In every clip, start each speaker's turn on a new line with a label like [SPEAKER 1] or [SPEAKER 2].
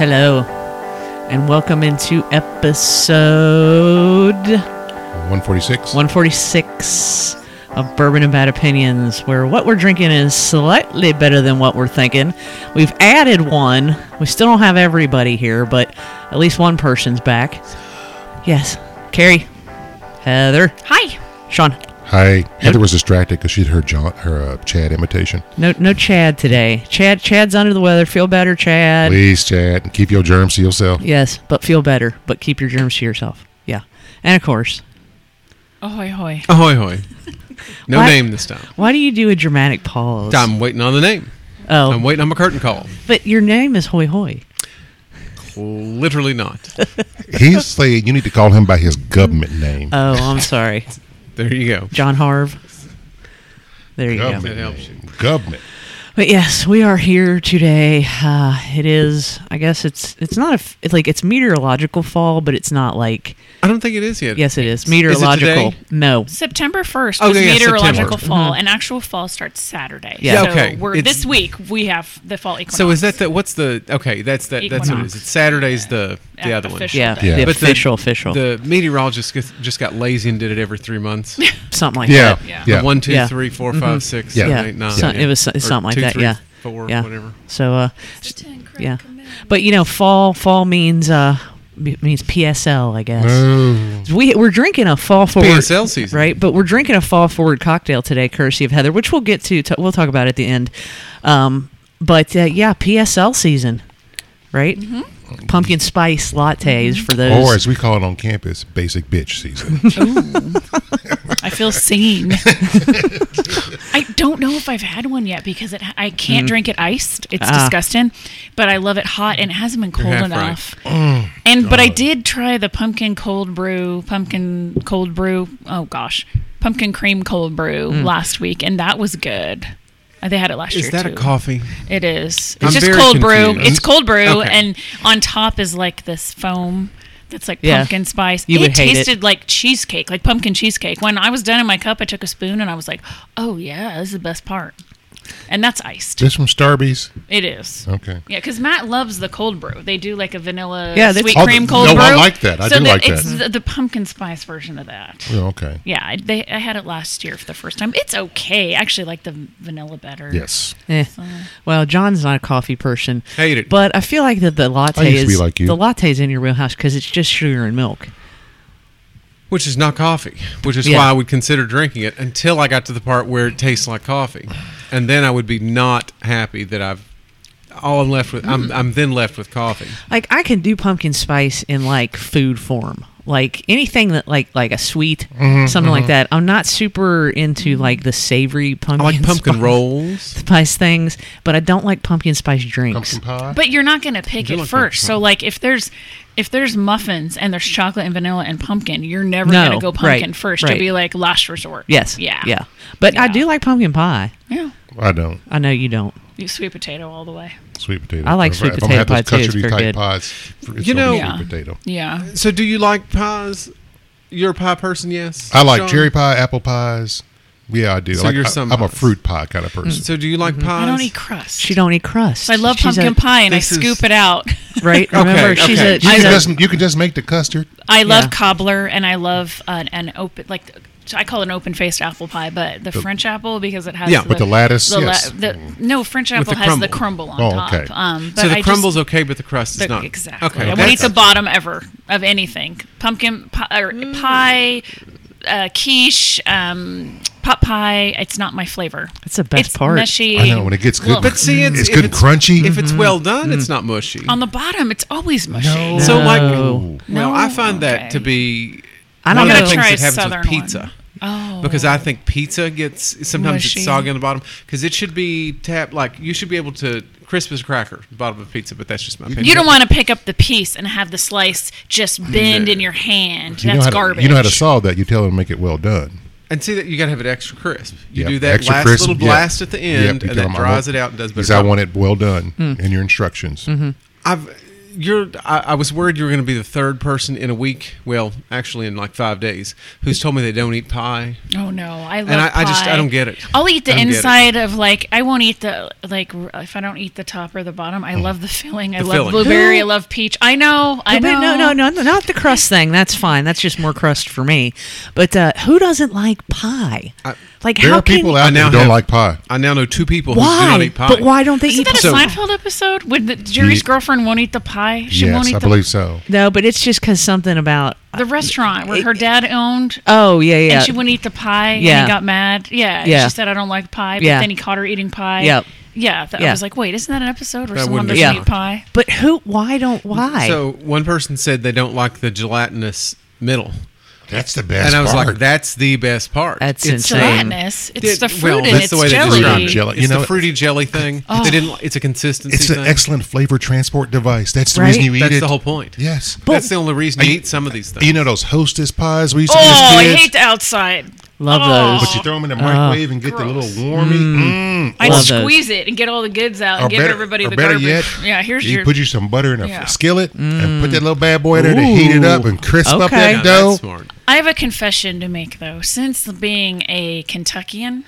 [SPEAKER 1] Hello, and welcome into episode
[SPEAKER 2] 146.
[SPEAKER 1] 146 of Bourbon and Bad Opinions, where what we're drinking is slightly better than what we're thinking. We've added one. We still don't have everybody here, but at least one person's back. Yes, Carrie, Heather,
[SPEAKER 3] Hi.
[SPEAKER 1] Sean.
[SPEAKER 2] Hi. Heather was distracted because she'd heard John, her uh, Chad imitation.
[SPEAKER 1] No, no Chad today. Chad, Chad's under the weather. Feel better, Chad.
[SPEAKER 2] Please, Chad, and keep your germs to yourself.
[SPEAKER 1] Yes, but feel better. But keep your germs to yourself. Yeah, and of course,
[SPEAKER 3] Ahoy, hoy.
[SPEAKER 4] Ahoy, hoy. No
[SPEAKER 1] What?
[SPEAKER 4] name this time.
[SPEAKER 1] Why do you do a dramatic pause?
[SPEAKER 4] I'm waiting on the name.
[SPEAKER 1] oh,
[SPEAKER 4] I'm waiting on my curtain call.
[SPEAKER 1] but your name is Hoy Hoy.
[SPEAKER 4] Literally not.
[SPEAKER 2] He's saying you need to call him by his government name.
[SPEAKER 1] Oh, I'm sorry,
[SPEAKER 4] There you go.
[SPEAKER 1] John Harv. There you
[SPEAKER 2] government
[SPEAKER 1] go.
[SPEAKER 4] That helps
[SPEAKER 2] name. Government.
[SPEAKER 1] But yes, we are here today. Uh, it is, I guess it's it's not a f- it's like it's meteorological fall, but it's not like
[SPEAKER 4] I don't think it is yet.
[SPEAKER 1] yes, it is
[SPEAKER 4] it
[SPEAKER 1] meteorological.
[SPEAKER 4] today?
[SPEAKER 1] no,
[SPEAKER 3] September 1st
[SPEAKER 4] Oh,
[SPEAKER 3] was
[SPEAKER 4] yeah, yeah,
[SPEAKER 3] meteorological
[SPEAKER 4] September.
[SPEAKER 3] fall, and actual fall starts Saturday.
[SPEAKER 1] Yeah.
[SPEAKER 3] So
[SPEAKER 4] Yeah, okay.
[SPEAKER 3] we're,
[SPEAKER 4] It's-
[SPEAKER 3] this week, we have the fall equinox.
[SPEAKER 4] So is that the what's the okay? That's that. That's what it
[SPEAKER 3] Equinox.
[SPEAKER 4] is. It's Saturday's the the
[SPEAKER 3] Yeah,
[SPEAKER 4] other one.
[SPEAKER 3] official.
[SPEAKER 1] yeah,
[SPEAKER 3] Yeah.
[SPEAKER 1] the
[SPEAKER 4] But the-
[SPEAKER 1] official official
[SPEAKER 4] The meteorologist gets- just got lazy and did it every three months.
[SPEAKER 1] something like
[SPEAKER 2] Yeah.
[SPEAKER 1] that.
[SPEAKER 2] Yeah.
[SPEAKER 3] Yeah.
[SPEAKER 4] One, two,
[SPEAKER 1] Yeah. Mm-hmm.
[SPEAKER 4] three, four, five, six,
[SPEAKER 2] Yeah.
[SPEAKER 4] seven,
[SPEAKER 1] Yeah.
[SPEAKER 4] eight, nine.
[SPEAKER 1] So- it was so-
[SPEAKER 4] Or
[SPEAKER 1] something like
[SPEAKER 4] two,
[SPEAKER 1] that,
[SPEAKER 4] three,
[SPEAKER 1] yeah.
[SPEAKER 4] Four,
[SPEAKER 1] Yeah.
[SPEAKER 4] whatever.
[SPEAKER 1] So, uh, yeah, but you know, fall fall means uh m- means PSL, I guess.
[SPEAKER 2] Oh.
[SPEAKER 1] We we're drinking a fall forward
[SPEAKER 4] PSL season.
[SPEAKER 1] right? But we're drinking a fall forward cocktail today, courtesy of Heather, which we'll get to. T- we'll talk about at the end. Um, but uh, yeah, PSL season, right? Pumpkin spice lattes for those.
[SPEAKER 2] Or as we call it on campus, basic bitch season.
[SPEAKER 3] I feel seen. I don't know if I've had one yet because it, I
[SPEAKER 4] Mm.
[SPEAKER 3] can't drink it iced. It's
[SPEAKER 1] Ah.
[SPEAKER 3] disgusting, but I love it hot and it hasn't been cold
[SPEAKER 4] half
[SPEAKER 3] enough.
[SPEAKER 4] Oh,
[SPEAKER 3] and but I did try the pumpkin cold brew, pumpkin cold brew. Oh gosh, pumpkin cream cold brew last week, and that was good. Uh, They had it last year.
[SPEAKER 4] Mm. Is that a
[SPEAKER 3] too.
[SPEAKER 4] coffee?
[SPEAKER 3] It is. It's
[SPEAKER 4] I'm
[SPEAKER 3] just
[SPEAKER 4] very
[SPEAKER 3] cold brew.
[SPEAKER 4] confused.
[SPEAKER 3] It's cold brew,
[SPEAKER 4] Okay.
[SPEAKER 3] and on top is like this foam that's like
[SPEAKER 1] Yeah.
[SPEAKER 3] pumpkin spice.
[SPEAKER 1] You
[SPEAKER 3] it
[SPEAKER 1] would hate it.
[SPEAKER 3] tasted like cheesecake, like pumpkin cheesecake. When I was done in my cup, I took a spoon and I was like, "Oh yeah, this is the best part." And that's iced.
[SPEAKER 2] This from Starbucks.
[SPEAKER 3] It is.
[SPEAKER 2] Okay.
[SPEAKER 3] Yeah, because Matt loves the cold brew. They do like a vanilla
[SPEAKER 1] Yeah, that's-
[SPEAKER 3] sweet
[SPEAKER 2] Oh,
[SPEAKER 3] cream
[SPEAKER 2] th-
[SPEAKER 3] cold
[SPEAKER 2] no,
[SPEAKER 3] brew.
[SPEAKER 2] I like that. I
[SPEAKER 3] so
[SPEAKER 2] do like
[SPEAKER 3] it's
[SPEAKER 2] that.
[SPEAKER 3] The, the pumpkin spice version of that.
[SPEAKER 2] Oh, okay.
[SPEAKER 3] Yeah, I- they, I had it last year for the first time. It's okay. I actually like the vanilla better.
[SPEAKER 2] Yes.
[SPEAKER 1] Eh. Well, John's not a coffee person.
[SPEAKER 4] Hate it.
[SPEAKER 1] But I feel like that the latte
[SPEAKER 2] I used to
[SPEAKER 1] is
[SPEAKER 2] be like you.
[SPEAKER 1] the latte's in your wheelhouse because it's just sugar and milk.
[SPEAKER 4] Which is not coffee, which is
[SPEAKER 1] Yeah.
[SPEAKER 4] why I would consider drinking it until I got to the part where it tastes like coffee, and then I would be not happy that I've all I'm left with.
[SPEAKER 3] Mm.
[SPEAKER 4] I'm, I'm then left with coffee.
[SPEAKER 1] like I can do pumpkin spice in like food form, like anything that like like a sweet
[SPEAKER 4] Mm-hmm,
[SPEAKER 1] something like that. I'm not super into like the savory
[SPEAKER 4] I
[SPEAKER 1] pumpkin.
[SPEAKER 4] like pumpkin
[SPEAKER 1] spice,
[SPEAKER 4] rolls.
[SPEAKER 1] spice things, but I don't like pumpkin spice drinks.
[SPEAKER 2] Pumpkin pie.
[SPEAKER 3] But you're not going to pick
[SPEAKER 4] do
[SPEAKER 3] it
[SPEAKER 4] like
[SPEAKER 3] first. So
[SPEAKER 4] pumpkin.
[SPEAKER 3] like if there's if there's muffins and there's chocolate and vanilla and pumpkin, you're never
[SPEAKER 1] No,
[SPEAKER 3] going to go pumpkin
[SPEAKER 1] right,
[SPEAKER 3] first.
[SPEAKER 1] right.
[SPEAKER 3] You'll be like last resort.
[SPEAKER 1] Yes.
[SPEAKER 3] Yeah.
[SPEAKER 1] Yeah. But I
[SPEAKER 3] Yeah.
[SPEAKER 1] do like pumpkin pie.
[SPEAKER 3] Yeah.
[SPEAKER 2] I don't.
[SPEAKER 1] I know you don't.
[SPEAKER 3] You sweet potato all the way.
[SPEAKER 2] Sweet potato.
[SPEAKER 1] I like
[SPEAKER 2] If
[SPEAKER 1] sweet
[SPEAKER 2] if I'm gonna have
[SPEAKER 1] potato
[SPEAKER 2] those
[SPEAKER 1] pie, too. It's
[SPEAKER 2] custardy
[SPEAKER 1] very
[SPEAKER 2] type
[SPEAKER 1] good.
[SPEAKER 2] Pies, it's
[SPEAKER 4] You
[SPEAKER 2] gonna be
[SPEAKER 3] know-
[SPEAKER 2] sweet potato.
[SPEAKER 3] Yeah.
[SPEAKER 4] So, do you like pies? You're a pie person, yes.
[SPEAKER 2] I like
[SPEAKER 4] Sean?
[SPEAKER 2] cherry pie, apple pies. Yeah, I do.
[SPEAKER 4] So
[SPEAKER 2] like,
[SPEAKER 4] you're
[SPEAKER 2] I,
[SPEAKER 4] some
[SPEAKER 2] I'm a
[SPEAKER 4] pies.
[SPEAKER 2] fruit pie kind of person.
[SPEAKER 4] So, do you like pies?
[SPEAKER 3] I don't eat crust.
[SPEAKER 1] She don't eat crust.
[SPEAKER 3] I love
[SPEAKER 1] She's a-
[SPEAKER 3] pumpkin pie and I
[SPEAKER 4] This is-
[SPEAKER 3] scoop it out.
[SPEAKER 1] Right? Remember,
[SPEAKER 4] okay.
[SPEAKER 1] she's a.
[SPEAKER 2] You
[SPEAKER 1] She's
[SPEAKER 2] can,
[SPEAKER 1] a
[SPEAKER 2] just, you can just make the custard.
[SPEAKER 3] I love
[SPEAKER 1] Yeah.
[SPEAKER 3] cobbler and I love an, an open like so I call it an open-faced apple pie, but the French apple because it has
[SPEAKER 4] Yeah, with
[SPEAKER 2] the lattice,
[SPEAKER 3] the
[SPEAKER 2] yes.
[SPEAKER 3] the- no French apple
[SPEAKER 4] the
[SPEAKER 3] has the
[SPEAKER 4] crumble.
[SPEAKER 3] crumble on
[SPEAKER 2] Oh,
[SPEAKER 3] top.
[SPEAKER 2] okay.
[SPEAKER 3] Um, but
[SPEAKER 4] so the
[SPEAKER 3] I just-
[SPEAKER 4] crumble's okay, but the crust is
[SPEAKER 3] The-
[SPEAKER 4] not.
[SPEAKER 3] Exactly.
[SPEAKER 4] Okay.
[SPEAKER 3] I won't
[SPEAKER 4] that's-
[SPEAKER 3] eat the bottom ever of anything. Pumpkin pie, or
[SPEAKER 1] Mm.
[SPEAKER 3] pie uh, quiche, um, pot pie. It's not my flavor.
[SPEAKER 1] That's the best
[SPEAKER 3] it's
[SPEAKER 1] part.
[SPEAKER 3] Mushy.
[SPEAKER 2] I know when it gets good.
[SPEAKER 3] Look,
[SPEAKER 4] But see, it's,
[SPEAKER 2] it's
[SPEAKER 4] if
[SPEAKER 2] good and crunchy.
[SPEAKER 4] If it's well done, it's not mushy.
[SPEAKER 3] Mm-hmm. on the bottom, it's always mushy.
[SPEAKER 2] No.
[SPEAKER 4] So, like,
[SPEAKER 1] No.
[SPEAKER 4] well, I find that to
[SPEAKER 3] Okay.
[SPEAKER 4] be
[SPEAKER 1] I
[SPEAKER 4] one
[SPEAKER 1] don't
[SPEAKER 4] of
[SPEAKER 1] know.
[SPEAKER 4] the things
[SPEAKER 3] Try a
[SPEAKER 4] that happens
[SPEAKER 3] southern
[SPEAKER 4] with pizza.
[SPEAKER 3] one. Oh,
[SPEAKER 4] because I think pizza gets sometimes
[SPEAKER 3] Mushy.
[SPEAKER 4] it's soggy on the bottom because it should be tap like you should be able to crisp as a cracker the bottom of a pizza, but that's just my opinion.
[SPEAKER 3] you don't want to pick up the piece and have the slice just bend in your hand.
[SPEAKER 2] Mm. You know,
[SPEAKER 3] That's
[SPEAKER 2] how
[SPEAKER 3] garbage.
[SPEAKER 2] To, you know how to solve that. You tell them to make it well done.
[SPEAKER 4] and see that you got to have it extra crisp. You
[SPEAKER 2] Yep,
[SPEAKER 4] do that
[SPEAKER 2] extra
[SPEAKER 4] last
[SPEAKER 2] crisp,
[SPEAKER 4] little
[SPEAKER 2] yep.
[SPEAKER 4] blast at the
[SPEAKER 2] Yep,
[SPEAKER 4] end,
[SPEAKER 2] you
[SPEAKER 4] and
[SPEAKER 2] tell
[SPEAKER 4] that
[SPEAKER 2] them, I
[SPEAKER 4] dries
[SPEAKER 2] want-
[SPEAKER 4] it out and does
[SPEAKER 2] Because
[SPEAKER 4] better.
[SPEAKER 2] I want it well done in your instructions.
[SPEAKER 4] I've you're I, I was worried you were going to be the third person in a week well actually in like five days who's told me they don't eat pie
[SPEAKER 3] Oh no, I love
[SPEAKER 4] and I, I just
[SPEAKER 3] pie.
[SPEAKER 4] i don't get it
[SPEAKER 3] I'll eat
[SPEAKER 4] I
[SPEAKER 3] the
[SPEAKER 4] don't get it.
[SPEAKER 3] inside of like I won't eat the like r- if I don't eat the top or the bottom. I love the filling.
[SPEAKER 4] Mm.
[SPEAKER 3] I
[SPEAKER 4] The
[SPEAKER 3] love
[SPEAKER 4] filling.
[SPEAKER 3] blueberry. I love peach. I know. I
[SPEAKER 1] But
[SPEAKER 3] know.
[SPEAKER 1] no, no, no, no, not the crust thing. That's fine. That's just more crust for me. But uh, who doesn't like pie?
[SPEAKER 4] I-
[SPEAKER 1] like
[SPEAKER 2] There
[SPEAKER 1] how
[SPEAKER 2] are people
[SPEAKER 1] can
[SPEAKER 2] out
[SPEAKER 4] I
[SPEAKER 2] there
[SPEAKER 4] now
[SPEAKER 2] who don't
[SPEAKER 4] have-
[SPEAKER 2] like pie.
[SPEAKER 4] i now know two people who do
[SPEAKER 1] why?
[SPEAKER 4] not eat pie
[SPEAKER 1] But why don't they
[SPEAKER 3] Isn't
[SPEAKER 1] eat?
[SPEAKER 3] that a
[SPEAKER 1] pie?
[SPEAKER 4] So-
[SPEAKER 3] Seinfeld episode when the, Jerry's girlfriend won't eat the pie? She won't
[SPEAKER 2] yes,
[SPEAKER 3] eat
[SPEAKER 2] I
[SPEAKER 3] the
[SPEAKER 2] believe so.
[SPEAKER 1] No, but it's just because something about.
[SPEAKER 3] the restaurant where her dad owned.
[SPEAKER 1] Oh yeah, yeah.
[SPEAKER 3] And she wouldn't eat the pie. And
[SPEAKER 1] Yeah.
[SPEAKER 3] he got mad. Yeah.
[SPEAKER 1] Yeah.
[SPEAKER 3] She said, I don't like pie. But
[SPEAKER 1] Yeah.
[SPEAKER 3] then he caught her eating pie.
[SPEAKER 1] Yep.
[SPEAKER 3] Yeah. That, I
[SPEAKER 1] Yeah.
[SPEAKER 3] was like, wait, isn't that an episode where
[SPEAKER 4] That
[SPEAKER 3] someone
[SPEAKER 4] wouldn't
[SPEAKER 3] doesn't
[SPEAKER 4] be
[SPEAKER 1] Yeah.
[SPEAKER 3] eat pie?
[SPEAKER 1] but who? Why don't? Why?
[SPEAKER 4] so one person said they don't like the gelatinous middle
[SPEAKER 2] That's the best.
[SPEAKER 4] and i was
[SPEAKER 2] part.
[SPEAKER 4] like that's the best part
[SPEAKER 1] That's
[SPEAKER 4] It's-
[SPEAKER 1] Same.
[SPEAKER 3] Gelatinous. It's
[SPEAKER 4] it-
[SPEAKER 3] the fruit
[SPEAKER 4] well,
[SPEAKER 3] and
[SPEAKER 4] that's
[SPEAKER 3] it's
[SPEAKER 4] the way they describe
[SPEAKER 3] jelly. Oh.
[SPEAKER 4] it.
[SPEAKER 2] Jelly.
[SPEAKER 4] it's
[SPEAKER 2] You
[SPEAKER 4] the
[SPEAKER 2] know-
[SPEAKER 4] fruity jelly thing they didn't li- it's a consistency
[SPEAKER 2] it's an
[SPEAKER 4] thing
[SPEAKER 2] excellent flavor transport device. That's the
[SPEAKER 1] Right?
[SPEAKER 2] reason you eat
[SPEAKER 4] that's
[SPEAKER 2] it.
[SPEAKER 4] the whole point
[SPEAKER 2] Yes.
[SPEAKER 4] that's the only reason you eat some of these things
[SPEAKER 2] you know those hostess pies we used to
[SPEAKER 3] Oh,
[SPEAKER 2] get as
[SPEAKER 3] I
[SPEAKER 2] kids?
[SPEAKER 3] hate the outside.
[SPEAKER 1] Love
[SPEAKER 3] Oh.
[SPEAKER 1] those.
[SPEAKER 2] But you throw them in the microwave and get the
[SPEAKER 3] gross.
[SPEAKER 2] little warmy. Mm.
[SPEAKER 3] I'd
[SPEAKER 1] Love those.
[SPEAKER 3] squeeze it and get all the goods out and
[SPEAKER 2] Or
[SPEAKER 3] give
[SPEAKER 2] better,
[SPEAKER 3] everybody
[SPEAKER 2] or
[SPEAKER 3] the
[SPEAKER 2] better
[SPEAKER 3] garbage.
[SPEAKER 2] yet,
[SPEAKER 3] yeah, here's
[SPEAKER 2] you
[SPEAKER 3] your.
[SPEAKER 2] put you some butter in a
[SPEAKER 3] Yeah.
[SPEAKER 2] skillet and put that little bad boy in there to heat it up and crisp up
[SPEAKER 1] Mm. Okay.
[SPEAKER 4] Yeah,
[SPEAKER 2] that dough.
[SPEAKER 4] that's smart
[SPEAKER 3] I have a confession to make though. Since being a Kentuckian,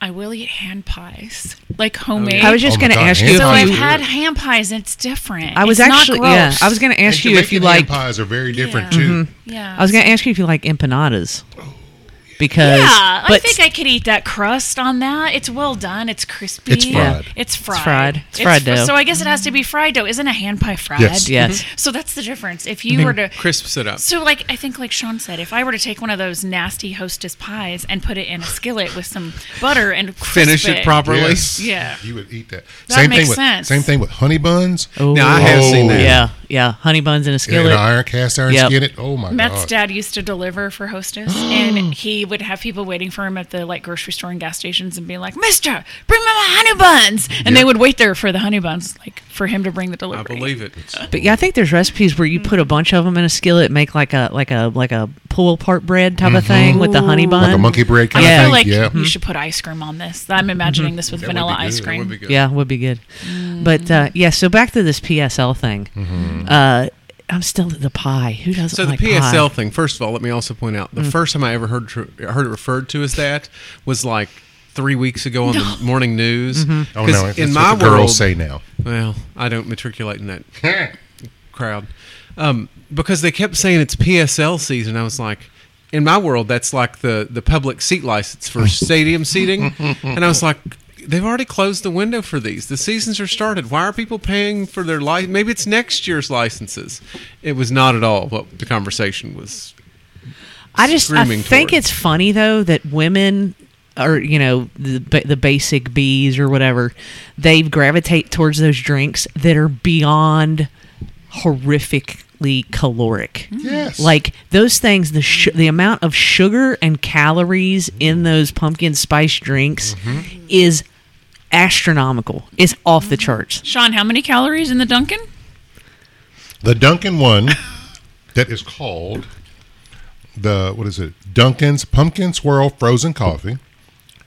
[SPEAKER 3] I will eat ham pies, like homemade.
[SPEAKER 1] I was just
[SPEAKER 2] Oh my
[SPEAKER 1] going to
[SPEAKER 2] God,
[SPEAKER 1] ask
[SPEAKER 2] hand
[SPEAKER 1] you.
[SPEAKER 3] so
[SPEAKER 1] if
[SPEAKER 2] pies
[SPEAKER 3] I've
[SPEAKER 1] you,
[SPEAKER 2] are-
[SPEAKER 3] had ham pies. and It's different.
[SPEAKER 1] I was
[SPEAKER 3] It's not
[SPEAKER 1] actually. Yeah,
[SPEAKER 3] gross.
[SPEAKER 1] I was going to
[SPEAKER 2] And
[SPEAKER 1] ask you if you
[SPEAKER 2] Jamaican
[SPEAKER 1] like.
[SPEAKER 2] hand pies are very different
[SPEAKER 3] Yeah.
[SPEAKER 2] too.
[SPEAKER 1] Mm-hmm.
[SPEAKER 3] Yeah.
[SPEAKER 1] I was going to ask you if you like empanadas. Because
[SPEAKER 3] yeah, I
[SPEAKER 1] but
[SPEAKER 3] think I could eat that crust on that. It's well done. It's crispy.
[SPEAKER 2] It's fried.
[SPEAKER 3] It's fried.
[SPEAKER 1] fried. It's fried
[SPEAKER 3] fr-
[SPEAKER 1] dough.
[SPEAKER 3] So I guess it has to be fried dough. Isn't a hand pie fried? Mm-hmm.
[SPEAKER 2] Yes.
[SPEAKER 1] Yes. Mm-hmm.
[SPEAKER 3] So that's the difference. If you were to
[SPEAKER 4] crisps it up
[SPEAKER 3] So, like, I think, like Sean said, if I were to take one of those nasty hostess pies and put it in a skillet with some butter and crisp
[SPEAKER 4] finish it properly
[SPEAKER 2] Yes.
[SPEAKER 3] Yeah.
[SPEAKER 2] You would eat that.
[SPEAKER 3] That
[SPEAKER 2] same
[SPEAKER 3] makes
[SPEAKER 2] thing
[SPEAKER 3] sense.
[SPEAKER 2] with same thing with honey buns.
[SPEAKER 1] Ooh.
[SPEAKER 4] Now I have seen
[SPEAKER 2] Oh.
[SPEAKER 4] that.
[SPEAKER 1] Yeah, yeah. Honey buns in a
[SPEAKER 2] In an
[SPEAKER 1] skillet.
[SPEAKER 2] iron cast iron
[SPEAKER 1] Yep.
[SPEAKER 2] skillet. Oh my
[SPEAKER 3] Matt's
[SPEAKER 2] god.
[SPEAKER 3] dad used to deliver for hostess, and he would have people waiting for him at the like grocery store and gas stations, and being like, "Mister, bring me my honey buns," and they would wait there for the honey buns, like for him to bring the delivery.
[SPEAKER 4] I believe it.
[SPEAKER 1] But yeah, I think there's recipes where you put a bunch of them in a skillet, make like a like a like a pull apart bread type of thing with the honey bun.
[SPEAKER 2] Like a monkey bread
[SPEAKER 3] I
[SPEAKER 2] kind
[SPEAKER 1] Yeah.
[SPEAKER 2] of
[SPEAKER 3] feel
[SPEAKER 2] thing.
[SPEAKER 3] like Mm-hmm.
[SPEAKER 2] yeah.
[SPEAKER 3] you should put ice cream on this. I'm imagining this with
[SPEAKER 2] That would
[SPEAKER 3] vanilla
[SPEAKER 2] be
[SPEAKER 3] ice
[SPEAKER 2] good. That
[SPEAKER 3] cream.
[SPEAKER 2] would be good.
[SPEAKER 1] Yeah, would be good. But uh, yeah, so back to this PSL thing. Uh, I'm still at the pie. Who doesn't
[SPEAKER 4] Mm-hmm. So the
[SPEAKER 1] like
[SPEAKER 4] PSL
[SPEAKER 1] pie?
[SPEAKER 4] thing. First of all, let me also point out the first time I ever heard tr- heard it referred to as that was like three weeks ago on the morning news.
[SPEAKER 2] Oh
[SPEAKER 4] 'Cause
[SPEAKER 2] no, that's
[SPEAKER 4] in
[SPEAKER 2] what
[SPEAKER 4] my
[SPEAKER 2] the girls
[SPEAKER 4] world,
[SPEAKER 2] say now.
[SPEAKER 4] well, I don't matriculate in that crowd um, because they kept saying it's PSL season. I was like. In my world, that's like the, the public seat license for stadium seating. And I was like, they've already closed the window for these. The seasons are started. Why are people paying for their license? Maybe it's next year's licenses. It was not at all what the conversation was
[SPEAKER 1] I just I
[SPEAKER 4] screaming
[SPEAKER 1] think
[SPEAKER 4] toward.
[SPEAKER 1] it's funny though that women or you know the ba- the basic bees or whatever they gravitate towards those drinks that are beyond horrifically caloric.
[SPEAKER 2] Yes.
[SPEAKER 1] Like those things, the sh- the amount of sugar and calories in those pumpkin spice drinks is astronomical. It's off the charts.
[SPEAKER 3] Sean, how many calories in the Dunkin'?
[SPEAKER 2] The Duncan one that is called the what is it? Duncan's Pumpkin Swirl Frozen Coffee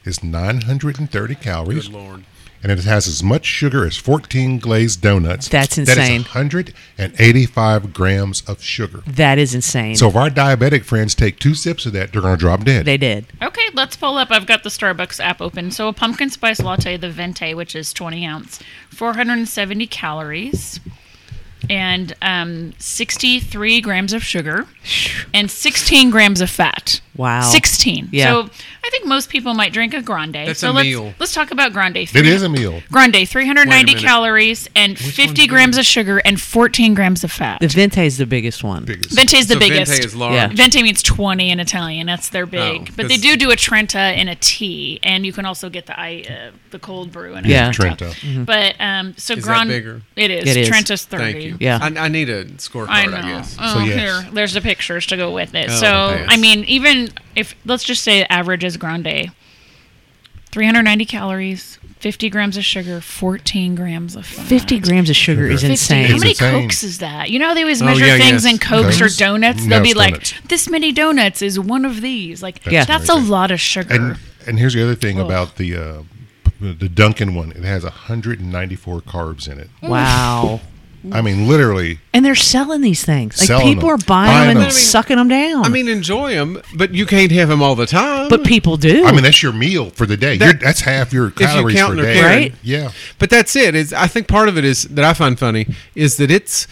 [SPEAKER 2] is 930 calories.
[SPEAKER 4] Lord.
[SPEAKER 2] And it has as much sugar as 14 glazed donuts.
[SPEAKER 1] That's
[SPEAKER 2] That
[SPEAKER 1] insane.
[SPEAKER 2] is 185 grams of sugar.
[SPEAKER 1] That is insane.
[SPEAKER 2] So if our diabetic friends take two sips of that, they're going to drop dead.
[SPEAKER 1] they did.
[SPEAKER 3] Okay, let's pull up. I've got the Starbucks app open. So a pumpkin spice latte, the venti, which is 20 ounce, 470 calories, and um, 63 grams of sugar, and 16 grams of fat.
[SPEAKER 1] Wow.
[SPEAKER 3] 16.
[SPEAKER 1] Yeah.
[SPEAKER 3] So I think most people might drink a grande.
[SPEAKER 4] That's
[SPEAKER 3] so
[SPEAKER 4] a
[SPEAKER 3] let's,
[SPEAKER 4] meal.
[SPEAKER 3] Let's talk about grande.
[SPEAKER 2] it is a meal.
[SPEAKER 3] Grande, 390
[SPEAKER 4] Wait a minute.
[SPEAKER 3] calories and 50 grams of sugar and 14 grams of fat.
[SPEAKER 1] The Vente is the biggest one.
[SPEAKER 2] Biggest.
[SPEAKER 3] Venti is the
[SPEAKER 4] so
[SPEAKER 3] biggest.
[SPEAKER 4] Vente is large.
[SPEAKER 1] Yeah.
[SPEAKER 3] Venti means 20 in Italian. That's their big.
[SPEAKER 4] Oh,
[SPEAKER 3] but they
[SPEAKER 4] 'cause-
[SPEAKER 3] do do a Trenta and a tea, and you can also get the I, uh, the cold brew and a
[SPEAKER 1] Yeah. Mm-hmm.
[SPEAKER 2] Trenta.
[SPEAKER 3] But um, so
[SPEAKER 4] Is that
[SPEAKER 3] Grand,
[SPEAKER 4] bigger?
[SPEAKER 3] it is.
[SPEAKER 1] It is.
[SPEAKER 3] Trenta's 30.
[SPEAKER 4] Thank you.
[SPEAKER 1] Yeah.
[SPEAKER 4] I, I need a scorecard,
[SPEAKER 3] I
[SPEAKER 4] I,
[SPEAKER 3] know.
[SPEAKER 4] guess.
[SPEAKER 3] Oh,
[SPEAKER 2] So, yes.
[SPEAKER 3] here, there's the pictures to go with it.
[SPEAKER 4] Oh,
[SPEAKER 3] so
[SPEAKER 4] yes.
[SPEAKER 3] I mean, even if let's just say the average is Grande, 390 calories, 50 grams of sugar, 14 grams of fat.
[SPEAKER 1] 50 grams of sugar is
[SPEAKER 3] 50.
[SPEAKER 1] insane.
[SPEAKER 3] How many
[SPEAKER 2] insane.
[SPEAKER 3] cokes is that? You know, they always
[SPEAKER 4] Oh,
[SPEAKER 3] measure
[SPEAKER 4] yeah,
[SPEAKER 3] things
[SPEAKER 4] yes.
[SPEAKER 3] in cokes
[SPEAKER 2] Donuts?
[SPEAKER 3] or donuts.
[SPEAKER 2] No,
[SPEAKER 3] They'll be
[SPEAKER 2] it's
[SPEAKER 3] like,
[SPEAKER 2] donuts.
[SPEAKER 3] this many donuts is one of these. Like,
[SPEAKER 1] Yeah.
[SPEAKER 3] that's a lot of sugar.
[SPEAKER 2] And and here's the other thing
[SPEAKER 1] Oh.
[SPEAKER 3] Ugh.
[SPEAKER 2] about the uh, p- the Duncan one. It has 194 carbs in it.
[SPEAKER 1] Wow.
[SPEAKER 2] I mean, literally,
[SPEAKER 1] And they're selling these things. Like
[SPEAKER 2] Selling
[SPEAKER 1] people
[SPEAKER 2] them.
[SPEAKER 1] are buying,
[SPEAKER 2] Buying
[SPEAKER 1] them and
[SPEAKER 2] them.
[SPEAKER 1] sucking them down.
[SPEAKER 4] I mean, enjoy them, but you can't have them all the time.
[SPEAKER 1] but people do.
[SPEAKER 2] I mean that's your meal for the day.
[SPEAKER 4] That-
[SPEAKER 2] You're, that's half your
[SPEAKER 4] you
[SPEAKER 2] calories
[SPEAKER 4] count
[SPEAKER 2] for
[SPEAKER 4] their
[SPEAKER 2] day.
[SPEAKER 1] calories. Right?
[SPEAKER 2] Yeah.
[SPEAKER 4] But that's it. It's, I think part of it is that I find funny is that it's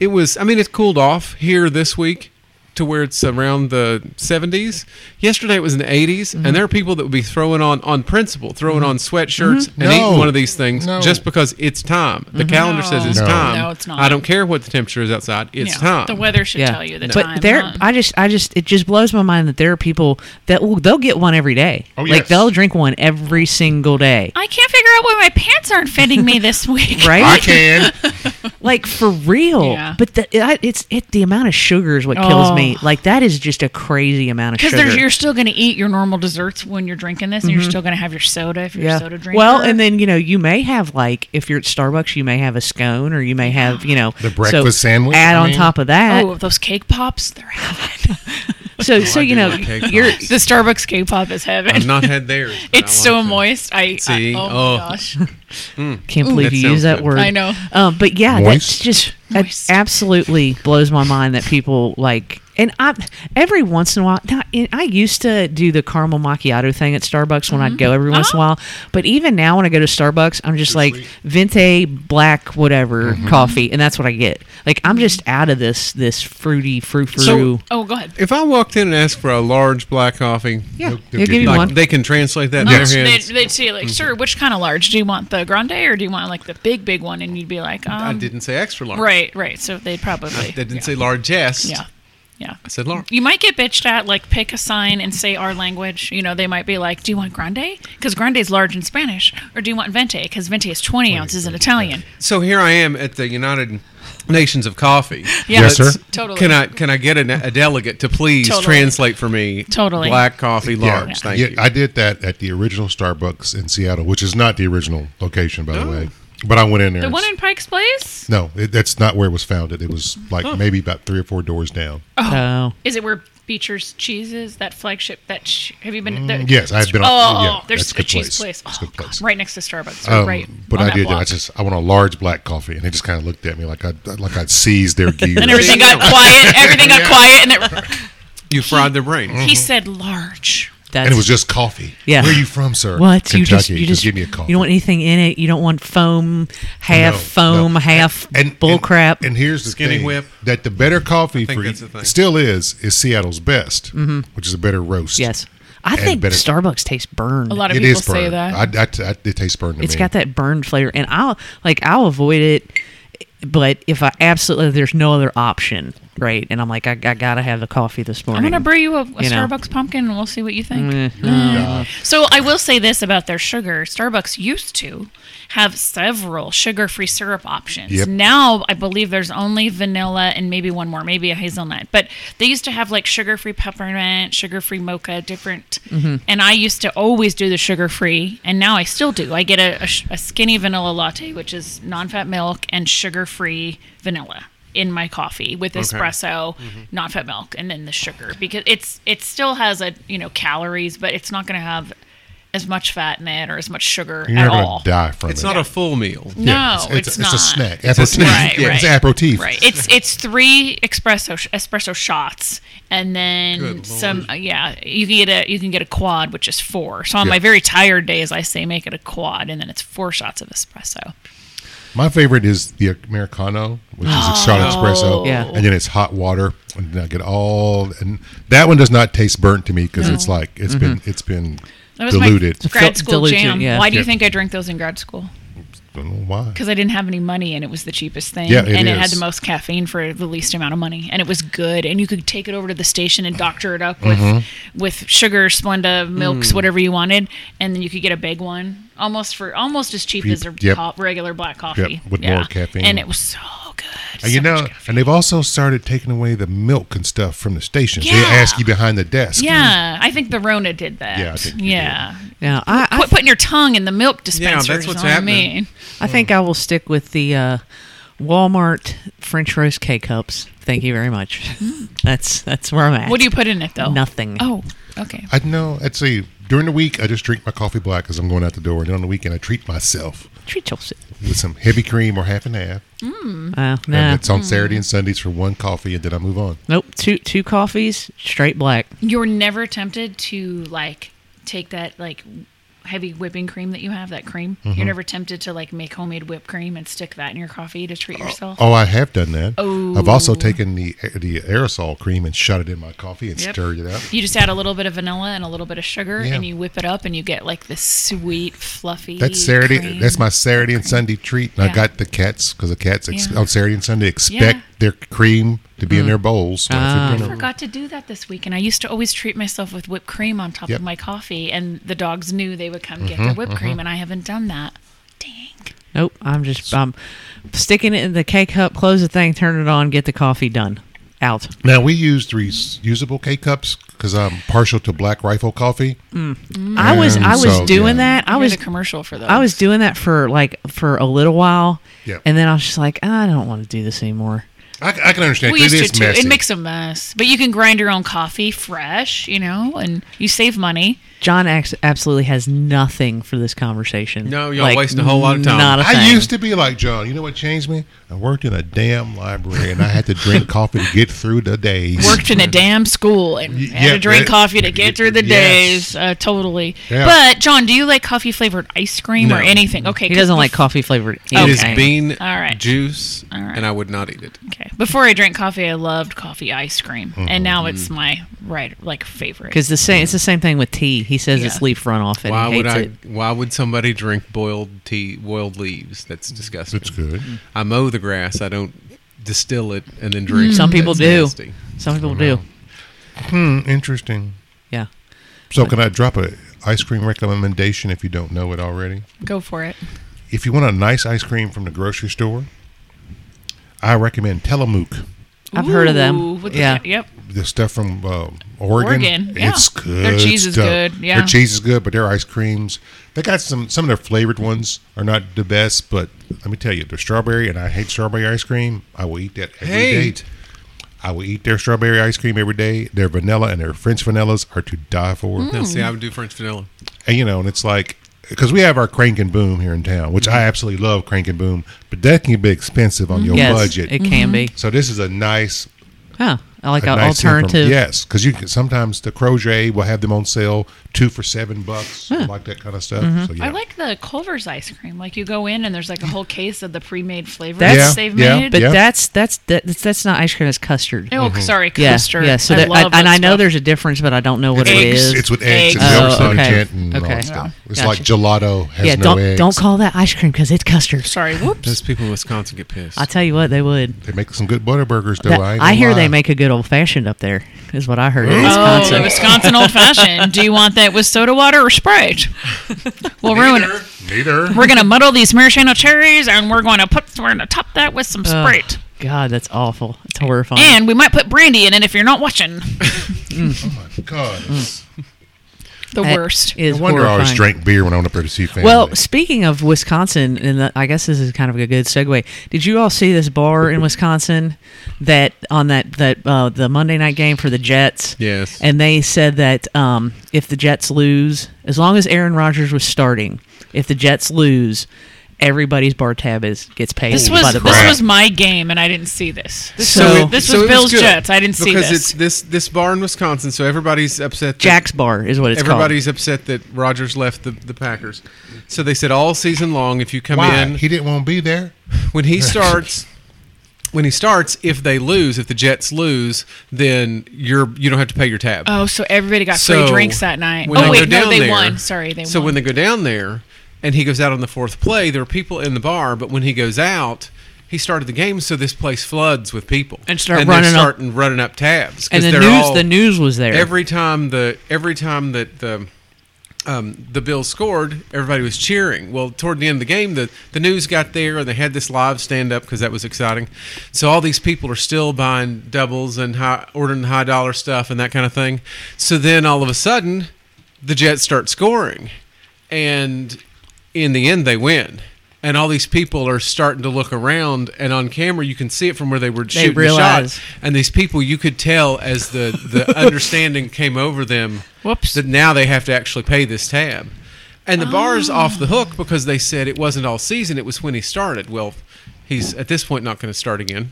[SPEAKER 4] it was. I mean, it's cooled off here this week to where it's around the 70s. Yesterday it was in the 80s,
[SPEAKER 2] Mm-hmm.
[SPEAKER 4] and there are people that would be throwing on on principle, throwing on sweatshirts and
[SPEAKER 2] Mm-hmm. No.
[SPEAKER 4] eating one of these things
[SPEAKER 2] No. Mm-hmm.
[SPEAKER 4] just because it's time. The calendar says it's
[SPEAKER 2] No.
[SPEAKER 4] time.
[SPEAKER 3] No, it's not.
[SPEAKER 4] I don't care what the temperature is outside. It's
[SPEAKER 3] Yeah,
[SPEAKER 4] time.
[SPEAKER 3] The weather should
[SPEAKER 1] yeah.
[SPEAKER 3] tell you the
[SPEAKER 1] but
[SPEAKER 3] time.
[SPEAKER 1] there,
[SPEAKER 3] huh?
[SPEAKER 1] I just, I just, it just blows my mind that there are people that will, they'll get one every day.
[SPEAKER 2] Oh,
[SPEAKER 1] Like
[SPEAKER 2] yes.
[SPEAKER 1] they'll drink one every single day.
[SPEAKER 3] I can't figure out why my pants aren't fitting me this week.
[SPEAKER 1] Right?
[SPEAKER 2] I can.
[SPEAKER 1] like for real.
[SPEAKER 3] Yeah.
[SPEAKER 1] But the, I- it's it the amount of sugar is what kills
[SPEAKER 3] Oh.
[SPEAKER 1] me. Like that is just a crazy amount of sugar.
[SPEAKER 3] Because you're still going to eat your normal desserts when you're drinking this, and you're still going to have your soda if you're a soda drinker.
[SPEAKER 1] Mm-hmm. Well, and then you know you may have like if you're at Starbucks, you may have a scone or you may have you know
[SPEAKER 2] The breakfast sandwich,
[SPEAKER 1] Add
[SPEAKER 2] I
[SPEAKER 1] on
[SPEAKER 2] mean.
[SPEAKER 1] top of that.
[SPEAKER 3] oh, those cake pops, they're heaven.
[SPEAKER 1] so
[SPEAKER 2] Oh,
[SPEAKER 1] so
[SPEAKER 4] I
[SPEAKER 1] you
[SPEAKER 4] do
[SPEAKER 1] know
[SPEAKER 4] like cake
[SPEAKER 1] you're
[SPEAKER 4] pops.
[SPEAKER 3] the Starbucks cake pop is
[SPEAKER 4] I've
[SPEAKER 3] heaven.
[SPEAKER 4] not had theirs. but
[SPEAKER 3] it's
[SPEAKER 4] I
[SPEAKER 3] so
[SPEAKER 4] like them.
[SPEAKER 3] moist. I,
[SPEAKER 4] See?
[SPEAKER 3] I oh,
[SPEAKER 4] Oh.
[SPEAKER 3] my gosh.
[SPEAKER 1] can't believe
[SPEAKER 4] that
[SPEAKER 1] you use
[SPEAKER 4] sounds
[SPEAKER 1] that
[SPEAKER 4] good.
[SPEAKER 1] word.
[SPEAKER 3] Mm. I know.
[SPEAKER 1] Um, but yeah, that's
[SPEAKER 2] Moist.
[SPEAKER 1] just that
[SPEAKER 3] Moist.
[SPEAKER 1] absolutely blows my mind that people like. And I every once in a while, now, and I used to do the caramel macchiato thing at Starbucks when I'd
[SPEAKER 3] Mm-hmm.
[SPEAKER 1] go every once in a
[SPEAKER 3] Uh-huh.
[SPEAKER 1] while. But even now, when I go to Starbucks, I'm just like
[SPEAKER 2] sweet. Mm-hmm.
[SPEAKER 1] venti black whatever coffee, and that's what I get. Like I'm just out of this this fruity frou frou.
[SPEAKER 4] So-
[SPEAKER 3] Oh, go ahead.
[SPEAKER 4] If I walked in and asked for a large black coffee,
[SPEAKER 1] yeah,
[SPEAKER 2] They'll-
[SPEAKER 1] they'll,
[SPEAKER 2] they'll
[SPEAKER 1] give
[SPEAKER 2] give
[SPEAKER 1] you
[SPEAKER 2] you
[SPEAKER 4] like
[SPEAKER 1] one.
[SPEAKER 4] they can translate that in
[SPEAKER 3] Yes.
[SPEAKER 4] their
[SPEAKER 3] They'd,
[SPEAKER 4] heads.
[SPEAKER 3] they'd say like, "Sir, which kind of large? Do you want the grande or do you want like the big, big one?" And you'd be like, um,
[SPEAKER 4] I didn't say extra large.
[SPEAKER 3] Right, right. So they'd probably.
[SPEAKER 4] They didn't
[SPEAKER 3] yeah.
[SPEAKER 4] say largest.
[SPEAKER 3] Yeah, yeah.
[SPEAKER 4] I said large.
[SPEAKER 3] You might get bitched at. Like, pick a sign and say our language. You know, they might be like, "Do you want grande? Because grande is large in Spanish, or do you want venti? Because venti is twenty ounces in Italian."
[SPEAKER 4] So here I am at the United Nations of Coffee.
[SPEAKER 3] Yeah.
[SPEAKER 2] Yes,
[SPEAKER 4] Let's-
[SPEAKER 2] sir.
[SPEAKER 3] Totally.
[SPEAKER 4] Can I can I get a, a delegate to please
[SPEAKER 3] Totally.
[SPEAKER 4] translate for me?
[SPEAKER 3] Totally.
[SPEAKER 4] Black coffee, large.
[SPEAKER 2] Yeah.
[SPEAKER 4] Thank
[SPEAKER 2] Yeah,
[SPEAKER 4] you.
[SPEAKER 2] I did that at the original Starbucks in Seattle, which is not the original location, by the way. But I went in there.
[SPEAKER 3] The
[SPEAKER 2] and
[SPEAKER 3] one
[SPEAKER 2] s-
[SPEAKER 3] in Pike's Place
[SPEAKER 2] no, it, that's not where it was founded. It was like maybe about three or four doors down.
[SPEAKER 1] Oh,
[SPEAKER 3] Oh.
[SPEAKER 1] So-
[SPEAKER 3] is it where Beecher's Cheese is? That flagship. That sh- have you been? the-
[SPEAKER 2] yes, I've been
[SPEAKER 3] Oh,
[SPEAKER 2] on-
[SPEAKER 3] oh,
[SPEAKER 2] Mm, yeah,
[SPEAKER 3] oh, there's
[SPEAKER 2] that's a
[SPEAKER 3] a
[SPEAKER 2] good
[SPEAKER 3] cheese
[SPEAKER 2] place.
[SPEAKER 3] place.
[SPEAKER 2] That's a
[SPEAKER 3] Oh,
[SPEAKER 2] good place.
[SPEAKER 3] God, right next to Starbucks.
[SPEAKER 2] Um,
[SPEAKER 3] right.
[SPEAKER 2] but
[SPEAKER 3] on
[SPEAKER 2] I
[SPEAKER 3] that
[SPEAKER 2] did.
[SPEAKER 3] block.
[SPEAKER 2] I just I want a large black coffee, and they just kind of looked at me like I like I'd seized their gear.
[SPEAKER 3] And everything got quiet. Everything got quiet, and it,
[SPEAKER 4] you fried their
[SPEAKER 2] Mm-hmm.
[SPEAKER 4] brains.
[SPEAKER 3] he said large.
[SPEAKER 1] that's
[SPEAKER 2] and it was just coffee.
[SPEAKER 1] Yeah.
[SPEAKER 2] Where are you from, sir?
[SPEAKER 1] What
[SPEAKER 2] Kentucky.
[SPEAKER 1] you just you just
[SPEAKER 2] give me a coffee.
[SPEAKER 1] You don't want anything in it. You don't want foam, half
[SPEAKER 2] No,
[SPEAKER 1] foam,
[SPEAKER 2] no.
[SPEAKER 1] half
[SPEAKER 2] and
[SPEAKER 1] bull
[SPEAKER 2] and-
[SPEAKER 1] crap.
[SPEAKER 2] And here's the
[SPEAKER 4] Skinny
[SPEAKER 2] thing,
[SPEAKER 4] whip.
[SPEAKER 2] that the better coffee
[SPEAKER 4] think
[SPEAKER 2] for
[SPEAKER 4] that's the thing.
[SPEAKER 2] still is is Seattle's best, which is a better roast.
[SPEAKER 1] Mm-hmm. yes, I
[SPEAKER 2] and
[SPEAKER 1] think
[SPEAKER 2] better-
[SPEAKER 1] Starbucks tastes burned.
[SPEAKER 3] A lot of
[SPEAKER 2] it
[SPEAKER 3] people
[SPEAKER 2] is
[SPEAKER 3] say
[SPEAKER 2] burned.
[SPEAKER 3] that.
[SPEAKER 2] I, I- I- it tastes burned to
[SPEAKER 1] It's
[SPEAKER 2] me.
[SPEAKER 1] got that burned flavor, and I'll like I'll avoid it, but if I absolutely there's no other option, right? And I'm like I, I gotta have the coffee this
[SPEAKER 3] I'm
[SPEAKER 1] morning.
[SPEAKER 3] gonna brew you a, a
[SPEAKER 1] You know.
[SPEAKER 3] Starbucks pumpkin, and we'll see what you think.
[SPEAKER 2] Mm-hmm.
[SPEAKER 3] Um,
[SPEAKER 2] Nah.
[SPEAKER 3] So I will say this about their sugar: Starbucks used to have several sugar-free syrup options.
[SPEAKER 2] Yep.
[SPEAKER 3] Now I believe there's only vanilla and maybe one more, maybe a hazelnut. But they used to have like sugar-free peppermint, sugar-free mocha, different.
[SPEAKER 2] Mm-hmm.
[SPEAKER 3] And I used to always do the sugar-free, and now I still do. I get a, a, sh- a skinny vanilla latte, which is non-fat milk and sugar-free vanilla in my coffee with espresso,
[SPEAKER 2] Mm-hmm.
[SPEAKER 3] not fat milk, and then the sugar because it's it still has a you know calories, but it's not going to have as much fat in it or as much sugar
[SPEAKER 2] You're
[SPEAKER 3] at
[SPEAKER 2] not
[SPEAKER 3] all.
[SPEAKER 2] gonna die from
[SPEAKER 4] It's
[SPEAKER 2] it.
[SPEAKER 4] not a full meal.
[SPEAKER 3] No,
[SPEAKER 2] it's,
[SPEAKER 3] it's, not.
[SPEAKER 2] a snack. Aperitif.
[SPEAKER 3] Right,
[SPEAKER 2] yeah,
[SPEAKER 3] right.
[SPEAKER 2] It's aperitif.
[SPEAKER 3] Right. It's it's three espresso sh- espresso shots and then
[SPEAKER 4] Good
[SPEAKER 3] some uh, yeah, you can get a you can get a quad which is four. So on
[SPEAKER 2] Yeah.
[SPEAKER 3] my very tired days I say make it a quad and then it's four shots of espresso.
[SPEAKER 2] My favorite is the Americano, which is a shot
[SPEAKER 3] Oh.
[SPEAKER 2] of espresso.
[SPEAKER 1] Yeah.
[SPEAKER 2] And then it's hot water. And then I get all and that one does not taste burnt to me because it's like it's
[SPEAKER 1] Mm-hmm.
[SPEAKER 2] been it's been
[SPEAKER 3] That was
[SPEAKER 2] diluted.
[SPEAKER 3] my grad school
[SPEAKER 1] Diluted,
[SPEAKER 3] jam.
[SPEAKER 1] yeah.
[SPEAKER 3] Why do you
[SPEAKER 2] Yeah.
[SPEAKER 3] think I drank those in grad school?
[SPEAKER 2] don't know why.
[SPEAKER 3] because I didn't have any money and it was the cheapest thing.
[SPEAKER 2] Yeah, it
[SPEAKER 3] and it had
[SPEAKER 2] is.
[SPEAKER 3] the most caffeine for the least amount of money. And it was good. And you could take it over to the station and doctor it up with
[SPEAKER 2] Mm-hmm.
[SPEAKER 3] with sugar, Splenda,
[SPEAKER 4] Mm.
[SPEAKER 3] milks, whatever you wanted. And then you could get a big one almost for almost as cheap
[SPEAKER 2] Cheap,
[SPEAKER 3] as a
[SPEAKER 2] yep.
[SPEAKER 3] co- regular black coffee.
[SPEAKER 2] with more caffeine.
[SPEAKER 3] And it was so good.
[SPEAKER 2] And you
[SPEAKER 3] so much
[SPEAKER 2] know,
[SPEAKER 3] caffeine.
[SPEAKER 2] and they've also started taking away the milk and stuff from the stations. They
[SPEAKER 3] Yeah.
[SPEAKER 2] ask you behind the desk.
[SPEAKER 3] Yeah, I think the Rona did that.
[SPEAKER 2] Yeah, I think you did.
[SPEAKER 3] yeah.
[SPEAKER 1] now I I,
[SPEAKER 3] Quit putting your tongue in the milk dispenser.
[SPEAKER 4] that's what's
[SPEAKER 3] I
[SPEAKER 4] happening.
[SPEAKER 3] mean.
[SPEAKER 1] I think I will stick with the uh, Walmart French roast K cups. Thank you very
[SPEAKER 3] Mm.
[SPEAKER 1] much. that's that's where I'm at.
[SPEAKER 3] What do you put in it though?
[SPEAKER 1] Nothing.
[SPEAKER 3] Oh, okay.
[SPEAKER 2] I know. I'd say During the week, I just drink my coffee black because I'm going out the door, and then on the weekend, I treat myself
[SPEAKER 1] Treat yourself.
[SPEAKER 2] with some heavy cream or half and half.
[SPEAKER 1] Uh,
[SPEAKER 2] And
[SPEAKER 1] nah.
[SPEAKER 2] it's on Saturday
[SPEAKER 3] Mm.
[SPEAKER 2] and Sundays for one coffee, and then I move on.
[SPEAKER 1] Nope. Two two coffees, straight black.
[SPEAKER 3] You're never tempted to like take that like heavy whipping cream that you have, that cream.
[SPEAKER 2] Mm-hmm.
[SPEAKER 3] You're never tempted to like make homemade whipped cream and stick that in your coffee to treat yourself.
[SPEAKER 2] Oh, I have done that.
[SPEAKER 3] Oh.
[SPEAKER 2] I've also taken the the aerosol cream and shot it in my coffee and
[SPEAKER 3] Yep.
[SPEAKER 2] stirred it up.
[SPEAKER 3] You just add a little bit of vanilla and a little bit of sugar,
[SPEAKER 2] Yeah.
[SPEAKER 3] and you whip it up, and you get like this sweet, fluffy.
[SPEAKER 2] That's Saturday.
[SPEAKER 3] cream.
[SPEAKER 2] That's my Saturday and Sunday treat. And I
[SPEAKER 3] Yeah.
[SPEAKER 2] got the cats because the cats ex-
[SPEAKER 3] Yeah.
[SPEAKER 2] on Saturday and Sunday expect
[SPEAKER 3] Yeah. Mm.
[SPEAKER 2] their cream to be in their bowls. So if
[SPEAKER 1] Ah.
[SPEAKER 2] you're
[SPEAKER 3] I
[SPEAKER 2] gonna-
[SPEAKER 3] forgot to do that this week, and I used to always treat myself with whipped cream on top
[SPEAKER 2] Yep. Mm-hmm,
[SPEAKER 3] of my coffee, and the dogs knew they would come get their whipped cream, and I haven't done that. Dang.
[SPEAKER 1] Nope. I'm just I'm sticking it in the K cup, close the thing, turn it on, get the coffee done. Out.
[SPEAKER 2] Now we use three usable K cups because I'm partial to Black Rifle coffee.
[SPEAKER 1] I was
[SPEAKER 2] And
[SPEAKER 1] I was
[SPEAKER 2] Mm. so,
[SPEAKER 1] doing
[SPEAKER 2] yeah.
[SPEAKER 1] that. I was
[SPEAKER 3] a commercial for those.
[SPEAKER 1] I was doing that for like for a little while.
[SPEAKER 2] Yep.
[SPEAKER 1] And then I was just like, "Ah, I don't want to do this anymore.
[SPEAKER 2] I, I can understand.
[SPEAKER 3] We
[SPEAKER 2] 'cause
[SPEAKER 3] used
[SPEAKER 2] it
[SPEAKER 3] to
[SPEAKER 2] is
[SPEAKER 3] too.
[SPEAKER 2] messy.
[SPEAKER 3] It makes a mess, but you can grind your own coffee fresh, you know, and you save money.
[SPEAKER 1] John ax- absolutely has nothing for this conversation.
[SPEAKER 4] No, y'all wasting a whole lot of time.
[SPEAKER 1] Not a
[SPEAKER 2] I
[SPEAKER 1] thing.
[SPEAKER 2] used to be like John. You know what changed me? I worked in a damn library and I had to drink coffee to get through the days.
[SPEAKER 3] Worked in a damn school and
[SPEAKER 2] Y-
[SPEAKER 3] had
[SPEAKER 2] yeah,
[SPEAKER 3] to drink
[SPEAKER 2] that-
[SPEAKER 3] coffee to get through the
[SPEAKER 2] yes.
[SPEAKER 3] days. Uh, totally.
[SPEAKER 2] Yeah.
[SPEAKER 3] But John, do you like coffee flavored ice cream or
[SPEAKER 4] No.
[SPEAKER 3] anything? Okay,
[SPEAKER 1] He
[SPEAKER 3] 'cause
[SPEAKER 1] doesn't
[SPEAKER 3] bef-
[SPEAKER 1] like coffee flavored.
[SPEAKER 4] It
[SPEAKER 1] anything.
[SPEAKER 4] is bean
[SPEAKER 3] All right.
[SPEAKER 4] juice,
[SPEAKER 3] All right.
[SPEAKER 4] and I would not eat it.
[SPEAKER 3] Okay, before I drank coffee, I loved coffee ice cream,
[SPEAKER 2] Mm-hmm.
[SPEAKER 3] and now it's my right like favorite.
[SPEAKER 1] Because the same, it's the same thing with tea. He says it's
[SPEAKER 3] Yeah.
[SPEAKER 1] leaf runoff and
[SPEAKER 4] Why
[SPEAKER 1] he
[SPEAKER 4] would
[SPEAKER 1] hates
[SPEAKER 4] I?
[SPEAKER 1] it.
[SPEAKER 4] Why would somebody drink boiled tea, boiled leaves? That's disgusting.
[SPEAKER 2] It's good.
[SPEAKER 4] I mow the grass. I don't distill it and then
[SPEAKER 3] Mm.
[SPEAKER 4] drink. it.
[SPEAKER 1] Some people
[SPEAKER 4] That's
[SPEAKER 1] do.
[SPEAKER 4] nasty.
[SPEAKER 1] Some people do.
[SPEAKER 2] Hmm, interesting.
[SPEAKER 1] Yeah.
[SPEAKER 2] So can I drop a ice cream recommendation if you don't know it already?
[SPEAKER 3] Go for it.
[SPEAKER 2] If you want a nice ice cream from the grocery store, I recommend Tillamook.
[SPEAKER 1] I've heard of them.
[SPEAKER 3] Ooh, with the-
[SPEAKER 1] Yeah.
[SPEAKER 3] yep.
[SPEAKER 2] the stuff from uh, Oregon.
[SPEAKER 3] Oregon, yeah.
[SPEAKER 2] It's good.
[SPEAKER 3] Their cheese is
[SPEAKER 2] stuff.
[SPEAKER 3] good, yeah.
[SPEAKER 2] Their cheese is good, but their ice creams. They got some. Some of their flavored ones are not the best, but let me tell you, their strawberry and I hate strawberry ice cream. I will eat that every day.
[SPEAKER 4] Hate.
[SPEAKER 2] I will eat their strawberry ice cream every day. Their vanilla and their French vanillas are to die for.
[SPEAKER 3] Mm.
[SPEAKER 4] No, see, I would do French vanilla.
[SPEAKER 2] And you know, and it's like because we have our Crank and Boom here in town, which
[SPEAKER 3] Mm-hmm.
[SPEAKER 2] I absolutely love Crank and Boom, but that can be expensive on your
[SPEAKER 1] yes,
[SPEAKER 2] budget.
[SPEAKER 1] it
[SPEAKER 4] Mm-hmm.
[SPEAKER 1] can be.
[SPEAKER 2] so this is a nice
[SPEAKER 1] Huh. I like
[SPEAKER 2] a
[SPEAKER 1] an
[SPEAKER 2] nice hint from-
[SPEAKER 1] alternative.
[SPEAKER 2] yes, because you can, sometimes the Crozier will have them on sale two for seven bucks, like that kind of stuff.
[SPEAKER 1] Mm-hmm.
[SPEAKER 2] So yeah,
[SPEAKER 3] I like the Culver's ice cream. Like you go in and there's like a whole case of the pre-made flavors
[SPEAKER 1] That's-
[SPEAKER 3] they've
[SPEAKER 2] Yeah,
[SPEAKER 3] made.
[SPEAKER 1] But
[SPEAKER 2] Yeah.
[SPEAKER 1] that's that's that, that's that's not ice cream. It's custard.
[SPEAKER 3] Oh, sorry,
[SPEAKER 1] Mm-hmm. yeah.
[SPEAKER 3] custard.
[SPEAKER 1] Yeah. So
[SPEAKER 3] I
[SPEAKER 1] there, I-
[SPEAKER 3] love
[SPEAKER 1] and
[SPEAKER 3] that
[SPEAKER 1] I know
[SPEAKER 3] stuff.
[SPEAKER 1] there's a difference, but I don't know what it
[SPEAKER 2] It's-
[SPEAKER 1] is.
[SPEAKER 2] It's with eggs, and
[SPEAKER 3] Eggs.
[SPEAKER 2] milk
[SPEAKER 3] Oh,
[SPEAKER 2] content
[SPEAKER 1] okay.
[SPEAKER 2] and all
[SPEAKER 1] Okay.
[SPEAKER 2] that stuff. It's
[SPEAKER 1] Gotcha.
[SPEAKER 2] like gelato has
[SPEAKER 1] yeah.
[SPEAKER 2] no
[SPEAKER 1] don't
[SPEAKER 2] eggs.
[SPEAKER 1] don't call that ice cream because it's custard.
[SPEAKER 3] Sorry. Whoops.
[SPEAKER 4] Those people in Wisconsin get pissed.
[SPEAKER 1] I tell you what, they would.
[SPEAKER 2] They make some good butter burgers though.
[SPEAKER 1] That-
[SPEAKER 2] I, ain't
[SPEAKER 1] I
[SPEAKER 2] gonna
[SPEAKER 1] hear
[SPEAKER 2] lie.
[SPEAKER 1] they make a good old fashioned up there. Is what I heard in
[SPEAKER 3] Oh,
[SPEAKER 1] Wisconsin.
[SPEAKER 3] the Wisconsin old fashioned. Do you want that with soda water or Sprite? We'll ruin it.
[SPEAKER 2] neither.
[SPEAKER 3] We're gonna muddle these maraschino cherries, and we're going to put we're gonna top that with some
[SPEAKER 1] Ugh,
[SPEAKER 3] Sprite,
[SPEAKER 1] God, that's awful. It's horrifying.
[SPEAKER 3] Oh. and we might put brandy in it if you're not watching.
[SPEAKER 2] Oh my god!
[SPEAKER 3] The
[SPEAKER 1] That
[SPEAKER 3] worst.
[SPEAKER 1] is
[SPEAKER 2] No wonder I always
[SPEAKER 1] Mm. horrifying.
[SPEAKER 2] drank beer when I went up there to see family.
[SPEAKER 1] Well, speaking of Wisconsin, and the, I guess this is kind of a good segue. Did you all see this bar in Wisconsin that on that that uh, the Monday night game for the Jets?
[SPEAKER 4] Yes.
[SPEAKER 1] And they said that um, if the Jets lose, as long as Aaron Rodgers was starting, if the Jets lose, everybody's bar tab is gets paid
[SPEAKER 3] This
[SPEAKER 1] by
[SPEAKER 3] was
[SPEAKER 1] the
[SPEAKER 3] this
[SPEAKER 1] bar.
[SPEAKER 2] crap.
[SPEAKER 3] was my game, and I didn't see this. This
[SPEAKER 1] So-
[SPEAKER 3] was, this was
[SPEAKER 4] it
[SPEAKER 3] Bills
[SPEAKER 4] good,
[SPEAKER 3] Jets. I didn't see
[SPEAKER 4] because
[SPEAKER 3] this.
[SPEAKER 4] it's this this bar in Wisconsin. So everybody's upset. that-
[SPEAKER 1] Jack's bar is what it's
[SPEAKER 4] everybody's upset that Rogers left the, the Packers. So they said all season long, if you come
[SPEAKER 2] why
[SPEAKER 4] in
[SPEAKER 2] he didn't want to be there?
[SPEAKER 4] when he starts when he starts if they lose if the jets lose then you're you don't have to pay your tab
[SPEAKER 3] oh, so everybody got free
[SPEAKER 4] So,
[SPEAKER 3] drinks that night.
[SPEAKER 4] when
[SPEAKER 3] Oh
[SPEAKER 4] go
[SPEAKER 3] wait, no,
[SPEAKER 4] down
[SPEAKER 3] they
[SPEAKER 4] there-
[SPEAKER 3] won. Sorry, they
[SPEAKER 4] so
[SPEAKER 3] won.
[SPEAKER 4] when they go down there and he goes out on the fourth play there are people in the bar but when he goes out he started the game so this place floods with people
[SPEAKER 1] And start
[SPEAKER 4] they're
[SPEAKER 1] running up-
[SPEAKER 4] starting running up tabs 'cause
[SPEAKER 1] called. And the
[SPEAKER 4] they're
[SPEAKER 1] news
[SPEAKER 4] all-
[SPEAKER 1] the news was there.
[SPEAKER 4] every time the every time that the um, the Bills scored, everybody was cheering. Well, toward the end of the game, the, the news got there and they had this live stand up because that was exciting. So all these people are still buying doubles and high, ordering high dollar stuff and that kind of thing. So then all of a sudden, the Jets start scoring, and in the end, they win. and all these people are starting to look around, and on camera you can see it from where they were shooting the
[SPEAKER 1] realize.
[SPEAKER 4] shot. And these people, you could tell as the the understanding came over them.
[SPEAKER 3] Whoops.
[SPEAKER 4] That now they have to actually pay this tab, and the bar's off the
[SPEAKER 1] Ah.
[SPEAKER 4] hook because they said it wasn't all season; it was when he started. Well, he's at this point not going to start again.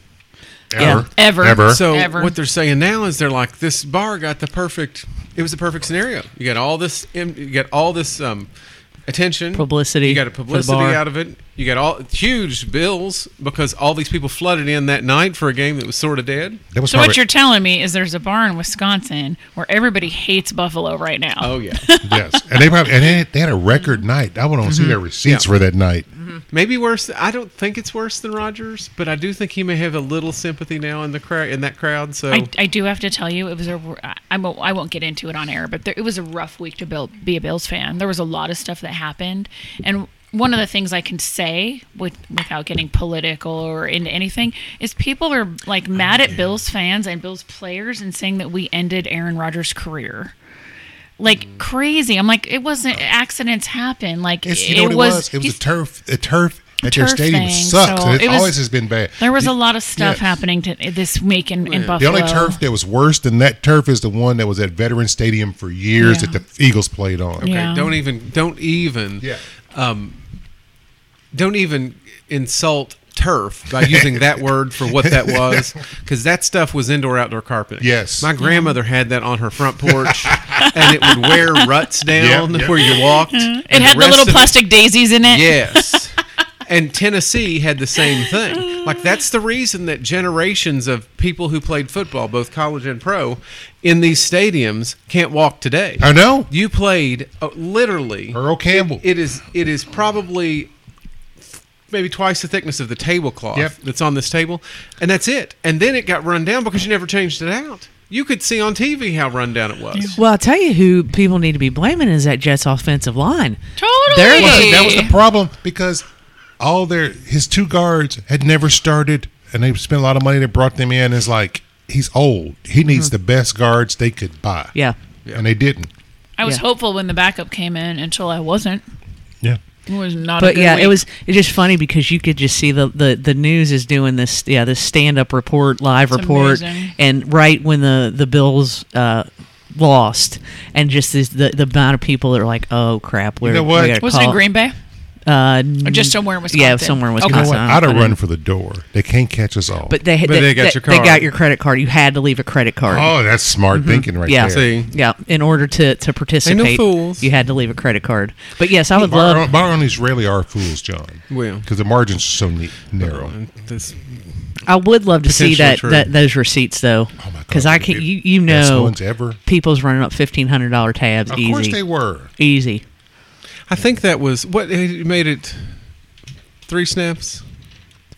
[SPEAKER 1] Yeah.
[SPEAKER 3] Ever.
[SPEAKER 2] Ever.
[SPEAKER 4] So
[SPEAKER 3] Ever.
[SPEAKER 4] what they're saying now is they're like, this bar got the perfect. It was the perfect scenario. You got all this. You got all this um, attention,
[SPEAKER 1] Publicity
[SPEAKER 4] You got a
[SPEAKER 1] for the
[SPEAKER 4] publicity
[SPEAKER 1] bar.
[SPEAKER 4] out of it. You got all huge bills because all these people flooded in that night for a game that was sort of dead.
[SPEAKER 2] That was
[SPEAKER 3] So what
[SPEAKER 2] probably-
[SPEAKER 3] you're telling me is there's a bar in Wisconsin where everybody hates Buffalo right now.
[SPEAKER 4] Oh yeah,
[SPEAKER 2] yes, and they probably and they, they had a record night. I want to
[SPEAKER 1] Mm-hmm.
[SPEAKER 2] see their receipts
[SPEAKER 4] Yeah.
[SPEAKER 2] for that night.
[SPEAKER 4] maybe worse. I don't think it's worse than Rogers, but I do think he may have a little sympathy now in the crowd in that crowd. So
[SPEAKER 2] oh.
[SPEAKER 3] I, I do have to tell you, it was a. I- I won't, I won't get into it on air, but there, it was a rough week to build, be a Bills fan. There was a lot of stuff that happened, and one of the things I can say, with, without getting political or into anything, is people are
[SPEAKER 2] Oh,
[SPEAKER 3] like mad at Bills fans and Bills players and saying that we ended Aaron Rodgers' career.
[SPEAKER 2] Mm.
[SPEAKER 3] Like crazy. I'm like, it wasn't accidents happen. Like
[SPEAKER 2] It's, you know
[SPEAKER 3] it,
[SPEAKER 2] what it
[SPEAKER 3] was,
[SPEAKER 2] was? It was
[SPEAKER 3] he's-
[SPEAKER 2] the turf. The turf at your
[SPEAKER 3] turf
[SPEAKER 2] stadium
[SPEAKER 3] thing,
[SPEAKER 2] sucks.
[SPEAKER 3] so
[SPEAKER 2] and it,
[SPEAKER 3] it was-
[SPEAKER 2] always has been bad.
[SPEAKER 3] There was a lot of stuff
[SPEAKER 2] Yes.
[SPEAKER 3] happening to, eh, this week in, in
[SPEAKER 2] The
[SPEAKER 3] Buffalo.
[SPEAKER 2] only turf that was worse than that turf is the one that was at Veteran Stadium for years
[SPEAKER 3] Yeah.
[SPEAKER 2] that the Eagles played on.
[SPEAKER 4] Okay,
[SPEAKER 3] Yeah.
[SPEAKER 4] don't even don't even
[SPEAKER 2] Yeah.
[SPEAKER 4] um, don't even insult turf by using that word for what that was because that stuff was indoor outdoor carpet.
[SPEAKER 2] Yes.
[SPEAKER 4] my grandmother had that on her front porch, and it would wear ruts down
[SPEAKER 2] Yeah, yeah.
[SPEAKER 4] where you walked.
[SPEAKER 3] Mm-hmm. It had the little plastic daisies in it.
[SPEAKER 4] Yes. And Tennessee had the same thing. Like that's the reason that generations of people who played football, both college and pro, in these stadiums can't walk today.
[SPEAKER 2] I know.
[SPEAKER 4] You played uh, literally
[SPEAKER 2] Earl Campbell.
[SPEAKER 4] it is it is probably maybe twice the thickness of the tablecloth
[SPEAKER 2] Yep.
[SPEAKER 4] that's on this table and that's it and then it got run down because you never changed it out you could see on tv how run down it was
[SPEAKER 1] Well, I'll tell you who people need to be blaming is that Jets offensive line.
[SPEAKER 3] Totally.
[SPEAKER 1] There
[SPEAKER 2] Well, see, that was the problem because all their his two guards had never started, and they spent a lot of money. They brought them in. It's like he's old. He
[SPEAKER 3] Mm-hmm.
[SPEAKER 2] needs the best guards they could buy.
[SPEAKER 1] Yeah.
[SPEAKER 2] and they didn't.
[SPEAKER 3] I was
[SPEAKER 1] Yeah.
[SPEAKER 3] hopeful when the backup came in until I wasn't.
[SPEAKER 2] Yeah,
[SPEAKER 3] It was not a
[SPEAKER 1] But
[SPEAKER 3] good
[SPEAKER 1] yeah,
[SPEAKER 3] week.
[SPEAKER 1] it was it's just funny because you could just see the, the, the news is doing this yeah this stand up report live report
[SPEAKER 3] amazing.
[SPEAKER 1] and right when the the Bills uh, lost and just this, the the amount of people that are like oh crap we're
[SPEAKER 2] know what?
[SPEAKER 1] we gotta
[SPEAKER 3] Wasn't
[SPEAKER 1] call-
[SPEAKER 3] it Green Bay?
[SPEAKER 1] uh,
[SPEAKER 3] Or just somewhere in Wisconsin?
[SPEAKER 1] yeah somewhere in
[SPEAKER 3] Okay.
[SPEAKER 1] Wisconsin
[SPEAKER 2] you know
[SPEAKER 1] I
[SPEAKER 2] what?
[SPEAKER 1] don't-
[SPEAKER 2] I'd
[SPEAKER 1] I
[SPEAKER 2] have
[SPEAKER 1] don't-
[SPEAKER 2] run for the door. They can't catch us all.
[SPEAKER 1] but they
[SPEAKER 4] But they got your
[SPEAKER 1] they got
[SPEAKER 4] card.
[SPEAKER 1] your credit card you had to leave a credit card
[SPEAKER 2] oh, that's smart
[SPEAKER 3] Mm-hmm.
[SPEAKER 2] thinking right
[SPEAKER 1] yeah
[SPEAKER 2] there.
[SPEAKER 4] See.
[SPEAKER 1] yeah in order to to participate
[SPEAKER 4] fools.
[SPEAKER 1] you had to leave a credit card but yes I would love
[SPEAKER 2] Bar, bar owners rarely are fools, John.
[SPEAKER 4] Well.
[SPEAKER 2] because the margins are so ne- narrow.
[SPEAKER 4] And this-
[SPEAKER 1] I would love to see
[SPEAKER 4] Potentially
[SPEAKER 1] that,
[SPEAKER 4] true.
[SPEAKER 1] that those receipts though.
[SPEAKER 2] Oh my God,
[SPEAKER 1] Because I
[SPEAKER 2] it'd
[SPEAKER 1] can,
[SPEAKER 2] be
[SPEAKER 1] you you
[SPEAKER 2] the best
[SPEAKER 1] know,
[SPEAKER 2] ones ever.
[SPEAKER 1] people's running up fifteen hundred dollar tabs
[SPEAKER 2] Of
[SPEAKER 1] easy,
[SPEAKER 2] course they were.
[SPEAKER 1] easy.
[SPEAKER 4] i think that was what he made it three snaps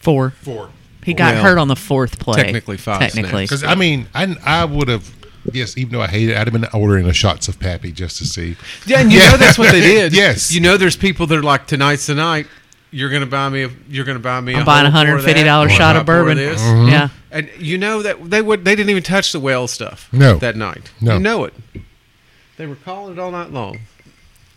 [SPEAKER 1] Four.
[SPEAKER 2] Four.
[SPEAKER 1] He got
[SPEAKER 4] Well,
[SPEAKER 1] hurt on the fourth play.
[SPEAKER 4] technically five
[SPEAKER 1] Technically,
[SPEAKER 4] snaps.
[SPEAKER 2] Because I mean, I I would have. Yes, even though I hate it, I'd have been ordering the shots of Pappy just to see.
[SPEAKER 4] yeah and you know that's what they did
[SPEAKER 2] Yes.
[SPEAKER 4] you know there's people that are like tonight's the night you're gonna buy me a, you're gonna buy me
[SPEAKER 1] I'm buying a
[SPEAKER 4] whole pour
[SPEAKER 1] hundred
[SPEAKER 4] of
[SPEAKER 1] and fifty
[SPEAKER 4] that,
[SPEAKER 1] dollar
[SPEAKER 4] or
[SPEAKER 1] shot
[SPEAKER 4] buy
[SPEAKER 1] of
[SPEAKER 4] pour
[SPEAKER 1] bourbon.
[SPEAKER 4] this.
[SPEAKER 2] Mm-hmm.
[SPEAKER 1] Yeah,
[SPEAKER 4] And you know that they would they didn't even touch the well stuff.
[SPEAKER 2] No.
[SPEAKER 4] That night.
[SPEAKER 2] No.
[SPEAKER 4] You know it. They were calling it all night long.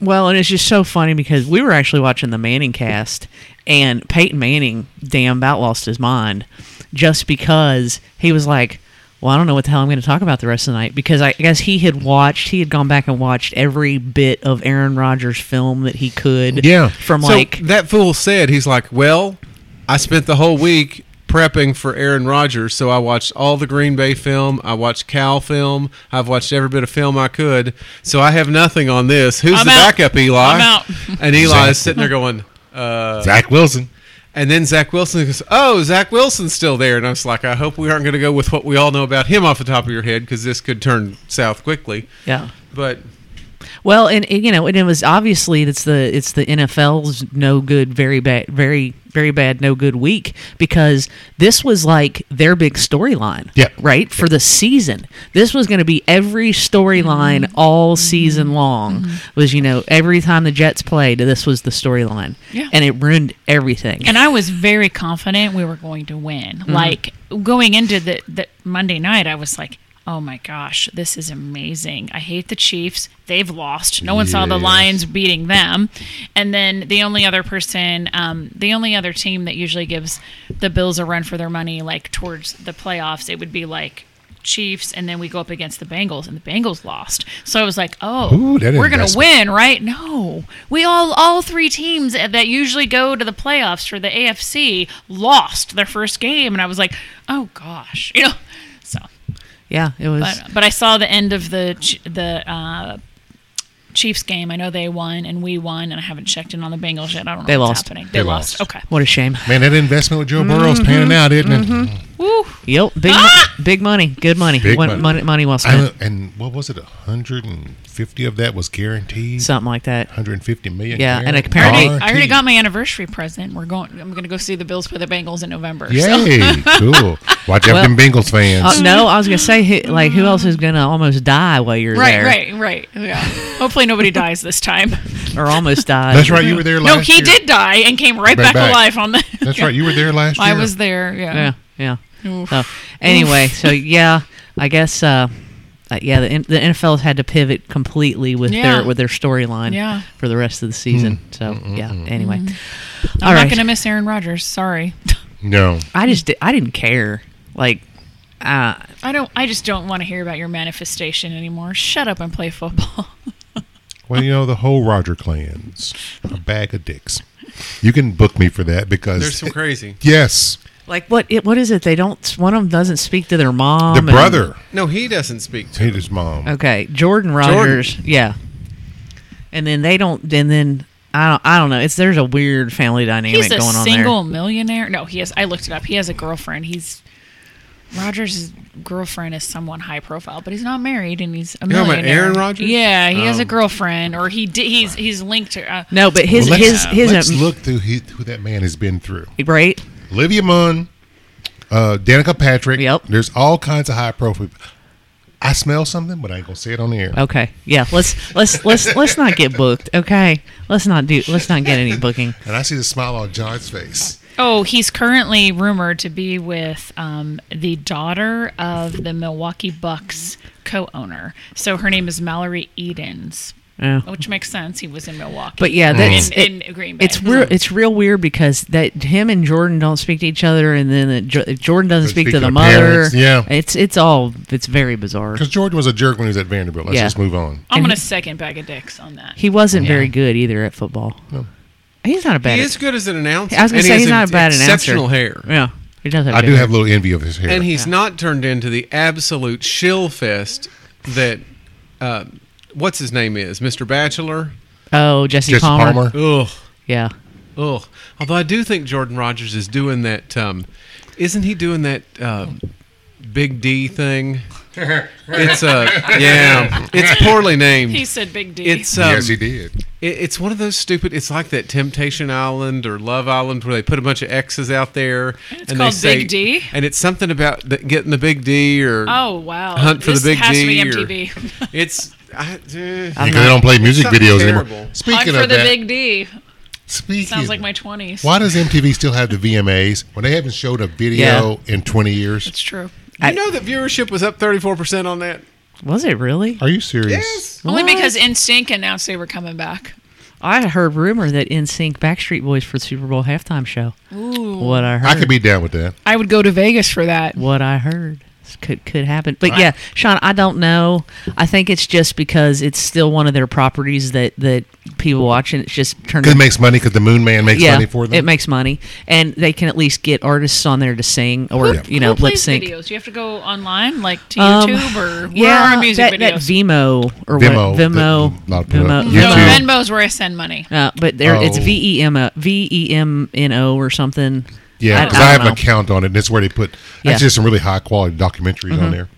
[SPEAKER 1] Well, and it's just so funny because we were actually watching the Manning cast, and Peyton Manning damn about lost his mind just because he was like, Well, I don't know what the hell I'm going to talk about the rest of the night. Because I guess he had watched, he had gone back and watched every bit of Aaron Rodgers' film that he could.
[SPEAKER 2] Yeah.
[SPEAKER 1] From
[SPEAKER 4] so
[SPEAKER 1] like,
[SPEAKER 4] that fool said he's like, Well, I spent the whole week prepping for Aaron Rodgers, so I watched all the Green Bay film, I watched Cal film, I've watched every bit of film I could, so I have nothing on this. Who's
[SPEAKER 3] I'm
[SPEAKER 4] the
[SPEAKER 3] out.
[SPEAKER 4] backup, Eli?
[SPEAKER 3] I'm out.
[SPEAKER 4] And Eli is sitting there going, uh,
[SPEAKER 2] Zach Wilson.
[SPEAKER 4] and then Zach Wilson goes, "Oh, Zach Wilson's still there." And I was like, "I hope we aren't going to go with what we all know about him off the top of your head, because this could turn south quickly."
[SPEAKER 1] yeah.
[SPEAKER 4] But
[SPEAKER 1] Well, and and, you know, and it was obviously it's the it's the NFL's no good, very bad, very very bad, no good week because this was like their big storyline,
[SPEAKER 2] Yeah.
[SPEAKER 1] right for the season. This was going to be every storyline
[SPEAKER 3] Mm-hmm.
[SPEAKER 1] all season long. Was you know every time the Jets played, this was the storyline,
[SPEAKER 3] Yeah.
[SPEAKER 1] and it ruined everything.
[SPEAKER 3] and I was very confident we were going to win. Like going into the, the Monday night, I was like, Oh my gosh, this is amazing. I hate the Chiefs. They've lost. No one saw the Lions beating them. And then the only other person, um, the only other team that usually gives the Bills a run for their money, like towards the playoffs, it would be like Chiefs. And then we go up against the Bengals, and the Bengals lost. So I was like, oh,
[SPEAKER 2] Ooh, that
[SPEAKER 3] we're going to
[SPEAKER 2] investment.
[SPEAKER 3] win, right? No. We all, all three teams that usually go to the playoffs for the AFC lost their first game. And I was like, oh gosh, you know, so.
[SPEAKER 1] Yeah, it was.
[SPEAKER 3] But, but I saw the end of the Ch- the uh, Chiefs game. I know they won and we won, and I haven't checked in on the Bengals yet. I don't know
[SPEAKER 1] They
[SPEAKER 3] what's
[SPEAKER 1] lost.
[SPEAKER 3] happening.
[SPEAKER 2] They lost.
[SPEAKER 3] Okay.
[SPEAKER 1] what a shame.
[SPEAKER 2] Man, that investment with Joe Burrow is panning out, isn't it?
[SPEAKER 3] Woo.
[SPEAKER 1] Yep, big, big money, good money,
[SPEAKER 2] Big
[SPEAKER 1] One-
[SPEAKER 2] money.
[SPEAKER 1] money, money well
[SPEAKER 2] I
[SPEAKER 1] spent,
[SPEAKER 2] don't- and what was it? 150 of that was guaranteed.
[SPEAKER 1] something like that.
[SPEAKER 2] 150 million.
[SPEAKER 1] Yeah, and
[SPEAKER 2] guaranteed.
[SPEAKER 3] I
[SPEAKER 1] apparently-
[SPEAKER 3] already, I
[SPEAKER 2] Guaranteed.
[SPEAKER 3] already got my anniversary present. We're going. I'm going to go see the Bills play the Bengals in November. So.
[SPEAKER 2] Yay! cool. Watch out,
[SPEAKER 1] Well-
[SPEAKER 2] them Bengals fans.
[SPEAKER 1] Uh, no, I was gonna say, who, like, who else is gonna almost die while you're
[SPEAKER 3] Right,
[SPEAKER 1] there,
[SPEAKER 3] right, right. Yeah. Hopefully nobody dies this time.
[SPEAKER 1] or almost die?
[SPEAKER 2] That's right. You were there last.
[SPEAKER 3] no, he
[SPEAKER 2] year.
[SPEAKER 3] did die and came right
[SPEAKER 2] Right
[SPEAKER 3] back,
[SPEAKER 2] back.
[SPEAKER 3] alive on the.
[SPEAKER 2] That's
[SPEAKER 3] Yeah.
[SPEAKER 2] right. You were there last year.
[SPEAKER 3] I was there.
[SPEAKER 1] Yeah,
[SPEAKER 3] Yeah.
[SPEAKER 1] yeah. So, anyway, so yeah, I guess, uh, uh, yeah, the, N- the NFL's had to pivot completely with
[SPEAKER 3] Yeah.
[SPEAKER 1] their with their storyline,
[SPEAKER 3] Yeah. Mm-hmm.
[SPEAKER 1] for the rest of the season.
[SPEAKER 2] Hmm.
[SPEAKER 1] So yeah, anyway,
[SPEAKER 3] I'm
[SPEAKER 1] All
[SPEAKER 3] not
[SPEAKER 1] right.
[SPEAKER 3] going to miss Aaron Rodgers. Sorry.
[SPEAKER 2] No.
[SPEAKER 1] I just di- I didn't care, like, uh,
[SPEAKER 3] I don't. I just don't want to hear about your manifestation anymore. Shut up and play football.
[SPEAKER 2] Well, you know the whole Roger clans, a bag of dicks. You can book me for that because
[SPEAKER 4] There's some crazy.
[SPEAKER 2] yes,
[SPEAKER 1] like what it, what is it? They don't one of them doesn't speak to their mom. Uh,
[SPEAKER 2] the
[SPEAKER 1] and-
[SPEAKER 2] brother
[SPEAKER 4] No, he doesn't speak to
[SPEAKER 2] hit his mom.
[SPEAKER 1] Okay, Jordan Rogers. Yeah, and then they don't. And then I don't. I don't know. It's there's a weird family dynamic
[SPEAKER 3] He's a
[SPEAKER 1] going on
[SPEAKER 3] single millionaire. No, he has. I looked it up. He has a girlfriend. He's Rogers' girlfriend is someone high profile, but he's not married, and he's a
[SPEAKER 4] talking about
[SPEAKER 3] millionaire.
[SPEAKER 4] Aaron Rodgers?
[SPEAKER 3] Yeah, he has a
[SPEAKER 4] Oh.
[SPEAKER 3] girlfriend, or he did. He's he's linked to. Uh,
[SPEAKER 1] there. No, but his
[SPEAKER 2] Well,
[SPEAKER 1] his
[SPEAKER 2] let's
[SPEAKER 1] his
[SPEAKER 2] let's
[SPEAKER 1] um,
[SPEAKER 2] look through he, who that man has been through.
[SPEAKER 1] right.
[SPEAKER 2] Olivia Munn, uh, Danica Patrick.
[SPEAKER 1] Yep.
[SPEAKER 2] There's all kinds of high profile. I smell something, but I ain't gonna say it on the air.
[SPEAKER 1] Okay, yeah. Let's let's let's let's not get booked. Okay, let's not do. Let's not get any booking.
[SPEAKER 2] And I see the smile on John's face.
[SPEAKER 3] Oh, he's currently rumored to be with um, the daughter of the Milwaukee Bucks co-owner. So her name is Mallory Edens,
[SPEAKER 1] Yeah.
[SPEAKER 3] which makes sense. He was in Milwaukee.
[SPEAKER 1] But yeah, that's
[SPEAKER 3] in,
[SPEAKER 1] it-
[SPEAKER 3] in Green Bay.
[SPEAKER 1] It's real. It's real weird because that him and Jordan don't speak to each other, and then the, Jo- Jordan doesn't speak, to the, mother.
[SPEAKER 2] parents, yeah.
[SPEAKER 1] it's it's all it's very bizarre.
[SPEAKER 2] Because George was a jerk when he was at Vanderbilt. Let's
[SPEAKER 1] Yeah.
[SPEAKER 2] just move on.
[SPEAKER 3] I'm
[SPEAKER 1] and
[SPEAKER 3] gonna
[SPEAKER 1] he-
[SPEAKER 3] second bag of dicks on that.
[SPEAKER 1] He wasn't very good either at football. He's not a bad.
[SPEAKER 4] He is good as an announcer.
[SPEAKER 1] I was gonna
[SPEAKER 4] and he
[SPEAKER 1] say
[SPEAKER 4] has
[SPEAKER 1] he's not a bad announcer.
[SPEAKER 4] Exceptional hair.
[SPEAKER 1] Yeah, he does have.
[SPEAKER 2] I
[SPEAKER 1] good
[SPEAKER 2] do
[SPEAKER 1] hair.
[SPEAKER 2] have a little envy of his hair.
[SPEAKER 4] And he's not turned into the absolute shill fest that uh, what's his name is, Mr. Bachelor.
[SPEAKER 1] Oh, Jesse,
[SPEAKER 2] Jesse
[SPEAKER 1] Palmer.
[SPEAKER 2] Palmer.
[SPEAKER 4] Ugh,
[SPEAKER 1] Yeah,
[SPEAKER 4] ugh. Although I do think Jordan Rogers is doing that. Um, isn't he doing that uh, Big D thing? It's uh, yeah. It's poorly named.
[SPEAKER 3] He said big D.
[SPEAKER 4] it's um,
[SPEAKER 2] yes, he did.
[SPEAKER 4] It, it's one of those stupid. It's like that Temptation Island or Love Island where they put a bunch of X's out there.
[SPEAKER 3] It's called Big D?
[SPEAKER 4] And it's something about the, getting the Big D or
[SPEAKER 3] Oh wow!
[SPEAKER 4] hunt for
[SPEAKER 3] this
[SPEAKER 4] the Big
[SPEAKER 3] has
[SPEAKER 4] D.
[SPEAKER 3] To
[SPEAKER 4] or-
[SPEAKER 3] be MTV.
[SPEAKER 4] it's I, eh.
[SPEAKER 2] Because they don't play music
[SPEAKER 4] something
[SPEAKER 2] videos anymore.
[SPEAKER 4] terrible.
[SPEAKER 3] hunt
[SPEAKER 2] Speaking
[SPEAKER 3] for
[SPEAKER 2] of
[SPEAKER 3] the
[SPEAKER 2] that,
[SPEAKER 3] Big D.
[SPEAKER 2] speaking,
[SPEAKER 3] Sounds like my twenties.
[SPEAKER 2] why does MTV still have the VMAs when they haven't showed a video in 20 years?
[SPEAKER 3] It's true.
[SPEAKER 1] I-
[SPEAKER 4] you know that viewership was up thirty four percent on that.
[SPEAKER 1] was it really?
[SPEAKER 2] Are you serious?
[SPEAKER 3] Only
[SPEAKER 1] What?
[SPEAKER 3] because NSYNC announced they were coming back.
[SPEAKER 1] I heard rumor that NSYNC Backstreet Boys for the Super Bowl halftime show. Ooh, what I heard.
[SPEAKER 2] I could be down with that.
[SPEAKER 3] I would go to Vegas for that.
[SPEAKER 1] what I heard could could happen. But yeah, Sean, I don't know. I think it's just because it's still one of their properties that that people watch, and it's just turned.
[SPEAKER 2] Because it makes money because the Moon Man makes
[SPEAKER 1] yeah,
[SPEAKER 2] money for them.
[SPEAKER 1] it makes money, and they can at least get artists on there to sing or you know
[SPEAKER 3] Who
[SPEAKER 1] lip
[SPEAKER 3] plays
[SPEAKER 1] sync.
[SPEAKER 3] videos? Do you have to go online, like to
[SPEAKER 1] Um,
[SPEAKER 3] YouTube, or where
[SPEAKER 1] yeah,
[SPEAKER 3] are music
[SPEAKER 1] that, that
[SPEAKER 3] videos?
[SPEAKER 1] Vimeo or
[SPEAKER 2] Vimeo,
[SPEAKER 1] what?
[SPEAKER 2] the-
[SPEAKER 1] Vimeo,
[SPEAKER 2] not the-
[SPEAKER 1] Vimeo,
[SPEAKER 2] YouTube.
[SPEAKER 3] no,
[SPEAKER 1] Vimeo.
[SPEAKER 3] Venmo's where I send money.
[SPEAKER 1] Uh, but there, it's
[SPEAKER 2] Oh.
[SPEAKER 1] V E M O V E M N O or something.
[SPEAKER 2] yeah,
[SPEAKER 1] I-
[SPEAKER 2] because
[SPEAKER 1] I
[SPEAKER 2] I, have
[SPEAKER 1] don't
[SPEAKER 2] an
[SPEAKER 1] know.
[SPEAKER 2] account on it. And it's where they put
[SPEAKER 1] Yeah.
[SPEAKER 2] that's just some really high quality documentaries on there.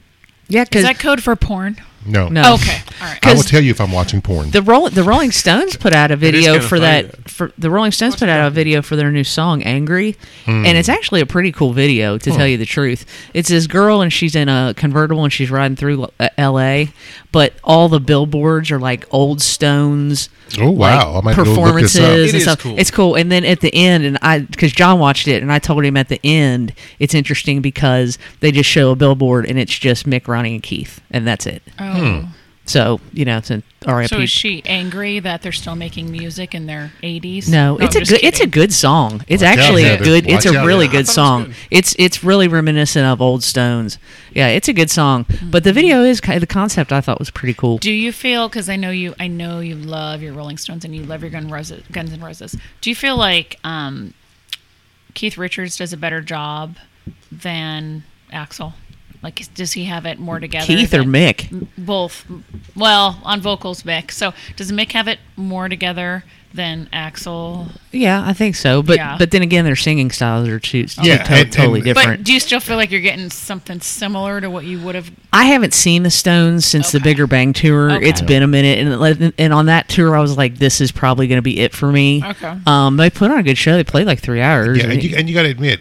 [SPEAKER 1] Yeah,
[SPEAKER 3] Is
[SPEAKER 1] because
[SPEAKER 3] that code for porn?
[SPEAKER 2] No.
[SPEAKER 1] No.
[SPEAKER 3] Okay, all right.
[SPEAKER 2] I will
[SPEAKER 1] 'Cause-
[SPEAKER 2] tell you if I'm watching porn.
[SPEAKER 1] The roll the Rolling Stones put out a video
[SPEAKER 4] kinda
[SPEAKER 1] for
[SPEAKER 4] funny,
[SPEAKER 1] that for the Rolling Stones put out a video for their new song Angry
[SPEAKER 2] Hmm.
[SPEAKER 1] and it's actually a pretty cool video to tell you the truth. It's this girl and she's in a convertible and she's riding through uh, LA but all the billboards are like old Stones
[SPEAKER 2] oh wow! I
[SPEAKER 1] like,
[SPEAKER 2] might go look this
[SPEAKER 1] performances
[SPEAKER 2] up.
[SPEAKER 4] It
[SPEAKER 1] and
[SPEAKER 4] is
[SPEAKER 1] stuff.
[SPEAKER 4] cool.
[SPEAKER 1] It's cool. And then at the end, and I because John watched it, and I told him at the end, it's interesting because they just show a billboard and it's just Mick, Ronnie, and Keith, and that's it.
[SPEAKER 3] Oh.
[SPEAKER 1] So you know, it's an
[SPEAKER 2] Hmm.
[SPEAKER 1] RIP.
[SPEAKER 3] So is she angry that they're still making music in their 80s?
[SPEAKER 1] no, it's a
[SPEAKER 3] I'm
[SPEAKER 1] good.
[SPEAKER 3] Oh, just
[SPEAKER 1] It's a
[SPEAKER 3] kidding.
[SPEAKER 1] good song. It's
[SPEAKER 2] Watch out,
[SPEAKER 1] actually a
[SPEAKER 2] Heather.
[SPEAKER 1] good. It's
[SPEAKER 2] Watch
[SPEAKER 1] a
[SPEAKER 2] out,
[SPEAKER 1] really
[SPEAKER 2] Heather.
[SPEAKER 1] good song. It's it's really reminiscent of old Stones. Yeah, it's a good song. But the video is ki- the concept I thought was pretty cool.
[SPEAKER 3] Mm. Do you feel because I know you, I know you love your Rolling Stones and you love your Gun Roses, Guns and Roses. Do you feel like um, Keith Richards does a better job than Axel? Like, is- does he have it more together?
[SPEAKER 1] Keith or
[SPEAKER 3] than-
[SPEAKER 1] Mick?
[SPEAKER 3] Both. Well, on vocals, Mick. So does Mick have it more together than Axel?
[SPEAKER 1] Yeah, I think so. But
[SPEAKER 3] Yeah. Oh.
[SPEAKER 1] but then again, their singing styles are two,
[SPEAKER 2] Yeah,
[SPEAKER 1] to-
[SPEAKER 2] and-
[SPEAKER 1] totally
[SPEAKER 2] and-
[SPEAKER 1] different.
[SPEAKER 3] But do you still feel like you're getting something similar to what you would have?
[SPEAKER 1] I haven't seen the Stones since the
[SPEAKER 3] Okay.
[SPEAKER 1] Bigger Bang tour.
[SPEAKER 3] Okay.
[SPEAKER 1] It's been a minute, and it let- and on that tour, I was like, "This is probably going to be it for me."
[SPEAKER 3] Okay.
[SPEAKER 1] Um, they put on a good show. They played like three hours. I
[SPEAKER 2] Yeah, and
[SPEAKER 1] think.
[SPEAKER 2] you, and you got to admit,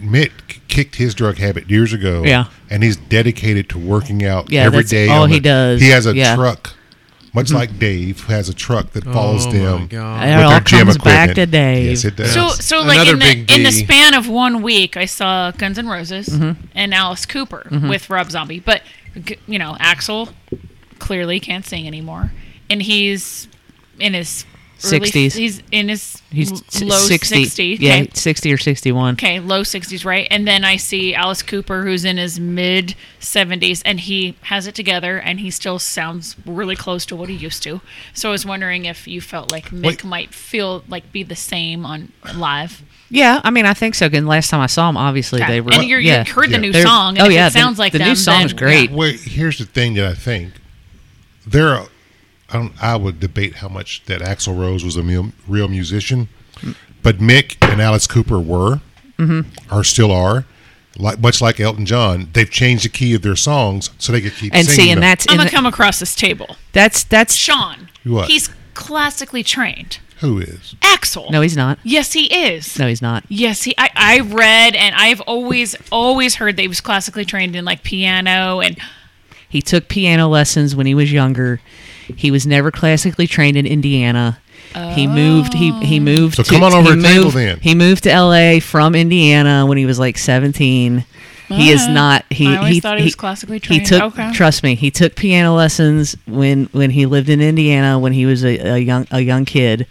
[SPEAKER 2] Mitt k- kicked his drug habit years ago.
[SPEAKER 1] Yeah.
[SPEAKER 2] and he's dedicated to working out
[SPEAKER 1] Yeah,
[SPEAKER 2] every
[SPEAKER 1] that's
[SPEAKER 2] day.
[SPEAKER 1] all
[SPEAKER 2] on
[SPEAKER 1] he
[SPEAKER 2] the-
[SPEAKER 1] does.
[SPEAKER 2] He has a
[SPEAKER 1] Yeah.
[SPEAKER 2] truck, much like Dave, who has a truck that follows
[SPEAKER 4] Oh,
[SPEAKER 2] them.
[SPEAKER 4] my God.
[SPEAKER 1] It
[SPEAKER 2] with
[SPEAKER 1] all
[SPEAKER 2] their gym
[SPEAKER 1] comes back
[SPEAKER 2] equipment.
[SPEAKER 1] to Dave.
[SPEAKER 2] Yes, it does.
[SPEAKER 3] So, so like
[SPEAKER 4] Another
[SPEAKER 3] in
[SPEAKER 4] big
[SPEAKER 3] the in the
[SPEAKER 4] D.
[SPEAKER 3] span of one week, I saw Guns N' Roses and Alice Cooper with Rob Zombie, but g- you know, Axel clearly can't sing anymore, and he's in his early-
[SPEAKER 1] 60s.
[SPEAKER 3] He's in his
[SPEAKER 1] He's
[SPEAKER 3] l-
[SPEAKER 1] s-
[SPEAKER 3] low
[SPEAKER 1] 60,
[SPEAKER 3] sixty.
[SPEAKER 1] Yeah,
[SPEAKER 3] okay.
[SPEAKER 1] sixty or sixty-one.
[SPEAKER 3] Okay, low 60s, right? And then I see Alice Cooper, who's in his mid 70s, and he has it together, and he still sounds really close to what he used to. So I was wondering if you felt like Mick
[SPEAKER 2] Wait.
[SPEAKER 3] might feel like be the same on live.
[SPEAKER 1] Yeah, I mean, I think so. And last time I saw them, obviously
[SPEAKER 3] Okay.
[SPEAKER 1] they were.
[SPEAKER 3] and you're,
[SPEAKER 1] yeah.
[SPEAKER 3] you heard the new
[SPEAKER 1] They're-
[SPEAKER 3] song. And
[SPEAKER 1] oh
[SPEAKER 3] if
[SPEAKER 1] yeah,
[SPEAKER 3] it sounds
[SPEAKER 1] the,
[SPEAKER 3] like
[SPEAKER 1] the
[SPEAKER 3] them,
[SPEAKER 1] new song's
[SPEAKER 3] then-
[SPEAKER 1] great.
[SPEAKER 3] yeah.
[SPEAKER 2] Well, here's the thing that I think there are. I don't. I would debate how much that Axl Rose was a mu- real musician, but Mick and Alice Cooper were,
[SPEAKER 1] Mm-hmm.
[SPEAKER 2] or still are. Like much like Elton John, they've changed the key of their songs so they could keep
[SPEAKER 1] And
[SPEAKER 2] singing
[SPEAKER 1] see, and
[SPEAKER 2] them.
[SPEAKER 1] that's
[SPEAKER 3] I'm
[SPEAKER 1] in
[SPEAKER 3] gonna
[SPEAKER 1] the,
[SPEAKER 3] come across this table.
[SPEAKER 1] that's that's
[SPEAKER 3] Sean,
[SPEAKER 2] What?
[SPEAKER 3] he's classically trained.
[SPEAKER 2] who is
[SPEAKER 3] Axel,
[SPEAKER 1] no, he's not.
[SPEAKER 3] yes, he is.
[SPEAKER 1] No, he's not.
[SPEAKER 3] Yes, he. I, I read and I've always always heard that he was classically trained in like piano and
[SPEAKER 1] He took piano lessons when he was younger. He was never classically trained in Indiana. He moved. He he
[SPEAKER 3] Oh.
[SPEAKER 1] moved.
[SPEAKER 2] So come on over
[SPEAKER 1] he
[SPEAKER 2] to Table
[SPEAKER 1] moved-
[SPEAKER 2] then.
[SPEAKER 1] He moved to L.A. from Indiana when he was like seventeen. He is not. He
[SPEAKER 3] I always
[SPEAKER 1] he,
[SPEAKER 3] thought he was classically trained.
[SPEAKER 1] He took.
[SPEAKER 3] Okay.
[SPEAKER 1] Trust me. He took piano lessons when when he lived in Indiana when he was a, a young a young kid,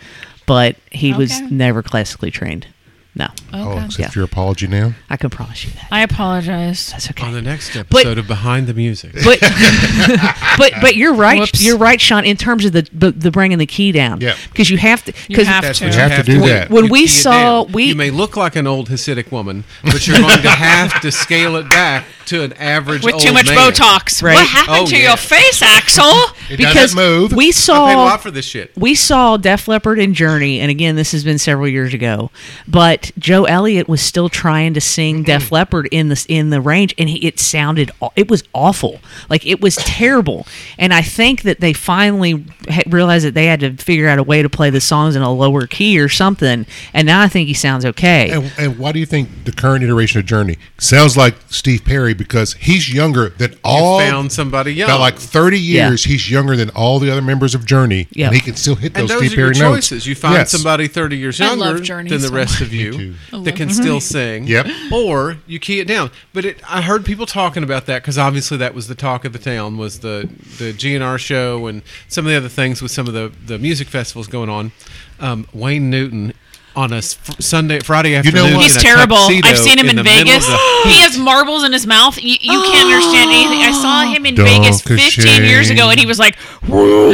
[SPEAKER 1] but he was
[SPEAKER 3] Okay. Uh,
[SPEAKER 1] never classically trained. No,
[SPEAKER 2] oh, except
[SPEAKER 1] Yeah.
[SPEAKER 2] your apology now.
[SPEAKER 1] I can promise you that.
[SPEAKER 3] I apologize.
[SPEAKER 1] That's okay.
[SPEAKER 4] On the next episode of Behind the Music.
[SPEAKER 1] but but but you're right.
[SPEAKER 3] Whoops.
[SPEAKER 1] You're right, Sean. In terms of the the, the bringing the key down,
[SPEAKER 2] Yeah.
[SPEAKER 1] because you have to.
[SPEAKER 3] You
[SPEAKER 1] Because
[SPEAKER 3] have
[SPEAKER 4] That's
[SPEAKER 3] to.
[SPEAKER 4] what
[SPEAKER 2] You have to do
[SPEAKER 4] do.
[SPEAKER 2] that.
[SPEAKER 1] When
[SPEAKER 4] You
[SPEAKER 1] we
[SPEAKER 4] key it
[SPEAKER 1] saw-
[SPEAKER 4] down.
[SPEAKER 1] we-
[SPEAKER 4] you may look like an old Hasidic woman, but you're going to have to scale it back to an average
[SPEAKER 3] With too
[SPEAKER 4] old
[SPEAKER 3] much
[SPEAKER 4] man.
[SPEAKER 3] Botox.
[SPEAKER 1] Right.
[SPEAKER 3] What happened
[SPEAKER 4] Oh,
[SPEAKER 3] to
[SPEAKER 4] yeah.
[SPEAKER 3] your face, Axel?
[SPEAKER 2] It
[SPEAKER 1] because
[SPEAKER 2] doesn't move.
[SPEAKER 1] we
[SPEAKER 4] I paid a
[SPEAKER 1] saw
[SPEAKER 4] lot for this shit.
[SPEAKER 1] we saw Def Leppard and Journey, and again, this has been several years ago. But Joe Elliott was still trying to
[SPEAKER 2] Mm-hmm.
[SPEAKER 1] sing Def Leppard in the in the range, and he, it sounded aw- it was awful, like it was terrible. And I think that they finally had realized that they had to figure out a way to play the songs in a lower key or something. And now I think he sounds okay.
[SPEAKER 2] And, and why do you think the current iteration of Journey sounds like Steve Perry because he's younger than all
[SPEAKER 4] found somebody young.
[SPEAKER 2] About like 30
[SPEAKER 1] Yeah.
[SPEAKER 2] years, he's younger than all the other members of Journey,
[SPEAKER 1] Yeah.
[SPEAKER 2] and he can still hit
[SPEAKER 4] and
[SPEAKER 2] those,
[SPEAKER 4] those
[SPEAKER 2] Steve
[SPEAKER 4] are your
[SPEAKER 2] Perry notes.
[SPEAKER 4] choices. You find
[SPEAKER 2] Yes.
[SPEAKER 4] somebody 30 years
[SPEAKER 3] I love
[SPEAKER 4] younger
[SPEAKER 3] Journey
[SPEAKER 4] than the
[SPEAKER 3] so
[SPEAKER 4] rest
[SPEAKER 3] much.
[SPEAKER 4] of you
[SPEAKER 2] too.
[SPEAKER 4] that can still sing.
[SPEAKER 2] Yep.
[SPEAKER 4] Or you key it down. But it, I heard people talking about that because obviously that was the talk of the town was the the GNR show and some of the other things with some of the the music festivals going on. Um, Wayne Newton on a s- fr- Sunday Friday
[SPEAKER 2] know
[SPEAKER 4] afternoon.
[SPEAKER 2] what?
[SPEAKER 3] He's
[SPEAKER 4] in a
[SPEAKER 3] terrible.
[SPEAKER 4] tuxedo
[SPEAKER 3] I've seen him in,
[SPEAKER 4] the middle of
[SPEAKER 3] Vegas.
[SPEAKER 4] the
[SPEAKER 3] he has marbles in his mouth. You, you can't understand anything. I saw him in Vegas 15 years ago, and he was like,
[SPEAKER 4] Oh,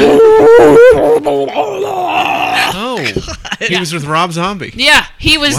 [SPEAKER 4] he was with Rob Zombie.
[SPEAKER 3] "Yeah, he was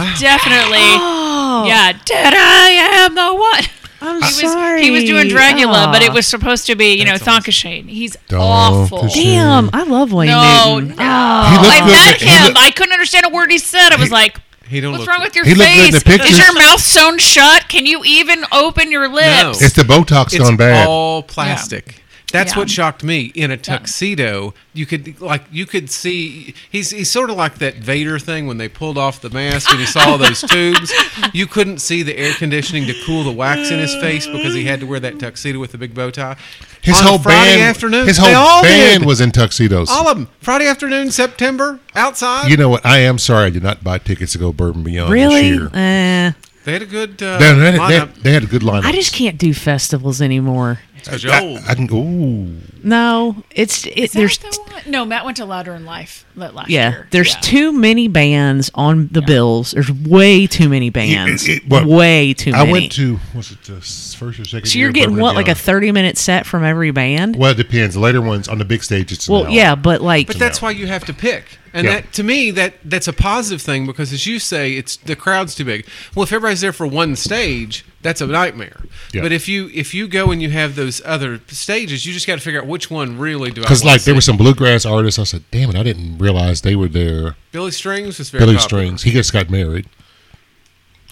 [SPEAKER 3] definitely, yeah, dead. I am the one."
[SPEAKER 1] I'm
[SPEAKER 3] He was, he was doing Dracula, but it was supposed to be, you
[SPEAKER 4] Ah.
[SPEAKER 3] know, Thonkashane. He's awful.
[SPEAKER 2] Donkashane.
[SPEAKER 1] damn. I love Wayne
[SPEAKER 3] No,
[SPEAKER 1] Newton.
[SPEAKER 3] Oh, no.
[SPEAKER 2] He looked
[SPEAKER 3] I
[SPEAKER 2] good
[SPEAKER 3] met
[SPEAKER 2] in- he
[SPEAKER 3] him.
[SPEAKER 2] looked-
[SPEAKER 3] I couldn't understand a word he said. I was like,
[SPEAKER 4] He don't
[SPEAKER 3] "What's
[SPEAKER 4] look
[SPEAKER 3] wrong
[SPEAKER 4] good.
[SPEAKER 3] with your
[SPEAKER 2] He looked good in
[SPEAKER 3] face?
[SPEAKER 2] the
[SPEAKER 3] Is
[SPEAKER 2] pictures.
[SPEAKER 3] your mouth sewn shut? Can you even open your lips?"
[SPEAKER 2] It's the Botox
[SPEAKER 4] It's
[SPEAKER 2] gone bad.
[SPEAKER 4] all plastic. That's
[SPEAKER 3] Yeah.
[SPEAKER 4] what shocked me. In a tuxedo, you could like you could see he's he's sort of like that Vader thing when they pulled off the mask and he saw all those tubes. You couldn't see the air conditioning to cool the wax in his face because he had to wear that tuxedo with the big bow tie.
[SPEAKER 2] His
[SPEAKER 4] On a
[SPEAKER 2] whole
[SPEAKER 4] Friday
[SPEAKER 2] band,
[SPEAKER 4] afternoon,
[SPEAKER 2] his whole
[SPEAKER 4] they all
[SPEAKER 2] band
[SPEAKER 4] did.
[SPEAKER 2] was in tuxedos.
[SPEAKER 4] all of them Friday afternoon, September outside.
[SPEAKER 2] you know what? I am sorry I did not buy tickets to go Bourbon Beyond
[SPEAKER 1] Really?
[SPEAKER 2] this year.
[SPEAKER 1] Eh,
[SPEAKER 4] they had a good uh,
[SPEAKER 2] They, they- they-
[SPEAKER 4] lineup.
[SPEAKER 2] they had a good lineup.
[SPEAKER 1] I just can't do festivals anymore.
[SPEAKER 4] 'Cause you're old.
[SPEAKER 2] I can. Ooh,
[SPEAKER 1] No, it's it,
[SPEAKER 3] Is that
[SPEAKER 1] there's
[SPEAKER 3] the one? No, Matt went to Louder in Life la- last
[SPEAKER 1] yeah,
[SPEAKER 3] year.
[SPEAKER 1] there's
[SPEAKER 3] Yeah.
[SPEAKER 1] too many bands on the bills. There's way too many bands.
[SPEAKER 2] it- what-
[SPEAKER 1] way too
[SPEAKER 2] I
[SPEAKER 1] many.
[SPEAKER 2] went to was it the s- first or second?
[SPEAKER 1] so
[SPEAKER 2] year
[SPEAKER 1] you're
[SPEAKER 2] of
[SPEAKER 1] getting
[SPEAKER 2] Bourbon
[SPEAKER 1] what like a
[SPEAKER 2] Beyond?
[SPEAKER 1] 30 minute set from every band?
[SPEAKER 2] well, it depends. Later ones on the big stage, it's an
[SPEAKER 1] Well,
[SPEAKER 2] hour.
[SPEAKER 1] yeah, but like
[SPEAKER 4] But that's why you have to pick. And
[SPEAKER 2] Yeah.
[SPEAKER 4] that to me that that's a positive thing because as you say, it's the crowd's too big. Well, if everybody's there for one stage, that's a nightmare.
[SPEAKER 2] Yeah.
[SPEAKER 4] But if you if you go and you have those other stages, you just got to figure out which one really do I
[SPEAKER 2] Because
[SPEAKER 4] wanna
[SPEAKER 2] like there
[SPEAKER 4] see.
[SPEAKER 2] were some bluegrass artists, I said, "Damn it, I didn't realize they were there."
[SPEAKER 4] Billy Strings was very
[SPEAKER 2] Billy
[SPEAKER 4] popular.
[SPEAKER 2] Strings, he just got married.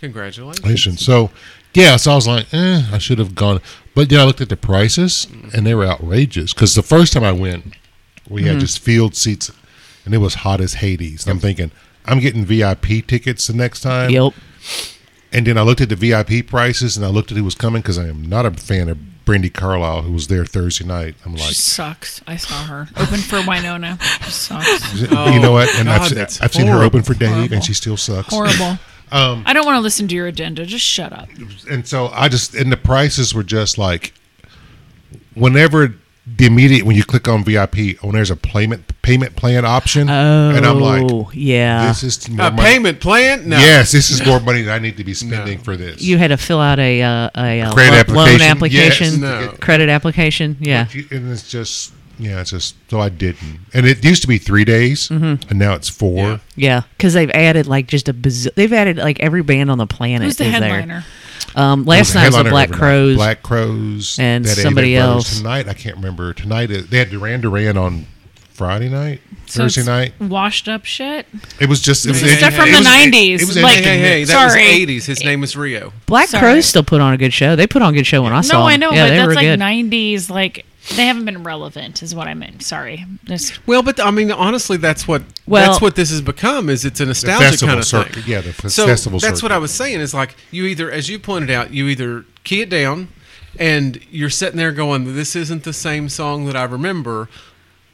[SPEAKER 4] Congratulations.
[SPEAKER 2] Nation. So, yeah, so I was like, eh, I should have gone. But then I looked at the prices, and they were outrageous. Because the first time I went, we had just field seats, and it was hot as Hades. And I'm thinking, I'm getting VIP tickets the next time.
[SPEAKER 1] yep.
[SPEAKER 2] And then I looked at the VIP prices, and I looked at who was coming because I am not a fan of Brandy Carlisle, who was there Thursday night. I'm
[SPEAKER 3] She
[SPEAKER 2] like,
[SPEAKER 3] sucks. I saw her open for Winona. She sucks.
[SPEAKER 2] you know what? And
[SPEAKER 4] God,
[SPEAKER 2] I've, se-
[SPEAKER 4] that's
[SPEAKER 2] I've seen her
[SPEAKER 4] horrible.
[SPEAKER 2] open for Dave,
[SPEAKER 3] Horrible.
[SPEAKER 2] and she still sucks.
[SPEAKER 3] Horrible. I don't want to listen to your agenda. Just shut up.
[SPEAKER 2] and so I just and the prices were just like whenever the immediate when you click on VIP when there's a payment payment plan option
[SPEAKER 1] Oh, uh,
[SPEAKER 2] and I'm like
[SPEAKER 1] yeah.
[SPEAKER 2] this is more
[SPEAKER 4] A
[SPEAKER 2] money.
[SPEAKER 4] Uh, payment plan? No.
[SPEAKER 2] Yes, this is more money that I need to be spending
[SPEAKER 4] No.
[SPEAKER 2] for this.
[SPEAKER 1] You had to fill out a uh, a, uh,
[SPEAKER 2] Credit
[SPEAKER 1] lo- loan
[SPEAKER 2] application.
[SPEAKER 1] application,
[SPEAKER 2] Yes.
[SPEAKER 4] No.
[SPEAKER 1] credit application. Yeah.
[SPEAKER 2] You- and it's just yeah, it's just so I didn't. And it used to be three days,
[SPEAKER 1] Mm-hmm.
[SPEAKER 2] and now it's four.
[SPEAKER 4] Yeah.
[SPEAKER 1] Yeah, because they've added like just a biz- they've added like every band on the planet.
[SPEAKER 3] Who's the
[SPEAKER 1] is there.
[SPEAKER 3] headliner?
[SPEAKER 1] Um, last
[SPEAKER 2] There's a
[SPEAKER 1] night was the
[SPEAKER 2] headliner
[SPEAKER 1] Black
[SPEAKER 2] every night.
[SPEAKER 1] Crows.
[SPEAKER 2] Black Crows,
[SPEAKER 1] and
[SPEAKER 2] that Ada
[SPEAKER 1] somebody
[SPEAKER 2] Brothers
[SPEAKER 1] else.
[SPEAKER 2] tonight. I can't remember tonight. is- They had Duran Duran on Friday night,
[SPEAKER 3] So
[SPEAKER 2] Thursday
[SPEAKER 3] it's
[SPEAKER 2] night.
[SPEAKER 3] Washed up shit.
[SPEAKER 2] It was just it was
[SPEAKER 4] Stuff
[SPEAKER 2] it
[SPEAKER 4] from
[SPEAKER 2] was-
[SPEAKER 4] the
[SPEAKER 3] 90s,
[SPEAKER 2] It was
[SPEAKER 3] like-
[SPEAKER 4] Hey, hey, hey, that
[SPEAKER 3] Sorry.
[SPEAKER 4] was eighties. His name was Rio.
[SPEAKER 1] Black
[SPEAKER 3] Sorry.
[SPEAKER 1] Crows still put on a good show. They put on a good show when I saw
[SPEAKER 3] No,
[SPEAKER 1] them.
[SPEAKER 3] I know,
[SPEAKER 1] yeah,
[SPEAKER 3] but
[SPEAKER 1] they
[SPEAKER 3] that's
[SPEAKER 1] were
[SPEAKER 3] like
[SPEAKER 1] good.
[SPEAKER 3] 90s. Like, they haven't been relevant, is what I meant. Sorry. This,
[SPEAKER 4] Well, but I mean, honestly, that's what
[SPEAKER 1] Well-
[SPEAKER 4] that's what this has become. Is it's a
[SPEAKER 2] The
[SPEAKER 4] nostalgia
[SPEAKER 2] festival
[SPEAKER 4] kind of
[SPEAKER 2] circuit.
[SPEAKER 4] thing.
[SPEAKER 2] Yeah, the f-
[SPEAKER 4] so
[SPEAKER 2] festival
[SPEAKER 4] That's what
[SPEAKER 2] circuit.
[SPEAKER 4] I was saying. Is like you either, as you pointed out, you either key it down, and you're sitting there going, "This isn't the same song that I remember,"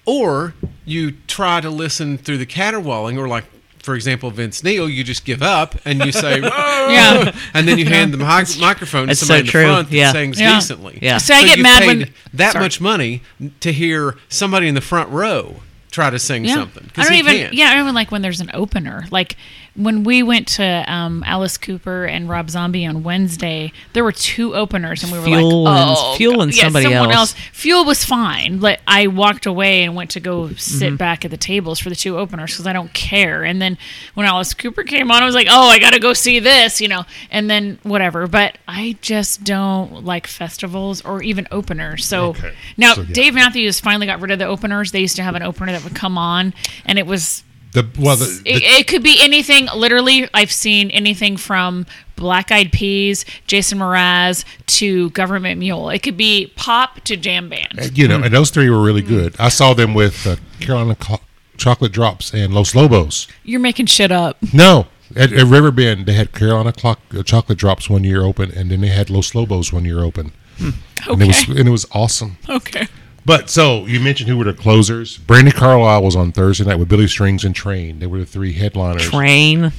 [SPEAKER 4] or you try to listen through the caterwauling, or like. For example, Vince Neil, you just give up and you say,
[SPEAKER 3] Yeah.
[SPEAKER 4] yeah. and then you hand the mic- microphone to
[SPEAKER 1] That's so
[SPEAKER 4] somebody in the
[SPEAKER 1] true.
[SPEAKER 4] front that
[SPEAKER 1] Yeah.
[SPEAKER 4] sings
[SPEAKER 3] Yeah.
[SPEAKER 4] decently.
[SPEAKER 1] Yeah.
[SPEAKER 3] See, I get
[SPEAKER 4] you
[SPEAKER 3] mad when-
[SPEAKER 4] paid that
[SPEAKER 3] Sorry.
[SPEAKER 4] much money to hear somebody in the front row try to sing
[SPEAKER 3] yeah.
[SPEAKER 4] something.
[SPEAKER 3] I
[SPEAKER 4] 'cause
[SPEAKER 3] don't
[SPEAKER 4] he
[SPEAKER 3] even,
[SPEAKER 4] can.
[SPEAKER 3] yeah, I don't even like when there's an opener. Like, when we went to um, Alice Cooper and Rob Zombie on Wednesday, there were two openers, and we were
[SPEAKER 1] Fuel
[SPEAKER 3] like,
[SPEAKER 1] and-
[SPEAKER 3] oh,
[SPEAKER 1] Fuel
[SPEAKER 3] God.
[SPEAKER 1] and
[SPEAKER 3] Yeah,
[SPEAKER 1] somebody
[SPEAKER 3] someone
[SPEAKER 1] else.
[SPEAKER 3] Fuel was fine. Like, I walked away and went to go sit
[SPEAKER 2] Mm-hmm.
[SPEAKER 3] back at the tables for the two openers because I don't care. And then when Alice Cooper came on, I was like, oh, I got to go see this, you know, and then whatever. But I just don't like festivals or even openers. So
[SPEAKER 2] Okay.
[SPEAKER 3] now
[SPEAKER 2] So, yeah.
[SPEAKER 3] Dave Matthews finally got rid of the openers. They used to have an opener that would come on, and it was
[SPEAKER 2] the well the, the-
[SPEAKER 3] it, it could be anything. Literally, I've seen anything from Black Eyed Peas, Jason Mraz to Government Mule. It could be pop to jam band.
[SPEAKER 2] you know, and those three were really good. I saw them with uh, Carolina Co- Chocolate Drops and Los Lobos.
[SPEAKER 3] You're making shit up.
[SPEAKER 2] No, at, at Riverbend they had Carolina Clock, uh, Chocolate Drops one year open, and then they had Los Lobos one year open. And it was
[SPEAKER 3] Okay.
[SPEAKER 2] and it was awesome.
[SPEAKER 3] Okay.
[SPEAKER 2] But so you mentioned who were the closers. Brandy Carlisle was on Thursday night with Billy Strings and Train. They were the three headliners.
[SPEAKER 1] Train.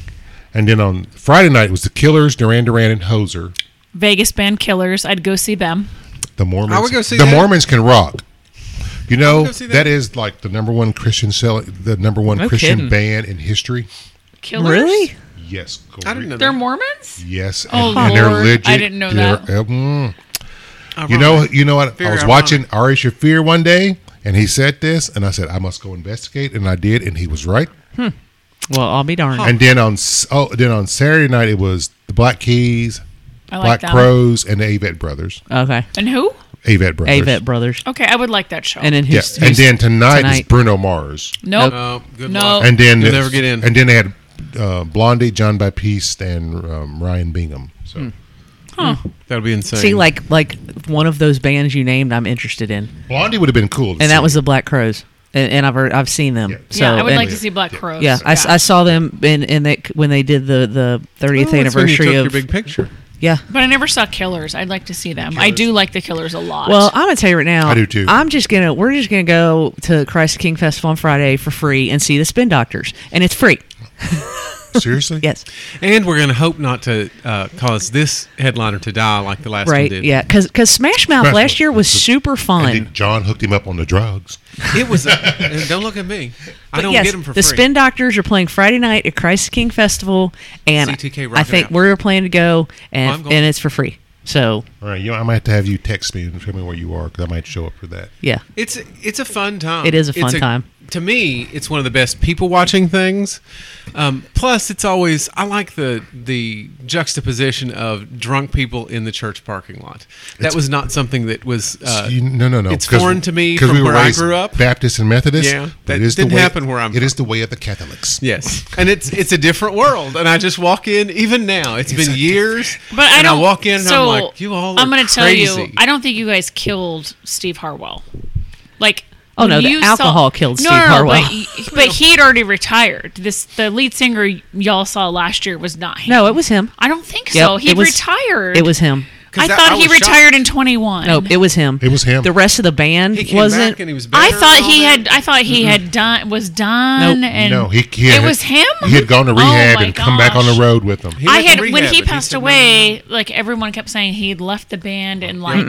[SPEAKER 2] And then on Friday night was the Killers, Duran Duran, and Hoser.
[SPEAKER 3] Vegas band Killers. I'd go see them.
[SPEAKER 2] The Mormons.
[SPEAKER 4] I would go see
[SPEAKER 2] the
[SPEAKER 4] that.
[SPEAKER 2] Mormons can rock. You know
[SPEAKER 4] go see that.
[SPEAKER 2] that is like the number one Christian sell the number one
[SPEAKER 1] No
[SPEAKER 2] Christian
[SPEAKER 1] kidding.
[SPEAKER 2] band in history.
[SPEAKER 3] Killers.
[SPEAKER 1] Really?
[SPEAKER 2] Yes,
[SPEAKER 4] I didn't know
[SPEAKER 3] They're
[SPEAKER 4] that.
[SPEAKER 3] Mormons.
[SPEAKER 2] Yes,
[SPEAKER 3] Oh,
[SPEAKER 2] and, and they're
[SPEAKER 3] Lord.
[SPEAKER 2] legit.
[SPEAKER 3] I didn't know
[SPEAKER 2] They're-
[SPEAKER 3] that.
[SPEAKER 2] uh, mm. You
[SPEAKER 4] Ironic.
[SPEAKER 2] know, you know what?
[SPEAKER 4] Very
[SPEAKER 2] I was
[SPEAKER 4] ironic.
[SPEAKER 2] watching Ari Shafir one day, and he said this, and I said I must go investigate, and I did, and he was right.
[SPEAKER 1] Well, I'll be darned.
[SPEAKER 2] And then on s- oh, then on Saturday night it was the Black Keys,
[SPEAKER 3] I like
[SPEAKER 2] Black
[SPEAKER 3] them.
[SPEAKER 2] Crows, and the Avett Brothers.
[SPEAKER 1] okay.
[SPEAKER 3] And who?
[SPEAKER 2] Avett Brothers.
[SPEAKER 1] Avett Brothers.
[SPEAKER 3] Okay, I would like that show.
[SPEAKER 1] And then
[SPEAKER 2] Yeah.
[SPEAKER 1] who's,
[SPEAKER 2] And
[SPEAKER 1] who's-
[SPEAKER 2] then tonight,
[SPEAKER 1] tonight.
[SPEAKER 2] is Bruno Mars.
[SPEAKER 3] nope.
[SPEAKER 4] Oh, good
[SPEAKER 3] No.
[SPEAKER 4] luck.
[SPEAKER 2] and then
[SPEAKER 4] You'll never get in. Hmm.
[SPEAKER 2] And then they had uh, Blondie, John Baptiste, and um, Ryan Bingham. So
[SPEAKER 4] That'll be insane.
[SPEAKER 1] See, like like one of those bands you named, I'm interested in,
[SPEAKER 2] Blondie would have been cool. to
[SPEAKER 1] and that
[SPEAKER 2] see.
[SPEAKER 1] was the Black Crows, and, and I've heard, I've seen them.
[SPEAKER 2] Yeah.
[SPEAKER 1] So
[SPEAKER 3] yeah, I would
[SPEAKER 1] and-
[SPEAKER 3] like to see Black Crows.
[SPEAKER 1] Yeah, I, s- I saw them in in that when they did the the
[SPEAKER 4] Oh,
[SPEAKER 1] 30th
[SPEAKER 4] that's when you
[SPEAKER 1] anniversary
[SPEAKER 4] took
[SPEAKER 1] of
[SPEAKER 4] your big picture.
[SPEAKER 1] yeah.
[SPEAKER 3] but I never saw Killers. I'd like to see them. I do like the Killers a lot.
[SPEAKER 1] Well, I'm gonna tell you right now.
[SPEAKER 2] I do too.
[SPEAKER 1] I'm just gonna we're just gonna go to Christ the King Festival on Friday for free and see the Spin Doctors, and it's free.
[SPEAKER 2] seriously.
[SPEAKER 1] Yes,
[SPEAKER 4] And we're going to hope not to uh, cause this headliner to die like the last one
[SPEAKER 1] right.
[SPEAKER 4] did.
[SPEAKER 1] Yeah, because Smash Mouth last
[SPEAKER 2] Smash Mouth.
[SPEAKER 1] year was
[SPEAKER 2] It's a-
[SPEAKER 1] super
[SPEAKER 2] And
[SPEAKER 1] fun.
[SPEAKER 2] then John hooked him up on the drugs.
[SPEAKER 4] It was. A, don't look at me. I don't
[SPEAKER 1] yes,
[SPEAKER 4] get them for
[SPEAKER 1] the
[SPEAKER 4] free.
[SPEAKER 1] Spin Doctors are playing Friday night at Christ the King Festival, and
[SPEAKER 4] CTK
[SPEAKER 1] I
[SPEAKER 4] rocking
[SPEAKER 1] think
[SPEAKER 4] out.
[SPEAKER 1] we're planning to go, and
[SPEAKER 4] I'm going.
[SPEAKER 1] and it's for free. So
[SPEAKER 2] All right, you know, I might have to have you text me and tell me where you are because I might show up for that.
[SPEAKER 1] yeah,
[SPEAKER 4] It's it's a fun time.
[SPEAKER 1] It is a
[SPEAKER 4] It's
[SPEAKER 1] fun time.
[SPEAKER 4] To me, it's one of the best people watching things. Um, plus, it's always I like the the juxtaposition of drunk people in the church parking lot. That was not something that was uh,
[SPEAKER 2] You- no, no, no.
[SPEAKER 4] It's
[SPEAKER 2] 'cause-
[SPEAKER 4] foreign to me
[SPEAKER 2] 'cause
[SPEAKER 4] from where I
[SPEAKER 2] raised
[SPEAKER 4] grew up.
[SPEAKER 2] Baptist and Methodist.
[SPEAKER 4] Yeah,
[SPEAKER 2] but
[SPEAKER 4] that
[SPEAKER 2] it is the
[SPEAKER 4] didn't
[SPEAKER 2] way-
[SPEAKER 4] happen where I'm
[SPEAKER 2] It is
[SPEAKER 4] from.
[SPEAKER 2] the way of the Catholics.
[SPEAKER 4] Yes, and it's it's a different world, and I just walk in. Even now,
[SPEAKER 2] It's
[SPEAKER 4] it's
[SPEAKER 2] a
[SPEAKER 4] been years,
[SPEAKER 3] but I
[SPEAKER 4] and
[SPEAKER 3] don't.
[SPEAKER 4] I walk in, and
[SPEAKER 3] so
[SPEAKER 4] I'm like, you all.
[SPEAKER 3] I'm
[SPEAKER 4] going
[SPEAKER 3] gonna
[SPEAKER 4] to
[SPEAKER 3] tell you, I don't think you guys killed Steve Harwell. Like,
[SPEAKER 1] Oh, no,
[SPEAKER 3] when
[SPEAKER 1] the
[SPEAKER 3] you
[SPEAKER 1] alcohol
[SPEAKER 3] saw,
[SPEAKER 1] killed
[SPEAKER 3] no,
[SPEAKER 1] Steve
[SPEAKER 3] no, no,
[SPEAKER 1] Harwell.
[SPEAKER 3] But, but he had already retired. This the lead singer y'all saw last year was not him.
[SPEAKER 1] no, it was him.
[SPEAKER 3] I don't think
[SPEAKER 1] Yep,
[SPEAKER 3] so. He
[SPEAKER 1] it was-
[SPEAKER 3] retired.
[SPEAKER 1] It was him.
[SPEAKER 3] I
[SPEAKER 4] 'Cause that-
[SPEAKER 3] thought
[SPEAKER 4] I
[SPEAKER 3] he
[SPEAKER 4] was shocked.
[SPEAKER 3] retired in 21.
[SPEAKER 1] No, it was him.
[SPEAKER 2] It was him.
[SPEAKER 1] The rest of the band
[SPEAKER 4] He came
[SPEAKER 1] wasn't.
[SPEAKER 4] back and he was. Better
[SPEAKER 3] I thought
[SPEAKER 4] and all
[SPEAKER 3] he
[SPEAKER 4] that.
[SPEAKER 3] had. I thought he had done was done.
[SPEAKER 1] Nope.
[SPEAKER 3] and
[SPEAKER 2] no, he, he
[SPEAKER 3] it
[SPEAKER 2] had-
[SPEAKER 3] was him.
[SPEAKER 2] He had gone to
[SPEAKER 3] Oh
[SPEAKER 2] rehab
[SPEAKER 3] my
[SPEAKER 2] and come back on the
[SPEAKER 3] gosh.
[SPEAKER 2] road with them.
[SPEAKER 4] He
[SPEAKER 3] I
[SPEAKER 4] went to
[SPEAKER 3] had when
[SPEAKER 4] rehab,
[SPEAKER 3] he
[SPEAKER 4] but
[SPEAKER 3] passed
[SPEAKER 4] said, "No, no, no."
[SPEAKER 3] away. Like everyone kept saying he had left the band and like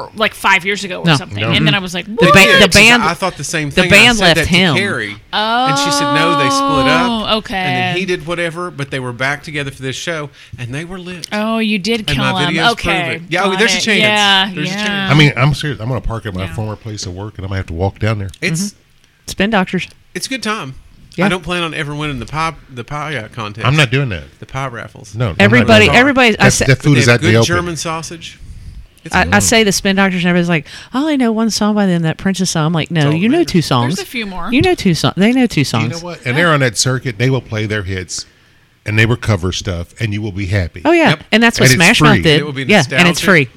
[SPEAKER 3] or, like five years ago or
[SPEAKER 1] No.
[SPEAKER 3] something.
[SPEAKER 2] No.
[SPEAKER 3] And then I was like,
[SPEAKER 1] The
[SPEAKER 3] what?
[SPEAKER 1] ba-
[SPEAKER 4] Yeah,
[SPEAKER 1] the
[SPEAKER 4] 'cause
[SPEAKER 1] band-
[SPEAKER 4] I thought the same
[SPEAKER 1] the
[SPEAKER 4] thing. and I
[SPEAKER 1] band
[SPEAKER 4] said
[SPEAKER 1] left
[SPEAKER 4] that to
[SPEAKER 1] him.
[SPEAKER 4] Carrie, and she said no, they split up.
[SPEAKER 3] Oh, okay.
[SPEAKER 4] And then he did whatever, but they were back together for this show, and they were lit.
[SPEAKER 1] Uh,
[SPEAKER 3] Oh, you did
[SPEAKER 4] And
[SPEAKER 3] kill
[SPEAKER 4] my
[SPEAKER 3] him.
[SPEAKER 4] videos
[SPEAKER 3] Okay.
[SPEAKER 4] prove it. Yeah,
[SPEAKER 3] got
[SPEAKER 4] there's a
[SPEAKER 3] it.
[SPEAKER 4] chance.
[SPEAKER 3] Yeah,
[SPEAKER 4] There's a
[SPEAKER 3] yeah.
[SPEAKER 4] chance.
[SPEAKER 2] I mean, I'm serious. I'm going to park at my
[SPEAKER 3] um, Yeah.
[SPEAKER 2] former place of work and I'm going to have to walk down there.
[SPEAKER 4] It's
[SPEAKER 1] Spin Doctors.
[SPEAKER 4] it's a good time.
[SPEAKER 1] mm-hmm. Yeah.
[SPEAKER 4] I don't plan on ever winning the pie the pie uh, contest.
[SPEAKER 2] I'm not doing that.
[SPEAKER 4] the pie raffles.
[SPEAKER 2] No, I'm not
[SPEAKER 1] Everybody,
[SPEAKER 2] doing that.
[SPEAKER 1] everybody. I,
[SPEAKER 2] That,
[SPEAKER 1] sa-
[SPEAKER 2] that
[SPEAKER 4] But
[SPEAKER 2] food
[SPEAKER 4] they
[SPEAKER 2] is
[SPEAKER 4] have
[SPEAKER 2] at
[SPEAKER 4] good
[SPEAKER 2] the open.
[SPEAKER 4] German sausage. It's
[SPEAKER 1] I, I say the Spin Doctors, and everybody's like, "Oh, I only know one song by them, that Princess song. I'm like, no,
[SPEAKER 4] all
[SPEAKER 1] you
[SPEAKER 4] that
[SPEAKER 1] know
[SPEAKER 4] matters.
[SPEAKER 1] two songs.
[SPEAKER 3] There's a few more.
[SPEAKER 1] You know two songs. They know two songs.
[SPEAKER 2] You know what? And they're on that circuit. They will play their hits and they will cover stuff and you will be happy.
[SPEAKER 1] Oh yeah,
[SPEAKER 4] Yep.
[SPEAKER 1] and that's what
[SPEAKER 2] And it's
[SPEAKER 1] Smash
[SPEAKER 2] free.
[SPEAKER 1] Mouth did.
[SPEAKER 4] It will be
[SPEAKER 1] yeah, and it's free.
[SPEAKER 4] nostalgic.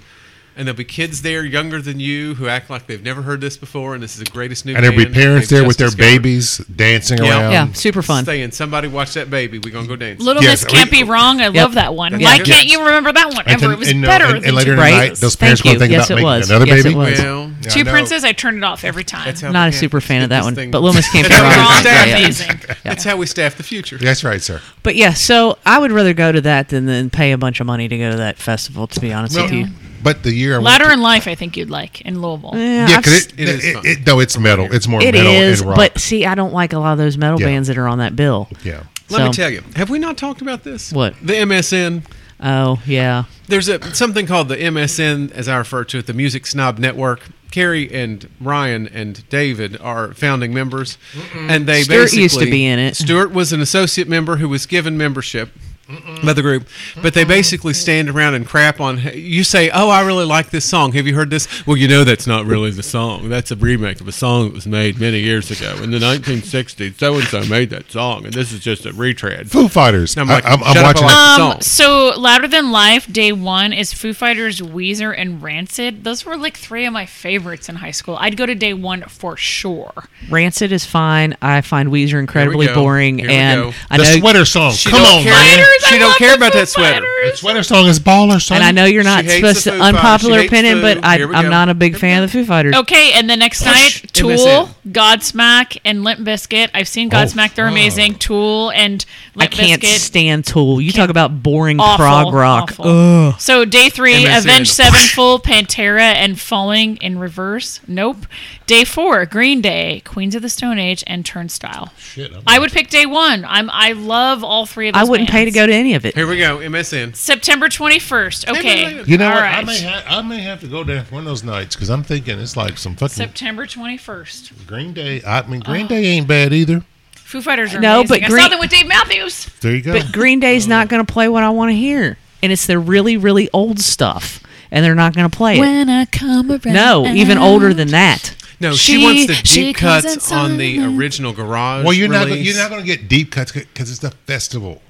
[SPEAKER 4] and there'll be kids there younger than you who act like they've never heard this before, and this is the greatest new.
[SPEAKER 2] And there'll be
[SPEAKER 4] band
[SPEAKER 2] parents
[SPEAKER 4] they've
[SPEAKER 2] there with
[SPEAKER 4] just
[SPEAKER 2] their
[SPEAKER 4] discovered.
[SPEAKER 2] babies dancing
[SPEAKER 4] Yeah.
[SPEAKER 2] around.
[SPEAKER 1] yeah, super fun.
[SPEAKER 4] saying, "Somebody watch that baby. We're gonna go dance."
[SPEAKER 3] Little
[SPEAKER 2] Yes,
[SPEAKER 3] Miss Can't
[SPEAKER 2] we-
[SPEAKER 3] Be Wrong. I love that one.
[SPEAKER 4] That's
[SPEAKER 3] Why
[SPEAKER 4] good.
[SPEAKER 3] can't you remember that one ever?
[SPEAKER 2] then-
[SPEAKER 3] It was
[SPEAKER 2] no,
[SPEAKER 3] better
[SPEAKER 2] and-
[SPEAKER 3] than
[SPEAKER 2] and later
[SPEAKER 3] two
[SPEAKER 1] Right.
[SPEAKER 2] tonight, those
[SPEAKER 3] princes.
[SPEAKER 2] parents
[SPEAKER 1] Thank
[SPEAKER 2] going to think
[SPEAKER 1] you. Yes,
[SPEAKER 2] about
[SPEAKER 1] it
[SPEAKER 2] making
[SPEAKER 1] was.
[SPEAKER 2] another
[SPEAKER 1] Yes, it
[SPEAKER 2] baby.
[SPEAKER 1] was.
[SPEAKER 4] Well,
[SPEAKER 2] Yeah, I
[SPEAKER 3] Two
[SPEAKER 2] know.
[SPEAKER 3] princes. I turned it off every time.
[SPEAKER 4] That's how
[SPEAKER 1] Not
[SPEAKER 4] we
[SPEAKER 1] a
[SPEAKER 4] have
[SPEAKER 1] super
[SPEAKER 4] to
[SPEAKER 1] fan
[SPEAKER 4] get
[SPEAKER 1] of that
[SPEAKER 4] this
[SPEAKER 1] one,
[SPEAKER 4] thing-
[SPEAKER 1] but Little Miss Can't Be
[SPEAKER 4] That's how we
[SPEAKER 1] Wrong
[SPEAKER 3] is
[SPEAKER 4] staff
[SPEAKER 3] great.
[SPEAKER 4] it.
[SPEAKER 3] Amazing.
[SPEAKER 4] That's how we staff the future.
[SPEAKER 2] That's right, sir.
[SPEAKER 1] But yeah, so I would rather go to that than than pay a bunch of money to go to that festival. To be honest
[SPEAKER 2] Well,
[SPEAKER 1] with you,
[SPEAKER 2] But the year I went
[SPEAKER 3] Ladder
[SPEAKER 2] to-
[SPEAKER 3] in Life, I think you'd like in Louisville.
[SPEAKER 1] yeah,
[SPEAKER 2] yeah,
[SPEAKER 1] I've
[SPEAKER 2] because
[SPEAKER 1] s-
[SPEAKER 2] it,
[SPEAKER 4] It
[SPEAKER 2] it,
[SPEAKER 4] is
[SPEAKER 2] it,
[SPEAKER 4] fun.
[SPEAKER 2] no, it's metal. It's more
[SPEAKER 1] it
[SPEAKER 2] metal
[SPEAKER 1] is.
[SPEAKER 2] and rock.
[SPEAKER 1] But see, I don't like a lot of those metal
[SPEAKER 2] Yeah.
[SPEAKER 1] bands that are on that bill.
[SPEAKER 2] yeah,
[SPEAKER 4] Let
[SPEAKER 1] So-
[SPEAKER 4] me tell you. Have we not talked about this?
[SPEAKER 1] What?
[SPEAKER 4] The MSN.
[SPEAKER 1] Oh yeah,
[SPEAKER 4] There's a something called the MSN, as I refer to it, the Music Snob Network. Carrie and Ryan and David are founding members, and they
[SPEAKER 1] Stuart
[SPEAKER 4] basically
[SPEAKER 1] used to be in it.
[SPEAKER 4] Stuart was an associate member who was given membership by the group, but they basically stand around and crap on. You say, "Oh, I really like this song. Have you heard this?" Well, you know that's not really the song. That's a remake of a song that was made many years ago in the 1960s. So and so made that song, and this is just a retread.
[SPEAKER 2] Foo Fighters.
[SPEAKER 4] No,
[SPEAKER 2] I'm,
[SPEAKER 4] I'm like,
[SPEAKER 2] I, am i
[SPEAKER 4] shut
[SPEAKER 2] am
[SPEAKER 4] up,
[SPEAKER 2] watching.
[SPEAKER 4] I like-
[SPEAKER 3] Um,
[SPEAKER 4] song.
[SPEAKER 3] so Louder Than Life, day one is Foo Fighters, Weezer, and Rancid. Those were like three of my favorites in high school. I'd go to day one for sure.
[SPEAKER 1] Rancid is fine. I find Weezer incredibly
[SPEAKER 4] go.
[SPEAKER 1] boring,
[SPEAKER 4] Here we
[SPEAKER 1] and
[SPEAKER 4] go.
[SPEAKER 1] I
[SPEAKER 2] the
[SPEAKER 1] know
[SPEAKER 2] sweater song.
[SPEAKER 4] She
[SPEAKER 2] Come
[SPEAKER 4] don't
[SPEAKER 2] on,
[SPEAKER 4] care.
[SPEAKER 2] man.
[SPEAKER 3] Fighters,
[SPEAKER 4] She
[SPEAKER 3] I
[SPEAKER 4] don't
[SPEAKER 3] love
[SPEAKER 4] care
[SPEAKER 3] the
[SPEAKER 4] about
[SPEAKER 3] Foo
[SPEAKER 4] that sweater.
[SPEAKER 3] Fighters.
[SPEAKER 2] The sweater song is baller song.
[SPEAKER 1] And I know you're not
[SPEAKER 4] hates
[SPEAKER 1] supposed to
[SPEAKER 4] the Foo Fighters.
[SPEAKER 1] unpopular
[SPEAKER 4] She hates
[SPEAKER 1] opinion,
[SPEAKER 4] Foo.
[SPEAKER 1] but I,
[SPEAKER 4] Here we
[SPEAKER 1] I'm
[SPEAKER 4] go.
[SPEAKER 1] not a big fan of the Foo Fighters.
[SPEAKER 3] Okay, and the next night, Tool,
[SPEAKER 4] MSN.
[SPEAKER 3] Godsmack, and Limp Bizkit. I've seen Godsmack; they're
[SPEAKER 2] wow.
[SPEAKER 3] amazing. Tool and
[SPEAKER 1] I
[SPEAKER 3] Limp
[SPEAKER 1] can't
[SPEAKER 3] Bizkit.
[SPEAKER 1] stand Tool. You talk about boring
[SPEAKER 3] Awful,
[SPEAKER 1] prog rock.
[SPEAKER 3] awful. So day three,
[SPEAKER 4] MSN.
[SPEAKER 3] Avenged Sevenfold, Pantera, and Falling in Reverse. Nope. Day four, Green Day, Queens of the Stone Age, and Turnstile.
[SPEAKER 2] Shit, I'm-
[SPEAKER 3] I would pick day one. I'm I love all three of.
[SPEAKER 1] I
[SPEAKER 3] Those
[SPEAKER 1] wouldn't pay to
[SPEAKER 3] bands.
[SPEAKER 1] go to any of it.
[SPEAKER 4] Here we go. MSN.
[SPEAKER 3] September 21st.
[SPEAKER 4] wait,
[SPEAKER 3] Okay.
[SPEAKER 4] wait.
[SPEAKER 2] You know
[SPEAKER 3] All
[SPEAKER 2] what? I
[SPEAKER 3] right.
[SPEAKER 2] may ha- I may have to go down one of those nights because I'm thinking it's like some fucking
[SPEAKER 3] September 21st.
[SPEAKER 2] Green Day. I mean,
[SPEAKER 4] Oh.
[SPEAKER 2] Green Day ain't bad either.
[SPEAKER 3] Foo Fighters are
[SPEAKER 1] No,
[SPEAKER 3] amazing.
[SPEAKER 1] but
[SPEAKER 3] I saw
[SPEAKER 1] Green-
[SPEAKER 3] them with Dave Matthews.
[SPEAKER 2] There you go.
[SPEAKER 1] But Green Day's not going to play what I want to hear, and it's their really, really old stuff, and they're not going to play it.
[SPEAKER 3] I come around.
[SPEAKER 1] No, even older than that.
[SPEAKER 4] No, she,
[SPEAKER 3] She-
[SPEAKER 4] wants the
[SPEAKER 3] she
[SPEAKER 4] deep
[SPEAKER 3] comes
[SPEAKER 4] cuts on the Mm-hmm. original garage.
[SPEAKER 2] well, you're not
[SPEAKER 4] release.
[SPEAKER 2] you're not going to get deep cuts because it's the festival.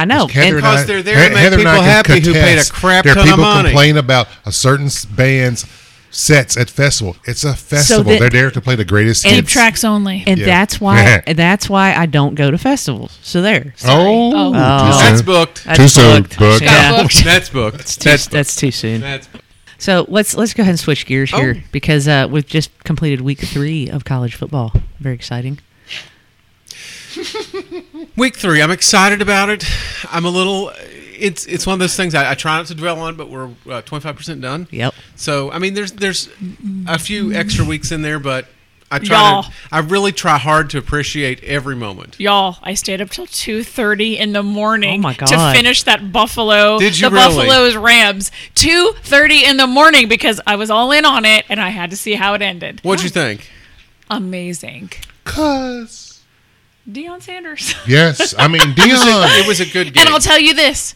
[SPEAKER 1] I know.
[SPEAKER 2] Heather
[SPEAKER 1] And
[SPEAKER 2] and I-
[SPEAKER 4] Because they're there to
[SPEAKER 2] He-
[SPEAKER 4] make
[SPEAKER 2] Heather and I
[SPEAKER 4] people
[SPEAKER 2] can
[SPEAKER 4] happy who paid a
[SPEAKER 2] contest.
[SPEAKER 4] crap
[SPEAKER 2] There are
[SPEAKER 4] ton of
[SPEAKER 2] people
[SPEAKER 4] money.
[SPEAKER 2] complain about a certain s- band's sets at festival. It's a festival.
[SPEAKER 1] then-
[SPEAKER 2] they're there to play the greatest
[SPEAKER 3] Deep
[SPEAKER 2] hits.
[SPEAKER 3] tracks only.
[SPEAKER 1] and
[SPEAKER 2] Yeah.
[SPEAKER 1] that's why that's why I don't go to festivals. So there.
[SPEAKER 2] Oh,
[SPEAKER 3] Oh.
[SPEAKER 2] too
[SPEAKER 1] Oh.
[SPEAKER 2] soon.
[SPEAKER 4] That's booked.
[SPEAKER 1] That's
[SPEAKER 2] Too soon,
[SPEAKER 1] booked.
[SPEAKER 2] booked.
[SPEAKER 1] Yeah.
[SPEAKER 3] Got booked.
[SPEAKER 4] That's booked.
[SPEAKER 1] Too-
[SPEAKER 4] That's booked.
[SPEAKER 1] that's too soon.
[SPEAKER 4] That's booked.
[SPEAKER 1] So let's let's go ahead and switch gears here
[SPEAKER 4] Oh.
[SPEAKER 1] because uh, we've just completed week three of college football. Very exciting.
[SPEAKER 4] Week three. I'm excited about it. I'm a little. It's it's one of those things I, I try not to dwell on, but we're uh, 25% done.
[SPEAKER 1] Yep.
[SPEAKER 4] So I mean, there's there's a few extra weeks in there, but I try.
[SPEAKER 3] Y'all.
[SPEAKER 4] To, I really try hard to appreciate every moment.
[SPEAKER 3] Y'all, I stayed up till two thirty in the morning
[SPEAKER 1] Oh my
[SPEAKER 3] to
[SPEAKER 1] God.
[SPEAKER 3] finish that Buffalo,
[SPEAKER 4] Did you
[SPEAKER 3] the
[SPEAKER 4] really?
[SPEAKER 3] Buffalo's Rams. Two thirty in the morning because I was all in on it and I had to see how it ended.
[SPEAKER 4] What'd you think?
[SPEAKER 3] Amazing,
[SPEAKER 2] Cause
[SPEAKER 3] Deion Sanders.
[SPEAKER 2] yes, I mean
[SPEAKER 4] It
[SPEAKER 2] Dion.
[SPEAKER 4] was a good game.
[SPEAKER 3] and I'll tell you this.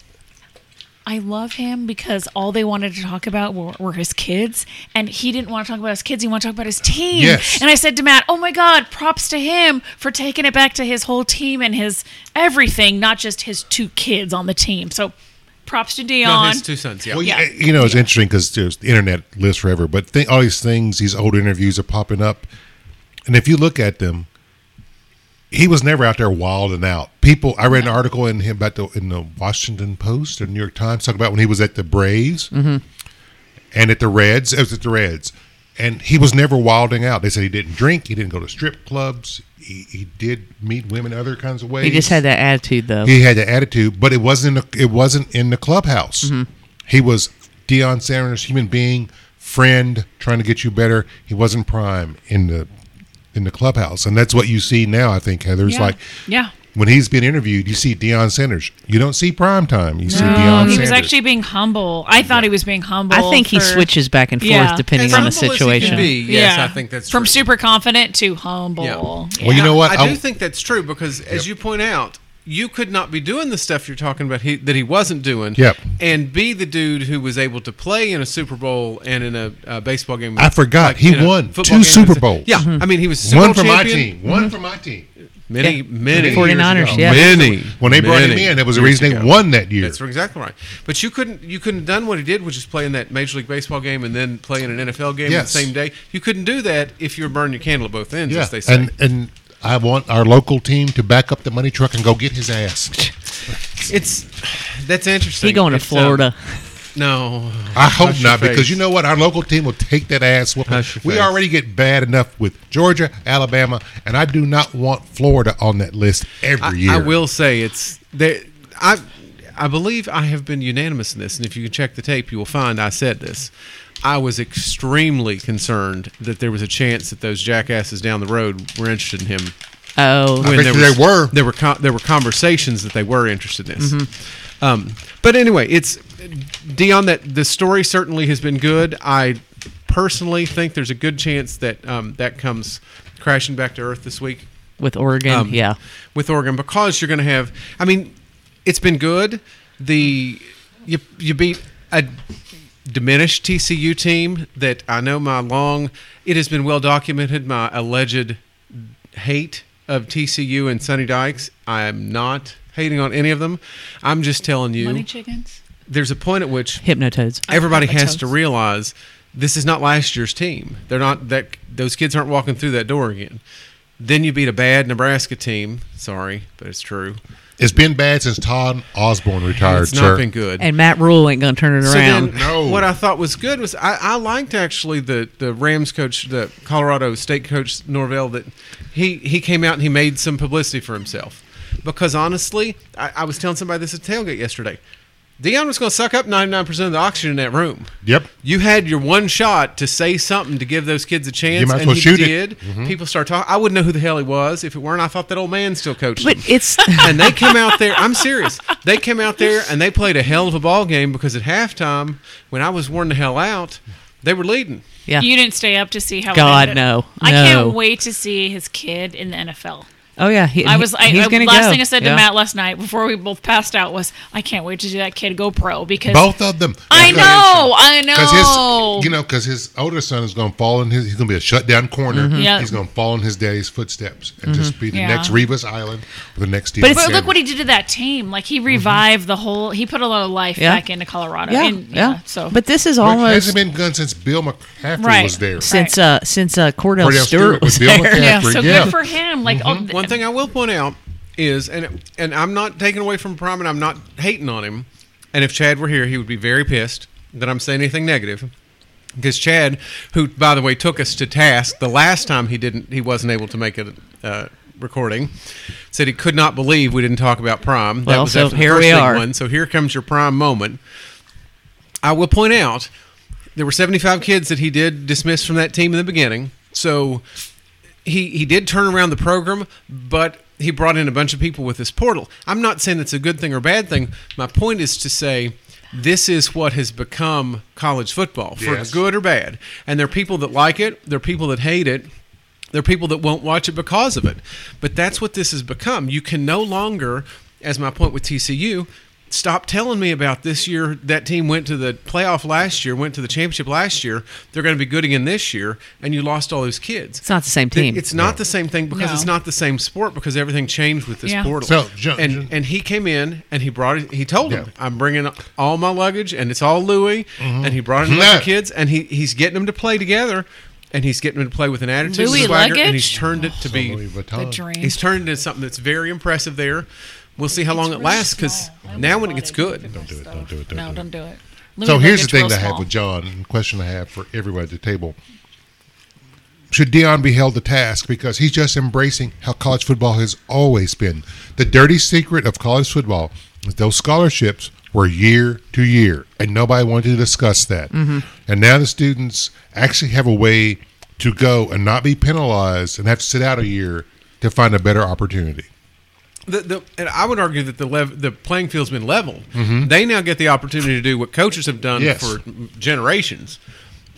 [SPEAKER 3] I love him because all they wanted to talk about were, were his kids, and he didn't want to talk about his kids. He wanted to talk about his team.
[SPEAKER 2] Yes.
[SPEAKER 3] And I said to Matt, "Oh my God, props to him for taking it back to his whole team and his everything, not just his two kids on the team." So, props to
[SPEAKER 4] No,
[SPEAKER 3] Dion.
[SPEAKER 4] his two sons. Yeah.
[SPEAKER 2] Well,
[SPEAKER 3] Yeah.
[SPEAKER 2] yeah. you know, it's interesting 'cause interesting because the internet lives forever, but th- all these things, these old interviews are popping up. And if you look at them, he was never out there wilding out. People, I read an article in him about the, in the Washington Post or New York Times talking about when he was at the Braves and at the Reds. It was at the Reds, and he was never wilding out. They said he didn't drink, he didn't go to strip clubs, he, he did meet women other kinds of ways
[SPEAKER 1] He just had that attitude though.
[SPEAKER 2] he had the attitude, but it wasn't. in the- It wasn't in the clubhouse.
[SPEAKER 3] Mm-hmm.
[SPEAKER 2] He was Deion Sanders, human being, friend, trying to get you better. He wasn't prime in the in the clubhouse, and that's what you see now. I think Heather It's
[SPEAKER 3] Yeah.
[SPEAKER 2] like
[SPEAKER 3] yeah.
[SPEAKER 2] when he's being interviewed, you see Deion Sanders. You don't see prime time. You see Deion
[SPEAKER 3] he
[SPEAKER 2] Sanders.
[SPEAKER 3] was actually being humble. I thought he was being humble.
[SPEAKER 1] I think he
[SPEAKER 3] for-
[SPEAKER 1] switches back and forth
[SPEAKER 3] Yeah.
[SPEAKER 1] depending
[SPEAKER 4] As
[SPEAKER 1] on the
[SPEAKER 4] humble as he can
[SPEAKER 1] situation.
[SPEAKER 4] be, yes, I think that's
[SPEAKER 3] from
[SPEAKER 4] true.
[SPEAKER 3] super confident to humble.
[SPEAKER 4] Yeah.
[SPEAKER 2] well, you know what?
[SPEAKER 4] I do
[SPEAKER 2] I'll-
[SPEAKER 4] think that's true because, as you point out, you could not be doing the stuff you're talking about he, that he wasn't doing,
[SPEAKER 2] Yep.
[SPEAKER 4] and be the dude who was able to play in a Super Bowl and in a, uh baseball game.
[SPEAKER 2] I forgot.
[SPEAKER 4] like,
[SPEAKER 2] He
[SPEAKER 4] in a
[SPEAKER 2] won
[SPEAKER 4] football
[SPEAKER 2] two
[SPEAKER 4] game.
[SPEAKER 2] Super Bowls.
[SPEAKER 4] Yeah, I mean he was a Super
[SPEAKER 2] one
[SPEAKER 4] Bowl
[SPEAKER 2] for my
[SPEAKER 4] champion. Mm-hmm.
[SPEAKER 2] team, one for my team.
[SPEAKER 4] Many,
[SPEAKER 1] Yeah.
[SPEAKER 4] many years
[SPEAKER 1] 49ers,
[SPEAKER 4] ago.
[SPEAKER 1] yeah.
[SPEAKER 4] many.
[SPEAKER 2] When they brought him
[SPEAKER 4] many
[SPEAKER 2] in, that was the
[SPEAKER 4] years
[SPEAKER 2] reason they
[SPEAKER 4] ago.
[SPEAKER 2] won that year.
[SPEAKER 4] That's exactly right. But you couldn't you couldn't have done what he did, which is play in that Major League Baseball game and then play in an NFL game
[SPEAKER 2] Yes.
[SPEAKER 4] the same day. You couldn't do that if you were burning your candle at both ends,
[SPEAKER 2] Yeah,
[SPEAKER 4] as they say.
[SPEAKER 2] and and I want our local team to back up the money truck and go get his ass.
[SPEAKER 4] It's that's interesting.
[SPEAKER 1] He going to
[SPEAKER 4] It's, um,
[SPEAKER 1] Florida.
[SPEAKER 4] no,
[SPEAKER 2] I hope
[SPEAKER 4] Hush your
[SPEAKER 2] not, because
[SPEAKER 4] face.
[SPEAKER 2] you know what? Our local team will take that ass whooping.
[SPEAKER 4] Hush your
[SPEAKER 2] We
[SPEAKER 4] face.
[SPEAKER 2] already get bad enough with Georgia, Alabama, and I do not want Florida on that list every
[SPEAKER 4] I,
[SPEAKER 2] year.
[SPEAKER 4] I will say it's there. I I believe I have been unanimous in this, and if you can check the tape, you will find I said this. I was extremely concerned that there was a chance that those jackasses down the road were interested in him
[SPEAKER 1] oh,
[SPEAKER 2] bet
[SPEAKER 4] there
[SPEAKER 2] you they were.
[SPEAKER 4] There were con- there were conversations that they were interested in. This.
[SPEAKER 2] Mm-hmm.
[SPEAKER 4] Um, but anyway, it's Dion. That the story certainly has been good. I personally think there's a good chance that um, that comes crashing back to earth this week
[SPEAKER 1] with Oregon,
[SPEAKER 4] um,
[SPEAKER 1] yeah.
[SPEAKER 4] with Oregon because you're going to have. I mean, it's been good. The you you beat a diminished TCU team that I know my long. It has been well documented my alleged hate of TCU and Sonny Dykes. I am not hating on any of them. I'm just telling
[SPEAKER 3] Money
[SPEAKER 4] you.
[SPEAKER 3] chickens.
[SPEAKER 4] There's a point at which
[SPEAKER 1] Hypnotodes.
[SPEAKER 4] everybody
[SPEAKER 3] I thought
[SPEAKER 4] has
[SPEAKER 3] so.
[SPEAKER 4] to realize this is not last year's team. They're not that those kids aren't walking through that door again. Then you beat a bad Nebraska team. Sorry, but it's true.
[SPEAKER 2] It's been bad since Todd Osborne retired,
[SPEAKER 4] it's
[SPEAKER 2] sir.
[SPEAKER 4] not been good.
[SPEAKER 1] And Matt Rule ain't gonna turn it
[SPEAKER 4] so
[SPEAKER 1] around.
[SPEAKER 4] then,
[SPEAKER 2] No.
[SPEAKER 4] what I thought was good was I, I liked actually the, the Rams coach, the Colorado State coach Norvell, that he, he came out and he made some publicity for himself. Because honestly, I, I was telling somebody this at tailgate yesterday. Dion was going to suck up 99% of the oxygen in that room.
[SPEAKER 2] Yep.
[SPEAKER 4] You had your one shot to say something to give those kids a chance,
[SPEAKER 2] might as
[SPEAKER 4] and
[SPEAKER 2] well
[SPEAKER 4] he
[SPEAKER 2] shoot it. Mm-hmm.
[SPEAKER 4] did. People start talking. I wouldn't know who the hell he was if it weren't. I thought that old man still coached.
[SPEAKER 1] but
[SPEAKER 4] them.
[SPEAKER 1] it's
[SPEAKER 4] and they came out there. I'm serious. They came out there and they played a hell of a ball game because at halftime, when I was worn the hell out, they were leading.
[SPEAKER 1] yeah.
[SPEAKER 3] You didn't stay up to see how. it
[SPEAKER 1] God,
[SPEAKER 3] ended.
[SPEAKER 1] no.
[SPEAKER 3] I
[SPEAKER 1] No.
[SPEAKER 3] can't wait to see his kid in the NFL.
[SPEAKER 1] Oh yeah, he,
[SPEAKER 3] I was. I,
[SPEAKER 1] he's
[SPEAKER 3] I-
[SPEAKER 1] gonna
[SPEAKER 3] last
[SPEAKER 1] go.
[SPEAKER 3] thing I said
[SPEAKER 1] Yeah.
[SPEAKER 3] to Matt last night before we both passed out was, "I can't wait to see that kid go pro because
[SPEAKER 2] Both of them.
[SPEAKER 3] I know, I
[SPEAKER 2] Because
[SPEAKER 3] know.
[SPEAKER 2] his, you know, because his older son is going to fall in his, he's going to be a shutdown corner.
[SPEAKER 3] Yeah.
[SPEAKER 2] He's going to fall in his daddy's footsteps and just be the
[SPEAKER 3] Mm-hmm. Yeah.
[SPEAKER 2] next Rebus Island or the next.
[SPEAKER 1] But
[SPEAKER 2] Deion
[SPEAKER 1] it's-
[SPEAKER 3] But look
[SPEAKER 2] Sanders.
[SPEAKER 3] what he did to that team. Like he revived the whole. He put a lot of life
[SPEAKER 1] Yeah.
[SPEAKER 3] back into Colorado.
[SPEAKER 1] Yeah,
[SPEAKER 3] And,
[SPEAKER 1] yeah.
[SPEAKER 3] So,
[SPEAKER 1] but this is
[SPEAKER 2] It
[SPEAKER 1] almost
[SPEAKER 2] hasn't been gone since Bill McCaffrey
[SPEAKER 3] Right.
[SPEAKER 2] was there.
[SPEAKER 1] since uh since uh Cordell, Stewart
[SPEAKER 2] Cordell Stewart
[SPEAKER 1] was
[SPEAKER 2] with Bill
[SPEAKER 1] there.
[SPEAKER 2] McCaffrey.
[SPEAKER 3] yeah,
[SPEAKER 2] Jeffrey,
[SPEAKER 3] so
[SPEAKER 2] yeah.
[SPEAKER 3] good for him. Like oh, th-
[SPEAKER 4] Mm-hmm. One thing I will point out is, and and I'm not taking away from Prime, and I'm not hating on him. And if Chad were here, he would be very pissed that I'm saying anything negative, because Chad, who by the way took us to task the last time he didn't, he wasn't able to make a uh, recording, said he could not believe we didn't talk about Prime.
[SPEAKER 1] Well, so
[SPEAKER 4] the
[SPEAKER 1] here
[SPEAKER 4] first
[SPEAKER 1] we
[SPEAKER 4] big
[SPEAKER 1] are.
[SPEAKER 4] One, so here comes your Prime moment. I will point out there were 75 kids that he did dismiss from that team in the beginning. So he he did turn around the program, but he brought in a bunch of people with this portal. I'm not saying it's a good thing or bad thing. My point is to say this is what has become college football for
[SPEAKER 2] Yes.
[SPEAKER 4] good or bad. And there are people that like it, there are people that hate it. There are people that won't watch it because of it. But that's what this has become. You can no longer, as my point with TCU, stop telling me about this year. That team went to the playoff last year, went to the championship last year. They're going to be good again this year, and you lost all those kids.
[SPEAKER 1] It's not the same
[SPEAKER 4] Th-
[SPEAKER 1] team.
[SPEAKER 4] It's not the same thing because
[SPEAKER 3] No.
[SPEAKER 4] it's not the same sport because everything changed with this
[SPEAKER 3] Yeah.
[SPEAKER 4] portal.
[SPEAKER 2] So, John-
[SPEAKER 4] and
[SPEAKER 2] John-
[SPEAKER 4] and he came in and he brought it. He told him,
[SPEAKER 2] Yeah. Mm-hmm.
[SPEAKER 4] "I'm bringing all my luggage and it's all Louis." And he brought in
[SPEAKER 2] Yeah.
[SPEAKER 4] the kids and he he's getting them to play together, and he's getting them to play with an attitude,
[SPEAKER 3] Louis
[SPEAKER 4] swagger,
[SPEAKER 3] luggage?
[SPEAKER 4] and he's turned it to
[SPEAKER 2] Louis
[SPEAKER 4] be.
[SPEAKER 2] Vuitton.
[SPEAKER 3] the dream.
[SPEAKER 4] He's turned it into something that's very impressive. There, we'll see how long it
[SPEAKER 3] really
[SPEAKER 4] lasts because
[SPEAKER 3] small. I
[SPEAKER 4] now
[SPEAKER 3] almost
[SPEAKER 4] when it
[SPEAKER 3] bought
[SPEAKER 4] gets
[SPEAKER 3] it. You
[SPEAKER 4] good,
[SPEAKER 3] could
[SPEAKER 2] Don't do it,
[SPEAKER 3] mess
[SPEAKER 2] don't do it,
[SPEAKER 3] up.
[SPEAKER 2] don't
[SPEAKER 3] no,
[SPEAKER 2] do it.
[SPEAKER 3] don't do
[SPEAKER 2] So here's
[SPEAKER 3] it. Louis
[SPEAKER 2] the
[SPEAKER 3] Luggage's
[SPEAKER 2] thing
[SPEAKER 3] real
[SPEAKER 2] that I have
[SPEAKER 3] small.
[SPEAKER 2] with John, and question I have for everyone at the table. Should Dion be held to task because he's just embracing how college football has always been? The dirty secret of college football is those scholarships were year to year, and nobody wanted to discuss that.
[SPEAKER 1] Mm-hmm.
[SPEAKER 2] And now the students actually have a way to go and not be penalized and have to sit out a year to find a better opportunity.
[SPEAKER 4] the, the and I would argue that the lev- the playing field's been leveled. They now get the opportunity to do what coaches have done
[SPEAKER 2] Yes.
[SPEAKER 4] for generations.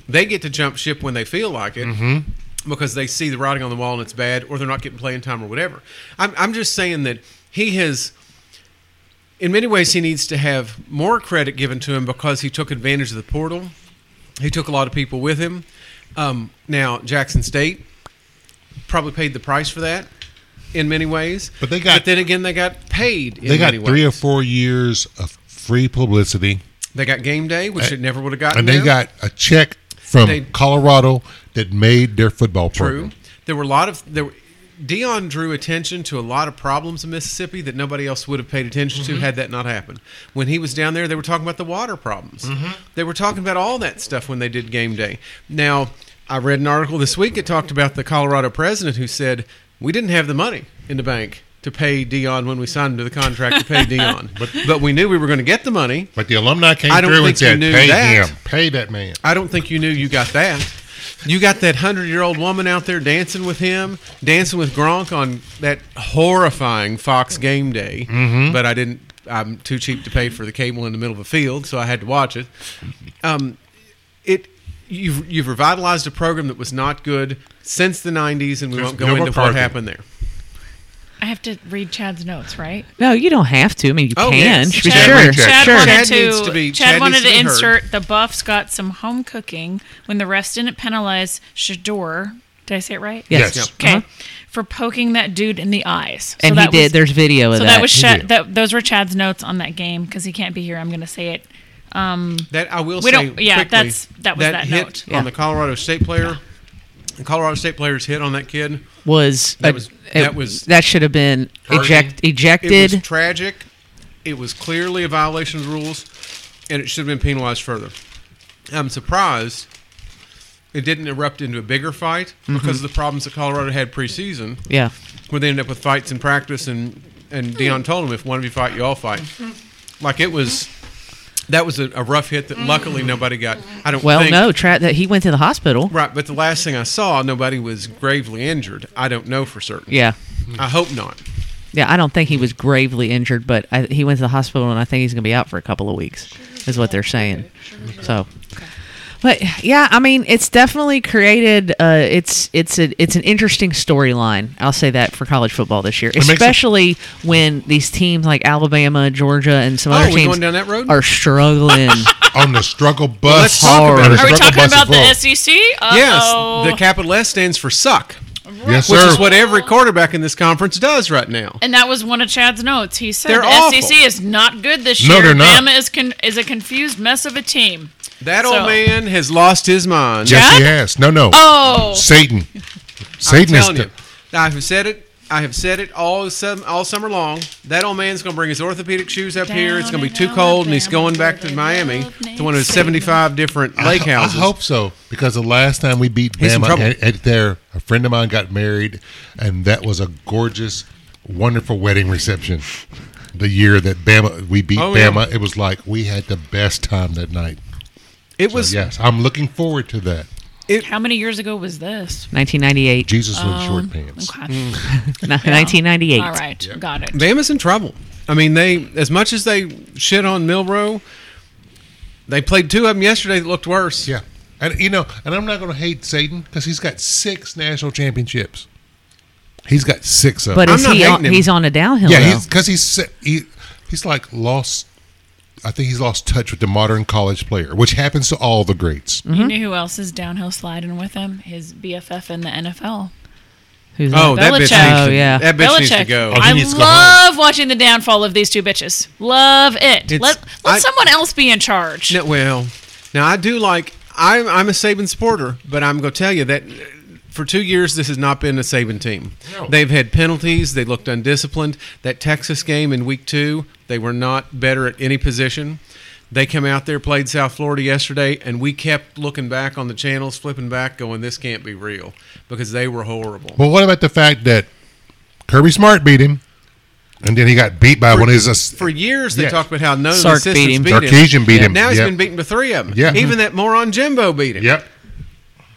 [SPEAKER 4] They get to jump ship when they feel like it. Because they see the writing on the wall and it's bad, or they're not getting playing time or whatever. I'm, I'm just saying that he has, in many ways, he needs to have more credit given to him because he took advantage of the portal. He took a lot of people with him. Um, now, Jackson State probably paid the price for that in many ways.
[SPEAKER 2] But they got-
[SPEAKER 4] But then again, they got paid. In
[SPEAKER 2] They got
[SPEAKER 4] many
[SPEAKER 2] three or
[SPEAKER 4] ways.
[SPEAKER 2] four years of free publicity.
[SPEAKER 4] They got game day, which it never would have gotten.
[SPEAKER 2] and they
[SPEAKER 4] them.
[SPEAKER 2] got a check from
[SPEAKER 4] They-
[SPEAKER 2] Colorado that made their football
[SPEAKER 4] True.
[SPEAKER 2] program.
[SPEAKER 4] There were a lot of there. Were, Dion drew attention to a lot of problems in Mississippi that nobody else would have paid attention to had that not happened. When he was down there, they were talking about the water problems. They were talking about all that stuff when they did game day. Now, I read an article this week that talked about the Colorado president who said we didn't have the money in the bank to pay Dion when we signed him to the contract to pay Dion, but, but we knew we were going to get the money.
[SPEAKER 2] But the alumni came
[SPEAKER 4] I don't
[SPEAKER 2] through and
[SPEAKER 4] think you
[SPEAKER 2] said,
[SPEAKER 4] knew
[SPEAKER 2] "Pay
[SPEAKER 4] that."
[SPEAKER 2] him, pay that man."
[SPEAKER 4] I don't think you knew you got that. You got that hundred-year-old woman out there dancing with him, dancing with Gronk on that horrifying Fox game day.
[SPEAKER 2] Mm-hmm.
[SPEAKER 4] But I didn't. I'm too cheap to pay for the cable in the middle of a field, so I had to watch it. Um, it you've you've revitalized a program that was not good since the '90s, and we
[SPEAKER 2] There's
[SPEAKER 4] won't go
[SPEAKER 2] no
[SPEAKER 4] into what
[SPEAKER 2] McCarthy.
[SPEAKER 4] happened there.
[SPEAKER 3] I have to read Chad's notes, right?
[SPEAKER 1] no, you don't have to. I mean, you
[SPEAKER 4] Oh,
[SPEAKER 1] can.
[SPEAKER 4] yes.
[SPEAKER 1] Sure,
[SPEAKER 2] Chad-
[SPEAKER 1] sure.
[SPEAKER 2] Chad
[SPEAKER 1] sure.
[SPEAKER 3] wanted
[SPEAKER 4] Chad
[SPEAKER 3] to,
[SPEAKER 4] needs to be-
[SPEAKER 3] Chad
[SPEAKER 4] Chad needs
[SPEAKER 3] wanted
[SPEAKER 4] to
[SPEAKER 3] to
[SPEAKER 4] be heard.
[SPEAKER 3] insert the Buffs got some home cooking when the rest didn't penalize Shador. Did I say it right?
[SPEAKER 1] Yes.
[SPEAKER 2] Yes.
[SPEAKER 3] Okay.
[SPEAKER 1] Uh-huh.
[SPEAKER 3] For poking that dude in the eyes. So
[SPEAKER 1] And he
[SPEAKER 3] that
[SPEAKER 1] did.
[SPEAKER 3] was-
[SPEAKER 1] There's video of
[SPEAKER 3] so
[SPEAKER 1] that.
[SPEAKER 3] that, was
[SPEAKER 2] He
[SPEAKER 3] Chad,
[SPEAKER 2] did.
[SPEAKER 3] that, those were Chad's notes on that game because he can't be here. I'm going to say it.
[SPEAKER 4] That I will
[SPEAKER 3] We
[SPEAKER 4] say.
[SPEAKER 3] don't- yeah,
[SPEAKER 4] quickly,
[SPEAKER 3] that's- that was that
[SPEAKER 4] hit
[SPEAKER 3] note.
[SPEAKER 1] Yeah.
[SPEAKER 4] on the Colorado State player. The Colorado State player's hit on that kid.
[SPEAKER 1] was
[SPEAKER 4] That
[SPEAKER 1] a-
[SPEAKER 4] was-
[SPEAKER 1] it-
[SPEAKER 4] that was-
[SPEAKER 1] that should have been eject
[SPEAKER 4] It was
[SPEAKER 1] ejected.
[SPEAKER 4] tragic. It was clearly a violation of the rules, and it should have been penalized further. I'm surprised it didn't erupt into a bigger fight because of the problems that Colorado had preseason,
[SPEAKER 1] Mm-hmm. Yeah,
[SPEAKER 4] where they ended up with fights in practice, and and Dion told them if one of you fight, you all fight. Like it was, that was a, a rough hit that luckily nobody got. I don't.
[SPEAKER 1] well,
[SPEAKER 4] think,
[SPEAKER 1] no, tra- that he went to the hospital.
[SPEAKER 4] Right, but the last thing I saw, nobody was gravely injured. I don't know for certain.
[SPEAKER 1] Yeah,
[SPEAKER 4] I hope not.
[SPEAKER 1] yeah. I don't think he was gravely injured, but I, he went to the hospital, and I think he's going to be out for a couple of weeks, is what they're saying. So, But yeah, I mean, it's definitely created. Uh, it's it's a, it's an interesting storyline. I'll say that for college football this year,
[SPEAKER 2] makes it-
[SPEAKER 1] especially when these teams like Alabama, Georgia, and some
[SPEAKER 4] Oh,
[SPEAKER 1] other
[SPEAKER 4] we
[SPEAKER 1] teams
[SPEAKER 4] going down that road?
[SPEAKER 1] are struggling.
[SPEAKER 2] on the struggle bus.
[SPEAKER 4] let's talk about
[SPEAKER 2] on the
[SPEAKER 4] it.
[SPEAKER 3] Are we
[SPEAKER 2] struggle
[SPEAKER 3] talking
[SPEAKER 2] bus
[SPEAKER 3] about
[SPEAKER 2] of
[SPEAKER 3] the E
[SPEAKER 2] love.
[SPEAKER 3] SEC? Uh-oh.
[SPEAKER 4] Yes, the capital S stands for suck,
[SPEAKER 2] Yes,
[SPEAKER 4] which
[SPEAKER 2] sir.
[SPEAKER 4] is what every quarterback in this conference does right now.
[SPEAKER 3] and that was one of Chad's notes. He said
[SPEAKER 4] They're
[SPEAKER 3] the
[SPEAKER 4] awful.
[SPEAKER 3] SEC is not good this
[SPEAKER 2] No,
[SPEAKER 3] year.
[SPEAKER 2] they're not.
[SPEAKER 3] Bama is con- is a confused mess of a team.
[SPEAKER 4] That
[SPEAKER 3] So-
[SPEAKER 4] old man has lost his mind.
[SPEAKER 2] yes,
[SPEAKER 3] Chad?
[SPEAKER 2] he has. No, no.
[SPEAKER 3] Oh,
[SPEAKER 2] Satan. Satan
[SPEAKER 4] I'm
[SPEAKER 2] is.
[SPEAKER 4] telling you, I have said it. I have said it all sum, all summer long. That old man's going to bring his orthopedic shoes up here. It's
[SPEAKER 3] Down
[SPEAKER 4] going to be
[SPEAKER 3] in
[SPEAKER 4] too cold, and he's going back to
[SPEAKER 3] Alabama,
[SPEAKER 4] Miami
[SPEAKER 3] they
[SPEAKER 4] to one of his
[SPEAKER 3] love
[SPEAKER 4] seventy-five different lake
[SPEAKER 2] I
[SPEAKER 4] houses.
[SPEAKER 2] hope so because the last time we beat
[SPEAKER 4] He's in
[SPEAKER 2] Bama
[SPEAKER 4] trouble.
[SPEAKER 2] at, at there, a friend of mine got married, and that was a gorgeous, wonderful wedding reception. The year that Bama we beat
[SPEAKER 4] Oh, yeah.
[SPEAKER 2] Bama, it was like we had the best time that night.
[SPEAKER 4] It
[SPEAKER 2] So,
[SPEAKER 4] was
[SPEAKER 2] yes, I'm looking forward to that.
[SPEAKER 3] how many years ago was this?
[SPEAKER 1] 1998,
[SPEAKER 2] Jesus with short pants.
[SPEAKER 3] Okay.
[SPEAKER 4] Mm.
[SPEAKER 1] No, 1998.
[SPEAKER 3] All right, got it.
[SPEAKER 4] Bama's in trouble. I mean, they as much as they shit on Milrow, they played two of them yesterday that looked worse.
[SPEAKER 2] Yeah, and you know, and I'm not going to hate Satan because he's got six national championships. He's got six of them.
[SPEAKER 1] But
[SPEAKER 4] I'm
[SPEAKER 1] is
[SPEAKER 4] not
[SPEAKER 1] he
[SPEAKER 4] hating
[SPEAKER 1] on,
[SPEAKER 4] him.
[SPEAKER 1] he's on a downhill.
[SPEAKER 2] Yeah,
[SPEAKER 1] though.
[SPEAKER 2] he's because he's si- he, he's like lost. I think he's lost touch with the modern college player, which happens to all the greats.
[SPEAKER 3] You knew who else is downhill sliding with him? His BFF in the NFL.
[SPEAKER 1] Who's
[SPEAKER 4] Oh,
[SPEAKER 1] on-
[SPEAKER 4] that bitch needs
[SPEAKER 3] Belichick.
[SPEAKER 4] to,
[SPEAKER 1] Oh, yeah.
[SPEAKER 4] that bitch needs to
[SPEAKER 3] Belichick.
[SPEAKER 4] go.
[SPEAKER 2] Oh, he
[SPEAKER 3] I
[SPEAKER 2] needs to go
[SPEAKER 3] love watching the downfall of these two bitches. Love it.
[SPEAKER 4] It's-
[SPEAKER 3] let let
[SPEAKER 4] I-
[SPEAKER 3] someone else be in charge.
[SPEAKER 4] No, well, now I do like I'm I'm a Saban supporter, but I'm going to tell you that uh, for two years this has not been a Saban team.
[SPEAKER 2] No.
[SPEAKER 4] They've had penalties. They looked undisciplined. That Texas game in week two, they were not better at any position. They come out there played South Florida yesterday, and we kept looking back on the channels, flipping back, going, "This can't be real," because they were horrible.
[SPEAKER 2] Well, what about the fact that Kirby Smart beat him, and then he got beat by one of his ass-
[SPEAKER 4] For years, they
[SPEAKER 2] Yeah.
[SPEAKER 4] talked about how none of the
[SPEAKER 1] Sark beat
[SPEAKER 4] assistants
[SPEAKER 1] him.
[SPEAKER 4] beat him.
[SPEAKER 2] Sarkeesian beat him.
[SPEAKER 4] Now he's
[SPEAKER 2] Yep.
[SPEAKER 4] been beaten by three of them.
[SPEAKER 2] Yeah.
[SPEAKER 4] Even that moron Jimbo beat him.
[SPEAKER 2] Yep.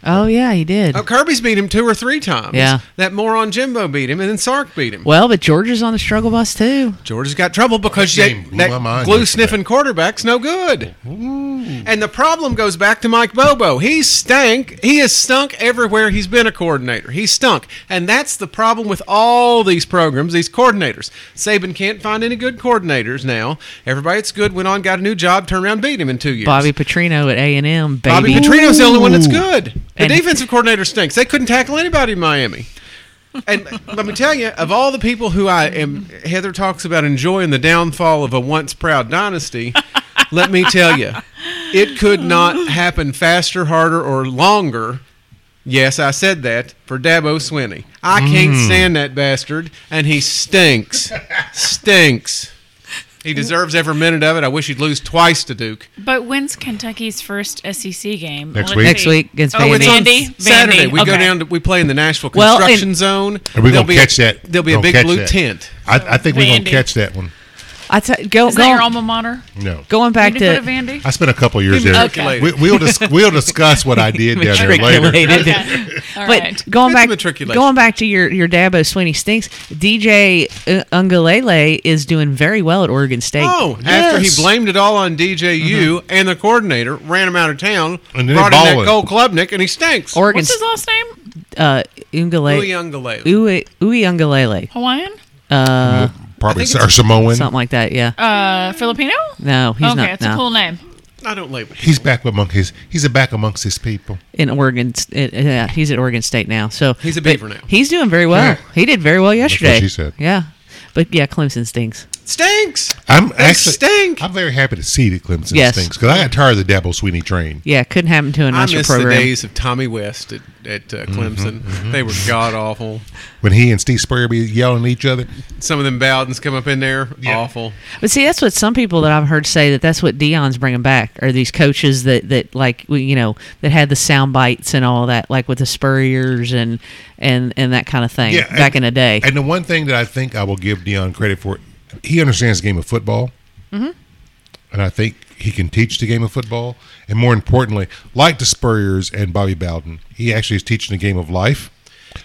[SPEAKER 1] oh, yeah, he did.
[SPEAKER 4] Oh, Kirby's beat him two or three times.
[SPEAKER 1] Yeah.
[SPEAKER 4] That moron Jimbo beat him, and then Sark beat him.
[SPEAKER 1] Well, but Georgia's on the struggle bus too.
[SPEAKER 4] Georgia's got trouble because
[SPEAKER 2] That
[SPEAKER 4] that,
[SPEAKER 2] game blew my
[SPEAKER 4] that
[SPEAKER 2] mind
[SPEAKER 4] glue
[SPEAKER 2] yesterday.
[SPEAKER 4] sniffing quarterback's no good. And the problem goes back to Mike Bobo. He stank. He has stunk everywhere he's been a coordinator. He stunk. And that's the problem with all these programs, these coordinators. Saban can't find any good coordinators now. Everybody that's good went on, got a new job, turned around, beat him in two years.
[SPEAKER 1] Bobby Petrino at A and M, baby.
[SPEAKER 4] Bobby Petrino's the only one that's good. The
[SPEAKER 1] And-
[SPEAKER 4] defensive coordinator stinks. They couldn't tackle anybody in Miami. And let me tell you, of all the people who I am, Heather talks about enjoying the downfall of a once proud dynasty. let me tell you, it could not happen faster, harder, or longer. Yes, I said that for Dabo Swinney. I can't
[SPEAKER 1] Mm.
[SPEAKER 4] stand that bastard, and he stinks. stinks. He deserves every minute of it. I wish he'd lose twice to Duke.
[SPEAKER 3] But when's Kentucky's first SEC game?
[SPEAKER 2] Next
[SPEAKER 3] Let's
[SPEAKER 2] week.
[SPEAKER 1] Next
[SPEAKER 3] see.
[SPEAKER 1] week against
[SPEAKER 3] oh, it's
[SPEAKER 1] Vandy.
[SPEAKER 3] on
[SPEAKER 4] S- Saturday. We go down to we play in the Nashville
[SPEAKER 1] Well, and-
[SPEAKER 4] construction zone.
[SPEAKER 2] And we're
[SPEAKER 4] There'll
[SPEAKER 2] gonna
[SPEAKER 4] be a-
[SPEAKER 2] catch that.
[SPEAKER 4] There'll be a
[SPEAKER 2] Gonna
[SPEAKER 4] big
[SPEAKER 2] catch
[SPEAKER 4] blue
[SPEAKER 2] that.
[SPEAKER 4] tent.
[SPEAKER 2] I, I think we're gonna
[SPEAKER 3] Vandy.
[SPEAKER 2] catch that one.
[SPEAKER 1] I t- go,
[SPEAKER 3] Is that your
[SPEAKER 1] go,
[SPEAKER 3] alma mater?
[SPEAKER 4] Mm.
[SPEAKER 2] No.
[SPEAKER 1] going back
[SPEAKER 3] Did you go to
[SPEAKER 1] to
[SPEAKER 3] Vandy?
[SPEAKER 2] I spent a couple years there.
[SPEAKER 3] Okay.
[SPEAKER 2] We, we'll dis- we'll discuss what I did down there later.
[SPEAKER 1] matriculated.
[SPEAKER 3] Okay. All
[SPEAKER 1] But
[SPEAKER 3] right.
[SPEAKER 1] going
[SPEAKER 4] It's
[SPEAKER 1] back,
[SPEAKER 4] matriculation.
[SPEAKER 1] going back to your your Dabo Sweeney stinks. DJ U- Ungalele is doing very well at Oregon State.
[SPEAKER 4] Oh, after he
[SPEAKER 2] Yes.
[SPEAKER 4] blamed it all on DJU
[SPEAKER 1] Mm-hmm.
[SPEAKER 4] and the coordinator, ran him out of town,
[SPEAKER 2] And then
[SPEAKER 4] brought
[SPEAKER 2] he
[SPEAKER 4] in that
[SPEAKER 2] ballin'.
[SPEAKER 4] gold Klubnik, and he stinks.
[SPEAKER 1] Oregon
[SPEAKER 3] What's his last name?
[SPEAKER 1] uh, Ungalele,
[SPEAKER 4] Uyangalele.
[SPEAKER 1] Ui Ui Ungalele,
[SPEAKER 3] Hawaiian?
[SPEAKER 1] uh,
[SPEAKER 2] Probably
[SPEAKER 4] I think
[SPEAKER 2] or Samoan.
[SPEAKER 1] something like that. Yeah,
[SPEAKER 3] Uh, Filipino?
[SPEAKER 1] no, he's
[SPEAKER 3] okay,
[SPEAKER 1] not.
[SPEAKER 3] it's
[SPEAKER 1] no.
[SPEAKER 3] a cool name.
[SPEAKER 4] I don't label.
[SPEAKER 2] He's back among his. He's a back amongst his people.
[SPEAKER 1] in Oregon. s- it- uh, Yeah, he's at Oregon State now. So
[SPEAKER 4] He's a
[SPEAKER 1] but
[SPEAKER 4] Beaver now.
[SPEAKER 1] He's doing very well.
[SPEAKER 2] Yeah.
[SPEAKER 1] He did very well
[SPEAKER 2] what
[SPEAKER 1] yesterday.
[SPEAKER 2] she said.
[SPEAKER 1] Yeah, but yeah, Clemson stinks.
[SPEAKER 4] Stinks.
[SPEAKER 2] I'm actually.
[SPEAKER 4] stink.
[SPEAKER 2] I'm very happy to see that Clemson
[SPEAKER 1] Yes.
[SPEAKER 2] stinks because I got tired of the Dabo Sweeney train.
[SPEAKER 1] Yeah, couldn't happen to a
[SPEAKER 4] I
[SPEAKER 1] nicer
[SPEAKER 4] miss the
[SPEAKER 1] program.
[SPEAKER 4] days of Tommy West at, at uh,
[SPEAKER 2] Mm-hmm,
[SPEAKER 4] Clemson. They were god awful.
[SPEAKER 2] when he and Steve Spurrier be yelling at each other.
[SPEAKER 4] Some of them Bowdens come up in there.
[SPEAKER 2] Yeah.
[SPEAKER 4] Awful.
[SPEAKER 1] But see, that's what some people that I've heard say that that's what Dion's bringing back are these coaches that that like we- you know that had the sound bites and all that, like with the Spurriers and and and that kind of thing
[SPEAKER 2] Yeah,
[SPEAKER 1] back in
[SPEAKER 2] and-
[SPEAKER 1] the day.
[SPEAKER 2] And the one thing that I think I will give Dion credit for, he understands the game of football, mm-hmm. and I think he can teach the game of football. And more importantly, like the Spurriers and Bobby Bowden, he actually is teaching the game of life.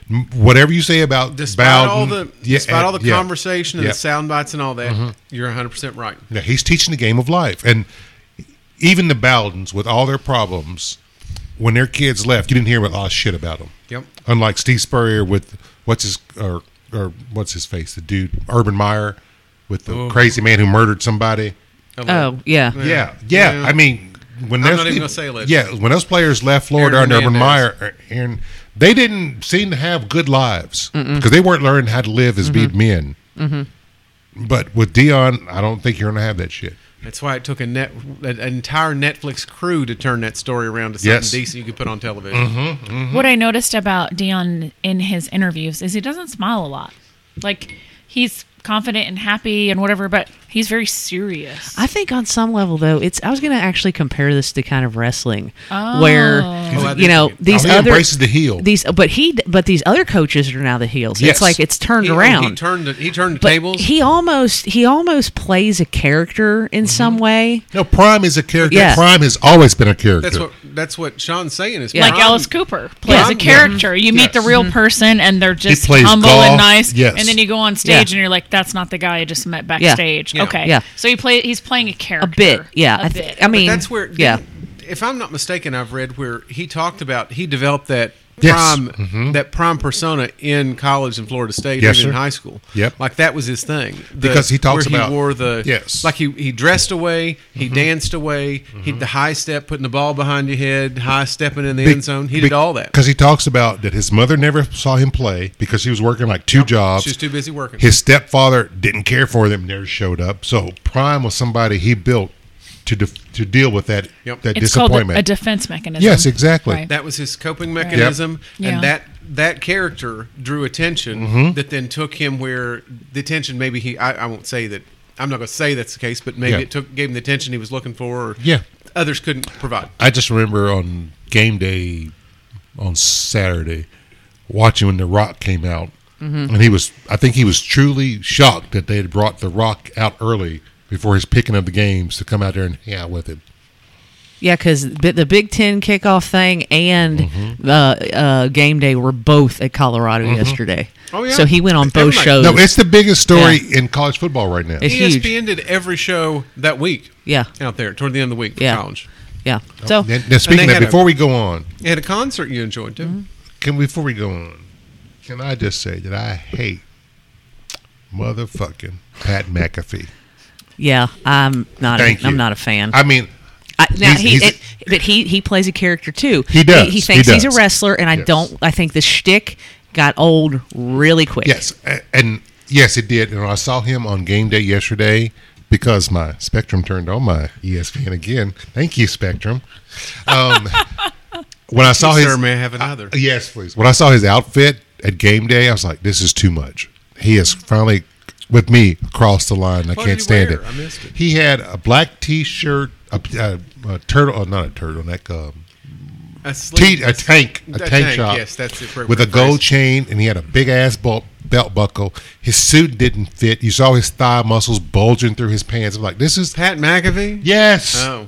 [SPEAKER 2] M- Whatever you say about
[SPEAKER 4] Despite
[SPEAKER 2] Bowden,
[SPEAKER 4] all the
[SPEAKER 2] yeah,
[SPEAKER 4] despite all the
[SPEAKER 2] yeah,
[SPEAKER 4] conversation and
[SPEAKER 2] yeah. Mm-hmm.
[SPEAKER 4] the sound bites and all that, you're 100 percent right.
[SPEAKER 2] Yeah, he's teaching the game of life, and even the Bowdens, with all their problems, when their kids left, you didn't hear a lot of shit about them.
[SPEAKER 4] Yep.
[SPEAKER 2] Unlike Steve Spurrier with what's his or or what's his face, the dude Urban Meyer with the crazy man who murdered somebody.
[SPEAKER 1] Oh, yeah.
[SPEAKER 2] Yeah, yeah.
[SPEAKER 4] Oh. Yeah.
[SPEAKER 2] I mean, when
[SPEAKER 4] I'm
[SPEAKER 2] those
[SPEAKER 4] not even
[SPEAKER 2] peop-
[SPEAKER 4] gonna say let's-
[SPEAKER 2] Yeah, when those players left Florida
[SPEAKER 4] Aaron
[SPEAKER 2] under Urban
[SPEAKER 4] Hernandez.
[SPEAKER 2] Meyer, and they didn't seem to have good lives because they weren't learning how to live as beat men. But with Dion, I don't think you're gonna have that shit.
[SPEAKER 4] That's why it took a net an entire Netflix crew to turn that story around to something
[SPEAKER 2] Yes.
[SPEAKER 4] decent you could put on television.
[SPEAKER 3] What I noticed about Dion in his interviews is he doesn't smile a lot. Like he's confident and happy and whatever, but he's very serious.
[SPEAKER 1] I think on some level, though, it's. I was going to actually compare this to kind of wrestling,
[SPEAKER 4] Oh.
[SPEAKER 1] where
[SPEAKER 4] I
[SPEAKER 1] you
[SPEAKER 4] do
[SPEAKER 1] know
[SPEAKER 4] think-
[SPEAKER 1] these
[SPEAKER 2] Oh, he
[SPEAKER 1] other
[SPEAKER 2] embraces the heel.
[SPEAKER 1] These, but he, but these other coaches are now the heels.
[SPEAKER 2] Yes.
[SPEAKER 1] It's like it's turned
[SPEAKER 4] He,
[SPEAKER 1] around.
[SPEAKER 4] He turned the, he turned the
[SPEAKER 1] but
[SPEAKER 4] tables.
[SPEAKER 1] he almost he almost plays a character
[SPEAKER 2] Mm-hmm.
[SPEAKER 1] in some way.
[SPEAKER 2] No, Prime is a character.
[SPEAKER 1] Yeah.
[SPEAKER 2] Prime has always been a character.
[SPEAKER 4] that's what that's what Sean's saying is
[SPEAKER 1] Yeah.
[SPEAKER 3] like
[SPEAKER 4] Prime-
[SPEAKER 3] Alice Cooper plays
[SPEAKER 4] Yeah.
[SPEAKER 3] a character. You meet the
[SPEAKER 4] Yes.
[SPEAKER 3] real
[SPEAKER 1] Mm-hmm.
[SPEAKER 3] person, and they're just
[SPEAKER 2] plays
[SPEAKER 3] humble
[SPEAKER 2] golf,
[SPEAKER 3] and nice.
[SPEAKER 2] yes.
[SPEAKER 3] And then you go on
[SPEAKER 1] Yeah.
[SPEAKER 3] stage, and you're like, "That's not the guy I just met backstage." Okay,
[SPEAKER 1] Yeah.
[SPEAKER 3] So he play he's playing a character.
[SPEAKER 1] A bit, yeah.
[SPEAKER 3] A
[SPEAKER 1] I,
[SPEAKER 3] bit.
[SPEAKER 1] th- I mean,
[SPEAKER 4] But that's where
[SPEAKER 1] yeah.
[SPEAKER 4] If I'm not mistaken, I've read where he talked about he developed that
[SPEAKER 2] Yes. Mm-hmm.
[SPEAKER 4] prime that prime persona in college in Florida State,
[SPEAKER 2] Yes,
[SPEAKER 4] even in
[SPEAKER 2] sir.
[SPEAKER 4] high school.
[SPEAKER 2] Yep.
[SPEAKER 4] like that was his thing The-
[SPEAKER 2] Because he talks
[SPEAKER 4] where
[SPEAKER 2] about-
[SPEAKER 4] he wore the
[SPEAKER 2] Yes. Mm-hmm.
[SPEAKER 4] like he he dressed away, he danced away, he the high step, putting the ball behind your head, high stepping in the end zone. He did all that.
[SPEAKER 2] because he talks about that his mother never saw him play because he was working like two jobs.
[SPEAKER 4] She was too busy working.
[SPEAKER 2] His stepfather didn't care for them; never showed up. So Prime was somebody he built to def- to deal with that
[SPEAKER 4] Yep.
[SPEAKER 2] that
[SPEAKER 3] it's called
[SPEAKER 2] disappointment.
[SPEAKER 3] a, a defense mechanism.
[SPEAKER 2] yes, exactly.
[SPEAKER 3] Right.
[SPEAKER 4] that was his coping mechanism,
[SPEAKER 3] Yep.
[SPEAKER 4] and
[SPEAKER 3] Yeah.
[SPEAKER 4] that that character drew attention
[SPEAKER 2] Mm-hmm.
[SPEAKER 4] that then took him where the attention maybe he I, I won't say that I'm not going to say that's the case, but maybe
[SPEAKER 2] Yeah.
[SPEAKER 4] it took gave him the attention he was looking for. Or
[SPEAKER 2] Yeah.
[SPEAKER 4] others couldn't provide.
[SPEAKER 2] I just remember on game day on Saturday watching when The Rock came out,
[SPEAKER 4] Mm-hmm.
[SPEAKER 2] and he was I think he was truly shocked that they had brought The Rock out early before his picking of the games to come out there and hang out with him.
[SPEAKER 1] Yeah, because the Big Ten kickoff thing and
[SPEAKER 2] Mm-hmm.
[SPEAKER 1] uh, uh, game day were both at Colorado yesterday.
[SPEAKER 4] Oh, yeah.
[SPEAKER 1] So he went on both
[SPEAKER 4] Everybody-
[SPEAKER 1] shows.
[SPEAKER 2] No, it's the biggest story
[SPEAKER 1] Yeah.
[SPEAKER 2] in college football right now.
[SPEAKER 1] It's
[SPEAKER 4] ESPN
[SPEAKER 1] huge.
[SPEAKER 4] did every show that week.
[SPEAKER 1] Yeah.
[SPEAKER 4] out there toward the end of the week for
[SPEAKER 1] Yeah.
[SPEAKER 4] college.
[SPEAKER 1] yeah. So
[SPEAKER 2] now, now, speaking
[SPEAKER 4] And
[SPEAKER 2] of,
[SPEAKER 4] they had a-
[SPEAKER 2] before we go on,
[SPEAKER 4] You had a concert you enjoyed
[SPEAKER 2] Mm-hmm.
[SPEAKER 4] too.
[SPEAKER 2] can before we go on, can I just say that I hate motherfucking Pat McAfee.
[SPEAKER 1] yeah, I'm not.
[SPEAKER 2] Thank
[SPEAKER 1] A,
[SPEAKER 2] you.
[SPEAKER 1] I'm not a fan.
[SPEAKER 2] I mean,
[SPEAKER 1] I, now
[SPEAKER 2] he's-
[SPEAKER 1] he,
[SPEAKER 2] he's-
[SPEAKER 1] it, but he he plays a character too.
[SPEAKER 2] He does.
[SPEAKER 1] He,
[SPEAKER 2] He
[SPEAKER 1] thinks he's
[SPEAKER 2] does.
[SPEAKER 1] a wrestler, and I
[SPEAKER 2] Yes.
[SPEAKER 1] don't. I think the shtick got old really quick.
[SPEAKER 2] Yes, a- and yes, it did. And I saw him on game day yesterday because my Spectrum turned on my E ESPN again. Thank you, Spectrum. Um, when I saw Oh, his, uh,
[SPEAKER 4] Sir, may I have another?
[SPEAKER 2] yes, please. When I saw his outfit at game day, I was like, "This is too much." He is finally with me across the line. I
[SPEAKER 4] What
[SPEAKER 2] can't
[SPEAKER 4] did he
[SPEAKER 2] stand
[SPEAKER 4] wear?
[SPEAKER 2] it.
[SPEAKER 4] I missed it.
[SPEAKER 2] He had a black T-shirt, a, a, a turtle, oh, not a turtleneck, um,
[SPEAKER 4] a, sleeve-
[SPEAKER 2] T- a tank, a, tank, top.
[SPEAKER 4] Yes, that's the appropriate
[SPEAKER 2] With a
[SPEAKER 4] phrase.
[SPEAKER 2] gold chain, and he had a big ass belt, belt buckle. His suit didn't fit. You saw his thigh muscles bulging through his pants. I'm like, this is
[SPEAKER 4] Pat McAfee.
[SPEAKER 2] yes.
[SPEAKER 4] Oh,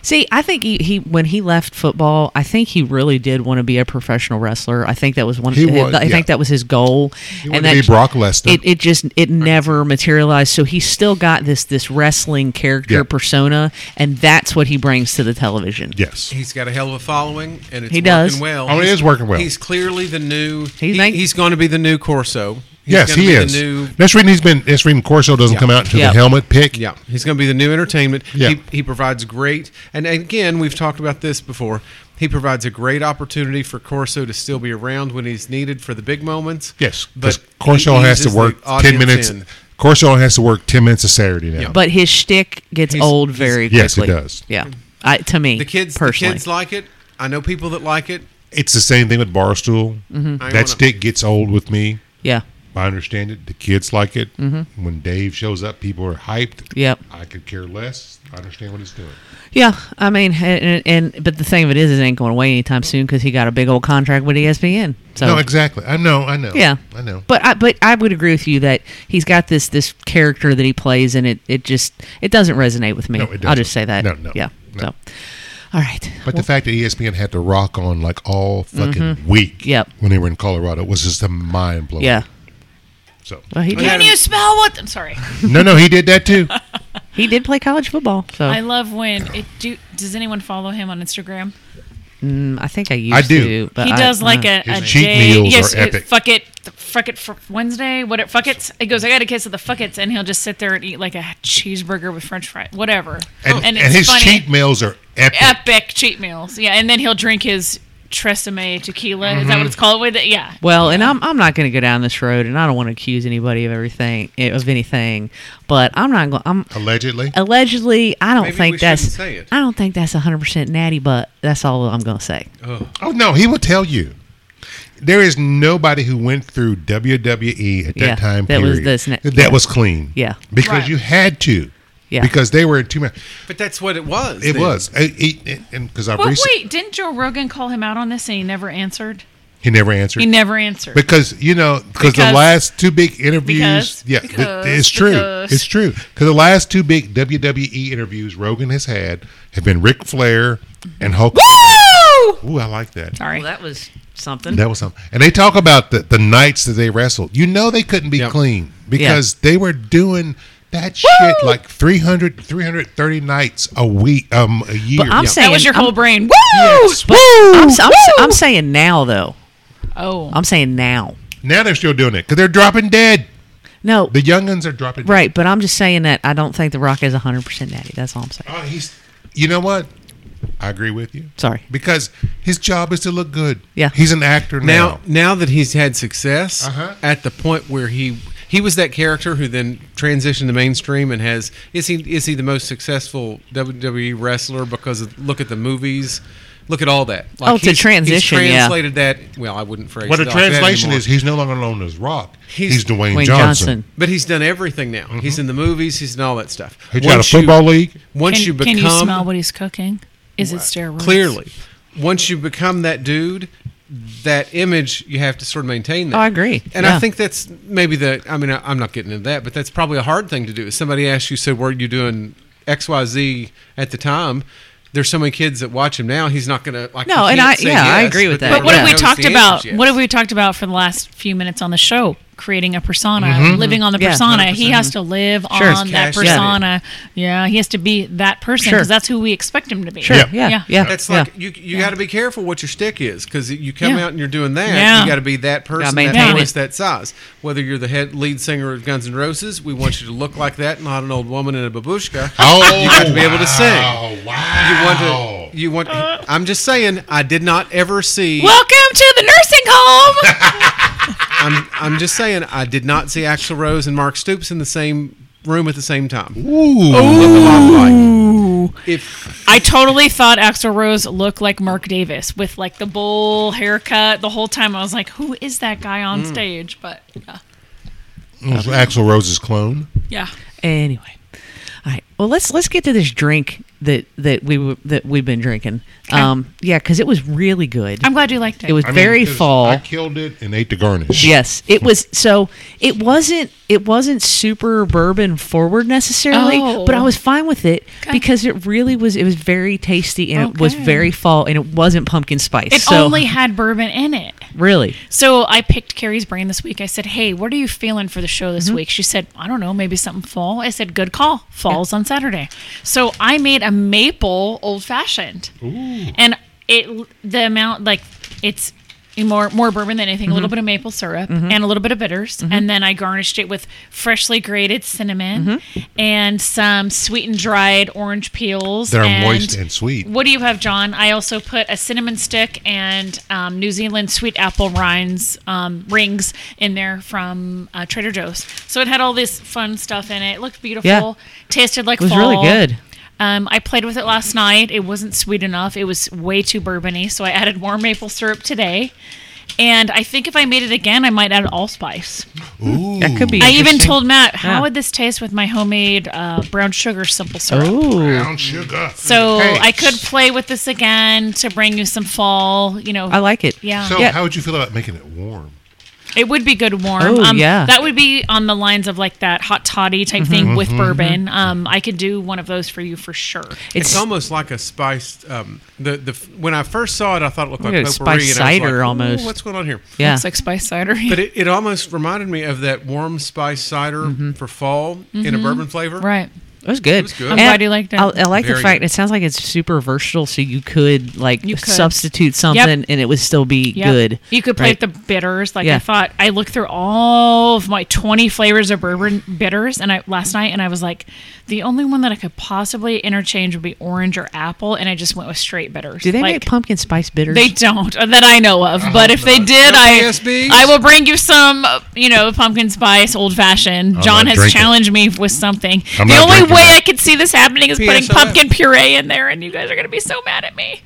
[SPEAKER 1] See, I think he, he when he left football, I think he really did want to be a professional wrestler. I think that was one.
[SPEAKER 2] He
[SPEAKER 1] I
[SPEAKER 2] was, yeah.
[SPEAKER 1] think that was his goal. He
[SPEAKER 2] wanted to be Brock Lesnar.
[SPEAKER 1] It, it just it never materialized. So he still got this this wrestling character
[SPEAKER 2] Yeah.
[SPEAKER 1] persona, and that's what he brings to the television.
[SPEAKER 2] Yes.
[SPEAKER 4] He's got a hell of a following, and it's
[SPEAKER 1] He
[SPEAKER 4] working
[SPEAKER 1] does.
[SPEAKER 4] well.
[SPEAKER 2] Oh, it
[SPEAKER 4] He's-
[SPEAKER 2] is working well.
[SPEAKER 4] He's clearly the new. He,
[SPEAKER 1] like-
[SPEAKER 4] he's going to be the new Corso. He's
[SPEAKER 2] yes,
[SPEAKER 4] gonna
[SPEAKER 2] he
[SPEAKER 4] be
[SPEAKER 2] is.
[SPEAKER 4] The new,
[SPEAKER 2] That's reading he's been. That's reading Corso doesn't
[SPEAKER 4] Yeah.
[SPEAKER 2] come out until
[SPEAKER 1] Yeah.
[SPEAKER 2] the helmet pick.
[SPEAKER 4] yeah, he's going to be the new entertainment.
[SPEAKER 2] Yeah.
[SPEAKER 4] He, he provides great, and again, we've talked about this before. He provides a great opportunity for Corso to still be around when he's needed for the big moments.
[SPEAKER 2] Yes,
[SPEAKER 4] but
[SPEAKER 2] because Corso
[SPEAKER 4] he
[SPEAKER 2] has to
[SPEAKER 4] eases the
[SPEAKER 2] work ten
[SPEAKER 4] audience
[SPEAKER 2] minutes.
[SPEAKER 4] in.
[SPEAKER 2] Corso has to work ten minutes a Saturday now.
[SPEAKER 4] Yeah.
[SPEAKER 1] But his shtick gets
[SPEAKER 4] He's-
[SPEAKER 1] old
[SPEAKER 4] he's-
[SPEAKER 1] very
[SPEAKER 2] Yes, it
[SPEAKER 1] quickly.
[SPEAKER 2] does.
[SPEAKER 1] Yeah, I, to me,
[SPEAKER 4] The kids, the
[SPEAKER 1] personally,
[SPEAKER 4] kids like it. I know people that like it.
[SPEAKER 2] It's the same thing with Barstool.
[SPEAKER 4] Mm-hmm. I wanna-
[SPEAKER 2] That stick gets old with me.
[SPEAKER 1] yeah,
[SPEAKER 2] I understand it. The kids like it. When Dave shows up, people are hyped.
[SPEAKER 1] Mm-hmm. Yep.
[SPEAKER 2] I could care less. I understand what he's doing.
[SPEAKER 1] yeah. I mean, and, and but the thing of it is, it ain't going away anytime soon because he got a big old contract with E ESPN. So
[SPEAKER 2] No, exactly. I know. I know.
[SPEAKER 1] Yeah,
[SPEAKER 2] I know.
[SPEAKER 1] But I, but I would agree with you that he's got this this character that he plays, and it, it just it doesn't resonate with me.
[SPEAKER 2] No, it
[SPEAKER 1] I'll
[SPEAKER 2] doesn't.
[SPEAKER 1] just say that.
[SPEAKER 2] No, no,
[SPEAKER 1] yeah.
[SPEAKER 2] no.
[SPEAKER 1] So, all right.
[SPEAKER 2] But the fact that E ESPN had to rock on like all fucking week
[SPEAKER 1] Mm-hmm. Yep.
[SPEAKER 2] when they were in Colorado was just a mind blowing.
[SPEAKER 1] yeah.
[SPEAKER 2] So
[SPEAKER 1] Well, he did,
[SPEAKER 3] Can you smell what? I'm sorry.
[SPEAKER 2] no, no, he did that too.
[SPEAKER 1] he did play college football. So
[SPEAKER 3] I love when it. Do does anyone follow him on Instagram?
[SPEAKER 1] Mm, I think I used
[SPEAKER 2] I do.
[SPEAKER 1] to. But
[SPEAKER 3] he
[SPEAKER 1] I-
[SPEAKER 3] does like
[SPEAKER 1] uh,
[SPEAKER 3] a,
[SPEAKER 2] His
[SPEAKER 3] a
[SPEAKER 2] cheat
[SPEAKER 3] day.
[SPEAKER 2] meals
[SPEAKER 3] yes,
[SPEAKER 2] are
[SPEAKER 3] uh,
[SPEAKER 2] epic.
[SPEAKER 3] fuck it, th- fuck it for Wednesday. What it fuck it's? He goes, I got a case of the fuck it's, and he'll just sit there and eat like a cheeseburger with French fries, whatever.
[SPEAKER 2] And, and, his cheat meals are epic.
[SPEAKER 3] epic cheat meals. Yeah, and then he'll drink his Tresemme tequila. Is
[SPEAKER 2] Mm-hmm.
[SPEAKER 3] that what it's called? With it, yeah.
[SPEAKER 1] Well, and I'm, I'm not going to go down this road, and I don't want to accuse anybody of everything eh, of anything, but I'm not going. I'm
[SPEAKER 2] Allegedly,
[SPEAKER 1] allegedly. I don't
[SPEAKER 4] Maybe
[SPEAKER 1] think
[SPEAKER 4] we
[SPEAKER 1] that's.
[SPEAKER 4] shouldn't say it.
[SPEAKER 1] I don't think that's 100 percent natty, but that's all I'm going to say.
[SPEAKER 2] oh no, he will tell you. There is nobody who went through WWE at that
[SPEAKER 1] Yeah,
[SPEAKER 2] time
[SPEAKER 1] that was
[SPEAKER 2] period
[SPEAKER 1] this ne-
[SPEAKER 2] that
[SPEAKER 1] yeah.
[SPEAKER 2] was clean.
[SPEAKER 1] Yeah.
[SPEAKER 2] because
[SPEAKER 3] Right.
[SPEAKER 2] you had to.
[SPEAKER 1] Yeah.
[SPEAKER 2] because they were in too much.
[SPEAKER 4] But that's what it was.
[SPEAKER 2] It
[SPEAKER 4] then.
[SPEAKER 2] was, I- I- and- and because I
[SPEAKER 3] But
[SPEAKER 2] recent,
[SPEAKER 3] wait, didn't Joe Rogan call him out on this and he never answered?
[SPEAKER 2] he never answered.
[SPEAKER 3] He never answered.
[SPEAKER 2] because you know, because the
[SPEAKER 3] Because-
[SPEAKER 2] last two big interviews,
[SPEAKER 3] because-
[SPEAKER 2] yeah, th-
[SPEAKER 3] because-
[SPEAKER 2] it's true,
[SPEAKER 3] because.
[SPEAKER 2] it's true. Because the last two big WWE interviews Rogan has had have been Ric Flair and Hulk.
[SPEAKER 3] Woo!
[SPEAKER 2] Ooh, I like that.
[SPEAKER 3] Sorry.
[SPEAKER 1] that was something.
[SPEAKER 2] That was something. And they talk about the, the nights that they wrestled. You know they couldn't be
[SPEAKER 4] Yep.
[SPEAKER 2] clean because they were doing that shit like 300, 330 nights a week, um, a year.
[SPEAKER 1] But I'm
[SPEAKER 4] Yeah.
[SPEAKER 1] saying
[SPEAKER 3] that was your
[SPEAKER 1] I'm-
[SPEAKER 3] whole brain. Woo!
[SPEAKER 2] Yes.
[SPEAKER 1] but I'm, s- I'm s-
[SPEAKER 3] Woo!
[SPEAKER 1] I'm saying now though.
[SPEAKER 3] Oh,
[SPEAKER 1] I'm saying now.
[SPEAKER 2] now they're still doing it because they're dropping dead.
[SPEAKER 1] No,
[SPEAKER 2] The younguns are dropping dead.
[SPEAKER 1] right. But I'm just saying that I don't think The Rock is 100 percent natty. That's all I'm saying.
[SPEAKER 2] Oh, he's. You know what? I agree with you.
[SPEAKER 1] Sorry.
[SPEAKER 2] Because his job is to look good.
[SPEAKER 1] Yeah.
[SPEAKER 2] He's an actor now.
[SPEAKER 4] Now, now that he's had success,
[SPEAKER 2] Uh-huh.
[SPEAKER 4] at the point where he he was that character who then transitioned to mainstream and has is he is he the most successful WWE wrestler because of, look at the movies, look at all that. Like
[SPEAKER 1] Oh, to
[SPEAKER 4] he's-
[SPEAKER 1] transition,
[SPEAKER 4] he's
[SPEAKER 1] yeah.
[SPEAKER 4] translated that. Well, I wouldn't phrase.
[SPEAKER 2] What the
[SPEAKER 4] it like that
[SPEAKER 2] translation
[SPEAKER 4] anymore.
[SPEAKER 2] is, he's no longer known as Rock. He's,
[SPEAKER 4] He's-
[SPEAKER 2] Dwayne,
[SPEAKER 1] Wayne
[SPEAKER 2] Johnson.
[SPEAKER 1] Johnson.
[SPEAKER 4] But he's done everything now. He's in the movies. He's in all that stuff.
[SPEAKER 2] He's got Mm-hmm. a football league.
[SPEAKER 4] Once
[SPEAKER 3] can,
[SPEAKER 4] you become
[SPEAKER 3] can you smell what he's cooking? Is it steroids?
[SPEAKER 4] clearly, once you become that dude, that image you have to sort of maintain. That.
[SPEAKER 1] Oh, I agree.
[SPEAKER 4] And I
[SPEAKER 1] Yeah.
[SPEAKER 4] think that's maybe the. I mean, I, I'm not getting into that, but that's probably a hard thing to do. If somebody asks you, "So, were you doing X, Y, Z at the time?" There's so many kids that watch him now. He's not gonna like.
[SPEAKER 1] No,
[SPEAKER 4] he
[SPEAKER 1] and
[SPEAKER 4] can't
[SPEAKER 1] I-
[SPEAKER 4] say
[SPEAKER 1] yeah, I
[SPEAKER 4] yes,
[SPEAKER 1] agree with that.
[SPEAKER 3] But what
[SPEAKER 1] Yeah.
[SPEAKER 3] have we
[SPEAKER 4] knows
[SPEAKER 3] talked
[SPEAKER 4] the
[SPEAKER 3] about?
[SPEAKER 4] answers yet.
[SPEAKER 3] What have we talked about for the last few minutes on the show? Creating a persona, living on the
[SPEAKER 1] Yeah.
[SPEAKER 3] persona. He has to live
[SPEAKER 1] Mm-hmm. Sure.
[SPEAKER 3] on that
[SPEAKER 4] Cash in. Yeah.
[SPEAKER 3] persona. Yeah. he has to be that person
[SPEAKER 1] Sure.
[SPEAKER 3] because that's who we expect him to be.
[SPEAKER 1] Sure.
[SPEAKER 2] Yeah.
[SPEAKER 1] Yeah. Yeah.
[SPEAKER 3] Yeah.
[SPEAKER 4] That's
[SPEAKER 1] yeah.
[SPEAKER 4] like you. You got to be careful what your stick is because you come
[SPEAKER 3] Yeah.
[SPEAKER 4] out and you're doing that.
[SPEAKER 3] Yeah.
[SPEAKER 4] You got to be that person,
[SPEAKER 1] maintain
[SPEAKER 4] that voice,
[SPEAKER 1] it.
[SPEAKER 4] that size. Whether you're the head lead singer of Guns N' Roses, we want you to look like that, not an old woman in a babushka.
[SPEAKER 2] Oh,
[SPEAKER 4] you have to be able to
[SPEAKER 2] wow,
[SPEAKER 4] sing.
[SPEAKER 2] Wow.
[SPEAKER 4] You want to. You want. I'm just saying. I did not ever see.
[SPEAKER 3] Welcome to the nursing home.
[SPEAKER 4] I'm. I'm just saying. I did not see Axl Rose and Mark Stoops in the same room at the same time.
[SPEAKER 2] Ooh.
[SPEAKER 4] With the limelight. If
[SPEAKER 3] I totally thought Axl Rose looked like Mark Davis with like the bowl haircut the whole time. I was like, who is that guy
[SPEAKER 1] Mm.
[SPEAKER 3] on stage? But yeah,
[SPEAKER 2] Axel Rose's clone.
[SPEAKER 3] yeah.
[SPEAKER 1] Anyway, all right. Well, let's let's get to this drink that that we were- that we've been drinking. Um, yeah, because it was really good.
[SPEAKER 3] I'm glad you liked it.
[SPEAKER 1] it was
[SPEAKER 2] I mean,
[SPEAKER 1] very
[SPEAKER 2] 'cause
[SPEAKER 1] fall.
[SPEAKER 2] I killed it and ate the garnish.
[SPEAKER 1] yes, it was. So it wasn't it wasn't super bourbon forward necessarily,
[SPEAKER 3] Oh.
[SPEAKER 1] but I was fine with it
[SPEAKER 3] Okay.
[SPEAKER 1] because it really was. It was very tasty and it was
[SPEAKER 3] Okay.
[SPEAKER 1] very fall and it wasn't pumpkin spice.
[SPEAKER 3] it
[SPEAKER 1] so,
[SPEAKER 3] only had bourbon in it.
[SPEAKER 1] really
[SPEAKER 3] So I picked Carrie's brain this week. I said, "Hey, what are you feeling for the show
[SPEAKER 2] Mm-hmm.
[SPEAKER 3] this week?" She said, "I don't know, maybe something fall." I said, "Good call. Falls on Saturday." So I made a maple old fashioned, and it the amount like it's more more bourbon than anything, a
[SPEAKER 2] Mm-hmm.
[SPEAKER 3] little bit of maple syrup and a little bit of bitters, and then I garnished it with freshly grated cinnamon
[SPEAKER 2] Mm-hmm.
[SPEAKER 3] and some sweetened dried orange peels.
[SPEAKER 2] They're
[SPEAKER 3] and
[SPEAKER 2] moist and sweet.
[SPEAKER 3] what do you have, John? I also put a cinnamon stick and um, New Zealand sweet apple rinds um, rings in there from uh, Trader Joe's. So it had all this fun stuff in it. It looked beautiful.
[SPEAKER 1] Yeah.
[SPEAKER 3] Tasted like
[SPEAKER 1] it was
[SPEAKER 3] fall.
[SPEAKER 1] really good.
[SPEAKER 3] Um, I played with it last night. It wasn't sweet enough. It was way too bourbony, so I added more maple syrup today. And I think if I made it again, I might add allspice.
[SPEAKER 2] Ooh.
[SPEAKER 1] That could be.
[SPEAKER 3] I even
[SPEAKER 1] interesting.
[SPEAKER 3] told Matt, "How
[SPEAKER 1] Yeah.
[SPEAKER 3] would this taste with my homemade uh, brown sugar simple syrup?"
[SPEAKER 1] Oh,
[SPEAKER 2] brown sugar. Mm,
[SPEAKER 3] So
[SPEAKER 2] Hey,
[SPEAKER 3] I could play with this again to bring you some fall. You know,
[SPEAKER 1] I like it.
[SPEAKER 3] yeah,
[SPEAKER 2] So
[SPEAKER 1] Yeah.
[SPEAKER 2] how would you feel about making it warm?
[SPEAKER 3] it would be good warm.
[SPEAKER 1] Oh,
[SPEAKER 3] um,
[SPEAKER 1] yeah. Mm-hmm.
[SPEAKER 3] that would be on the lines of like that hot toddy type thing with bourbon. Um, I could do one of those for you for sure.
[SPEAKER 1] It's,
[SPEAKER 4] it's almost like a spiced. Um, the the when I first saw it, I thought it looked like
[SPEAKER 1] Look at it,
[SPEAKER 4] potpourri. and I was
[SPEAKER 1] spiced
[SPEAKER 4] like,
[SPEAKER 1] cider
[SPEAKER 4] "Ooh,
[SPEAKER 1] almost."
[SPEAKER 4] What's going on here?
[SPEAKER 1] yeah.
[SPEAKER 3] It's like spice cider.
[SPEAKER 4] But it, it almost reminded me of that warm spice cider for fall in a bourbon flavor.
[SPEAKER 3] Mm-hmm. right.
[SPEAKER 1] It was good.
[SPEAKER 4] It was good.
[SPEAKER 3] I'm
[SPEAKER 1] And
[SPEAKER 3] glad you liked it.
[SPEAKER 1] I, I like the
[SPEAKER 4] Very
[SPEAKER 1] fact
[SPEAKER 4] good.
[SPEAKER 1] it sounds like it's super versatile, so you could like
[SPEAKER 3] You could.
[SPEAKER 1] substitute something and it would still be
[SPEAKER 3] Yep.
[SPEAKER 1] good.
[SPEAKER 3] You could play
[SPEAKER 1] right?
[SPEAKER 3] with the bitters. Like
[SPEAKER 1] Yeah.
[SPEAKER 3] I thought, I looked through all of my 20 flavors of bourbon bitters and I last night, and I was like, the only one that I could possibly interchange would be orange or apple, and I just went with straight bitters.
[SPEAKER 1] Do they
[SPEAKER 3] like,
[SPEAKER 1] make pumpkin spice bitters?
[SPEAKER 3] They don't uh, that I know
[SPEAKER 2] Uh-huh.
[SPEAKER 3] of, but if they did, I
[SPEAKER 4] PSBs?
[SPEAKER 3] I will bring you some. uh, You know, pumpkin spice old fashioned.
[SPEAKER 2] I'm
[SPEAKER 3] John
[SPEAKER 2] not
[SPEAKER 3] has
[SPEAKER 2] drinking.
[SPEAKER 3] challenged me with something.
[SPEAKER 2] I'm
[SPEAKER 3] the
[SPEAKER 2] not
[SPEAKER 3] only
[SPEAKER 2] drinking
[SPEAKER 3] way
[SPEAKER 2] that.
[SPEAKER 3] I could see this happening is putting
[SPEAKER 4] PSOS.
[SPEAKER 3] pumpkin puree in there, and you guys are gonna be so mad at me.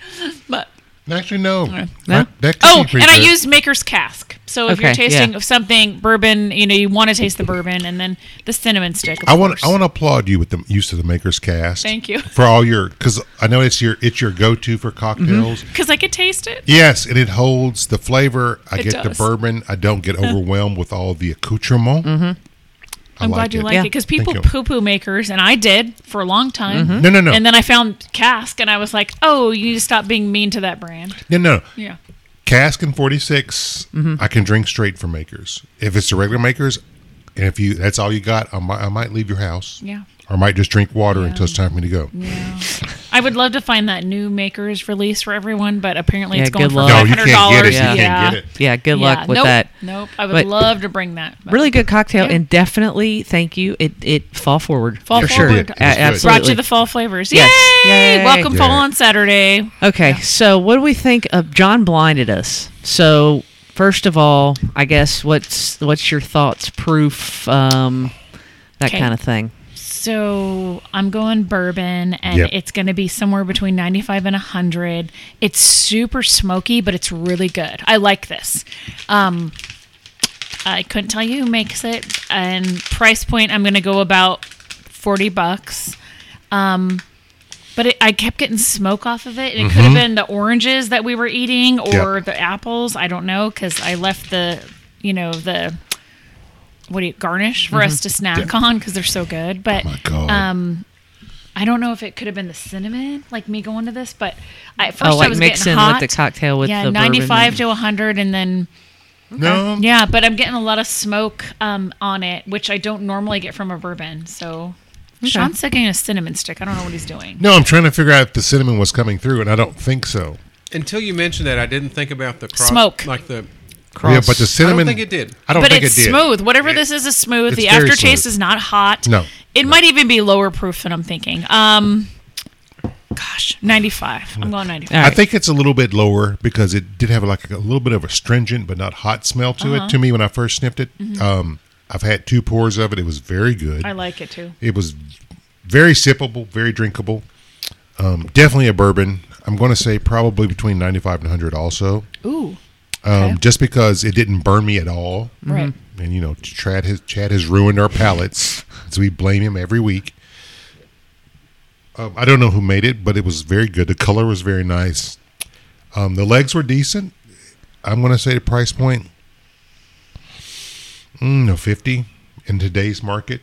[SPEAKER 3] But
[SPEAKER 2] Actually, no.
[SPEAKER 1] No?
[SPEAKER 2] That- that could
[SPEAKER 3] Oh,
[SPEAKER 2] be pretty
[SPEAKER 3] and I
[SPEAKER 2] good.
[SPEAKER 3] use Maker's Cask. So if
[SPEAKER 1] Okay,
[SPEAKER 3] you're tasting
[SPEAKER 1] yeah.
[SPEAKER 3] something bourbon, you know you want to taste the bourbon, and then the cinnamon stick. Of
[SPEAKER 2] I want
[SPEAKER 3] course.
[SPEAKER 2] I want to applaud you with the use of the Maker's Cast.
[SPEAKER 3] Thank you.
[SPEAKER 2] for all your because I know it's your it's your go to for cocktails.
[SPEAKER 3] because I could taste it.
[SPEAKER 2] Yes, and it holds the flavor. I
[SPEAKER 3] It
[SPEAKER 2] get the
[SPEAKER 3] does.
[SPEAKER 2] bourbon. I don't get overwhelmed with all the accoutrement. Mm-hmm.
[SPEAKER 3] I'm glad you like
[SPEAKER 1] Yeah.
[SPEAKER 3] it because
[SPEAKER 2] Thank
[SPEAKER 3] people
[SPEAKER 2] you.
[SPEAKER 3] poo poo makers, and I did for a long time.
[SPEAKER 1] Mm-hmm.
[SPEAKER 2] No, no, no.
[SPEAKER 3] And then I found Cask, and I was like, oh, you need to stop being mean to that brand.
[SPEAKER 2] No, no. no.
[SPEAKER 3] Yeah.
[SPEAKER 2] Cask and 46,
[SPEAKER 3] Mm-hmm.
[SPEAKER 2] I can drink straight from Makers. If it's the regular Makers, and if you that's all you got, I might, I might leave your house.
[SPEAKER 3] Yeah.
[SPEAKER 2] Or I might just drink water until it's time for me to go.
[SPEAKER 3] Yeah. I would love to find that new makers release for everyone, but apparently
[SPEAKER 1] Yeah,
[SPEAKER 3] it's going
[SPEAKER 1] good
[SPEAKER 3] for
[SPEAKER 1] luck.
[SPEAKER 2] No, you
[SPEAKER 3] five hundred
[SPEAKER 2] can't get
[SPEAKER 3] dollars.
[SPEAKER 2] it.
[SPEAKER 1] Yeah.
[SPEAKER 2] You can't get it.
[SPEAKER 1] yeah, good luck with
[SPEAKER 3] nope,
[SPEAKER 1] that.
[SPEAKER 3] Nope. I would
[SPEAKER 1] But-
[SPEAKER 3] love to bring that. but-
[SPEAKER 1] Really good cocktail
[SPEAKER 3] Yeah.
[SPEAKER 1] and definitely thank you. It it fall forward
[SPEAKER 3] Fall
[SPEAKER 1] for sure.
[SPEAKER 3] forward.
[SPEAKER 1] A-
[SPEAKER 3] It
[SPEAKER 2] was good.
[SPEAKER 1] absolutely.
[SPEAKER 3] Brought you the fall flavors.
[SPEAKER 1] Yes.
[SPEAKER 3] Yay!
[SPEAKER 1] Yay.
[SPEAKER 3] Welcome fall
[SPEAKER 2] Yeah.
[SPEAKER 3] on Saturday.
[SPEAKER 1] Okay, so what do we think of John blinded us? So first of all, I guess what's what's your thoughts? Proof, um, that
[SPEAKER 3] Okay.
[SPEAKER 1] kind of thing.
[SPEAKER 3] So I'm going bourbon, and
[SPEAKER 2] Yep.
[SPEAKER 3] it's going to be somewhere between 95 and 100. It's super smoky, but it's really good. I like this. Um, I couldn't tell you who makes it, and price point. I'm going to go about 40 bucks. Um, but it, I kept getting smoke off of it. and It could have been the oranges that we were eating or
[SPEAKER 2] Mm-hmm. Yep.
[SPEAKER 3] the apples. I don't know because I left the, you know, the what do you garnish for us to snack on on because they're so good. But
[SPEAKER 2] Mm-hmm. Oh My God.
[SPEAKER 3] um, I don't know if it could have been the cinnamon, like me going to this, but I, at first
[SPEAKER 1] Oh,
[SPEAKER 3] I
[SPEAKER 1] like
[SPEAKER 3] was
[SPEAKER 1] mix
[SPEAKER 3] getting
[SPEAKER 1] in
[SPEAKER 3] hot.
[SPEAKER 1] with the cocktail with
[SPEAKER 3] yeah,
[SPEAKER 1] the bourbon
[SPEAKER 3] ninety-five
[SPEAKER 1] and-
[SPEAKER 3] to hundred, and then
[SPEAKER 2] No.
[SPEAKER 3] yeah, but I'm getting a lot of smoke um, on it, which I don't normally get from a bourbon. So Sean's taking a cinnamon stick. I don't know what he's doing.
[SPEAKER 2] No, I'm trying to figure out if the cinnamon was coming through, and I don't think so.
[SPEAKER 4] Until you mentioned that, I didn't think about the cross,
[SPEAKER 3] Smoke.
[SPEAKER 4] Like the
[SPEAKER 1] Cross.
[SPEAKER 2] Yeah, but the cinnamon.
[SPEAKER 4] think it did.
[SPEAKER 2] I don't
[SPEAKER 3] but
[SPEAKER 2] think
[SPEAKER 3] it's
[SPEAKER 2] it did.
[SPEAKER 3] smooth. Whatever this is is smooth.
[SPEAKER 2] It's
[SPEAKER 3] the
[SPEAKER 2] very
[SPEAKER 3] aftertaste
[SPEAKER 2] smooth.
[SPEAKER 3] is not hot.
[SPEAKER 2] No.
[SPEAKER 3] It might even be lower proof than I'm thinking. Um, gosh, 95. I'm going 95.
[SPEAKER 1] All
[SPEAKER 2] I
[SPEAKER 1] right.
[SPEAKER 2] think it's a little bit lower because it did have like a little bit of astringent but not hot smell to
[SPEAKER 3] Uh-huh.
[SPEAKER 2] it. To me, when I first sniffed it, um, I've had two pours of it. It was very good.
[SPEAKER 3] Mm-hmm. I like it too.
[SPEAKER 2] it was very sippable, very drinkable. Um, definitely a bourbon. I'm going to say probably between 95 and 100 also,
[SPEAKER 3] Ooh,
[SPEAKER 2] um,
[SPEAKER 3] Okay.
[SPEAKER 2] just because it didn't burn me at all.
[SPEAKER 1] Mm-hmm.
[SPEAKER 3] right.
[SPEAKER 2] And you know, Chad has Chad has ruined our palates, so we blame him every week. Um, I don't know who made it, but it was very good. The color was very nice. Um, the legs were decent. I'm going to say the price point, mm, no fifty in today's market.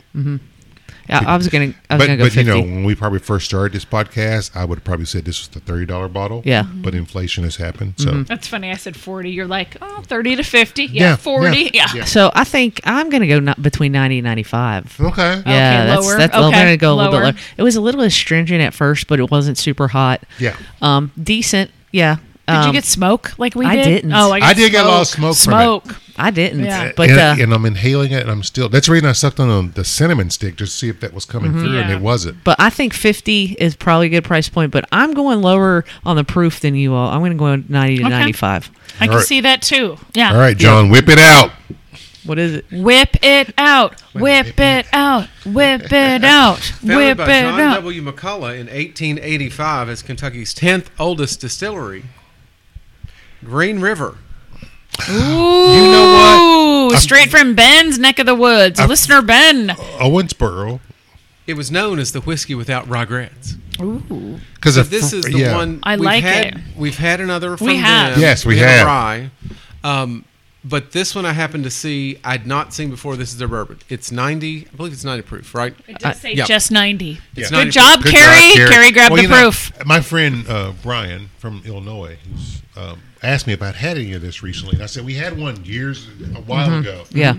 [SPEAKER 1] Yeah, I was gonna. I was
[SPEAKER 2] But
[SPEAKER 1] gonna go
[SPEAKER 2] but you
[SPEAKER 1] fifty.
[SPEAKER 2] know, when we probably first started this podcast, I would probably said this was the thirty dollar bottle.
[SPEAKER 1] Yeah. Mm-hmm. Mhm.
[SPEAKER 2] but inflation has happened, so
[SPEAKER 3] That's funny. I said 40. You're like, oh, 30 to 50. Yeah,
[SPEAKER 2] Yeah,
[SPEAKER 3] 40.
[SPEAKER 2] yeah,
[SPEAKER 3] Yeah.
[SPEAKER 2] yeah.
[SPEAKER 1] so I think I'm gonna go not between ninety and ninety-five.
[SPEAKER 2] okay.
[SPEAKER 1] Yeah, that's
[SPEAKER 3] lower.
[SPEAKER 1] that's. I'm
[SPEAKER 3] Okay,
[SPEAKER 1] gonna go a little bit
[SPEAKER 3] lower.
[SPEAKER 1] lower. It was a little astringent at first, but it wasn't super hot.
[SPEAKER 2] Yeah.
[SPEAKER 1] Um, decent. Yeah.
[SPEAKER 3] Did
[SPEAKER 1] um,
[SPEAKER 3] you get smoke like we
[SPEAKER 1] I
[SPEAKER 3] did?
[SPEAKER 1] didn't.
[SPEAKER 3] Oh, I, got
[SPEAKER 2] I did get a lot of smoke from it.
[SPEAKER 3] Smoke.
[SPEAKER 1] I didn't.
[SPEAKER 3] Yeah.
[SPEAKER 1] But
[SPEAKER 2] and,
[SPEAKER 1] uh,
[SPEAKER 2] and I'm inhaling it, and I'm still. That's the reason I sucked on the cinnamon stick just to see if that was coming
[SPEAKER 1] Mm-hmm.
[SPEAKER 2] through, and
[SPEAKER 3] Yeah.
[SPEAKER 2] it wasn't.
[SPEAKER 1] But I think 50 is probably a good price point, but I'm going lower on the proof than you all. I'm going to go 90 to
[SPEAKER 3] Okay.
[SPEAKER 1] 95.
[SPEAKER 3] I can
[SPEAKER 2] All right.
[SPEAKER 3] see that too. Yeah.
[SPEAKER 2] All right, John, whip it out.
[SPEAKER 1] What is it?
[SPEAKER 3] Whip it out. Whip it out. Whip it out.
[SPEAKER 4] founded
[SPEAKER 3] Whip
[SPEAKER 4] by
[SPEAKER 3] it
[SPEAKER 4] John
[SPEAKER 3] out.
[SPEAKER 4] W. McCullough in 1885 as Kentucky's 10th oldest distillery, Green River.
[SPEAKER 3] Ooh,
[SPEAKER 4] know
[SPEAKER 2] Um,
[SPEAKER 3] straight from Ben's neck of the woods.
[SPEAKER 2] uh,
[SPEAKER 3] Listener Ben.
[SPEAKER 2] Owensboro,
[SPEAKER 4] It was known as the whiskey without regrets.
[SPEAKER 3] Ooh.
[SPEAKER 2] because
[SPEAKER 4] So this is the one
[SPEAKER 3] I
[SPEAKER 4] we've
[SPEAKER 3] like
[SPEAKER 4] had,
[SPEAKER 3] it.
[SPEAKER 4] We've had another from
[SPEAKER 3] have.
[SPEAKER 4] them.
[SPEAKER 2] Yes, we
[SPEAKER 4] had a
[SPEAKER 2] have.
[SPEAKER 4] Rye. Um, but this one I happened to see I'd not seen before. This is their bourbon. It's 90, I believe it's 90 proof, right?
[SPEAKER 3] It
[SPEAKER 1] I-
[SPEAKER 3] did say
[SPEAKER 4] yeah.
[SPEAKER 3] just 90.
[SPEAKER 4] It's
[SPEAKER 3] Good
[SPEAKER 4] 90
[SPEAKER 3] job,
[SPEAKER 2] Good
[SPEAKER 3] Carrie.
[SPEAKER 2] job,
[SPEAKER 3] Carrie grabbed
[SPEAKER 2] Well,
[SPEAKER 3] the
[SPEAKER 2] you know,
[SPEAKER 3] proof.
[SPEAKER 2] My friend uh, Brian from Illinois who's,
[SPEAKER 3] Mm-hmm.
[SPEAKER 2] um, asked me if I'd had any of this recently, and I said we had one years a while ago.
[SPEAKER 1] Mm-hmm. Yeah.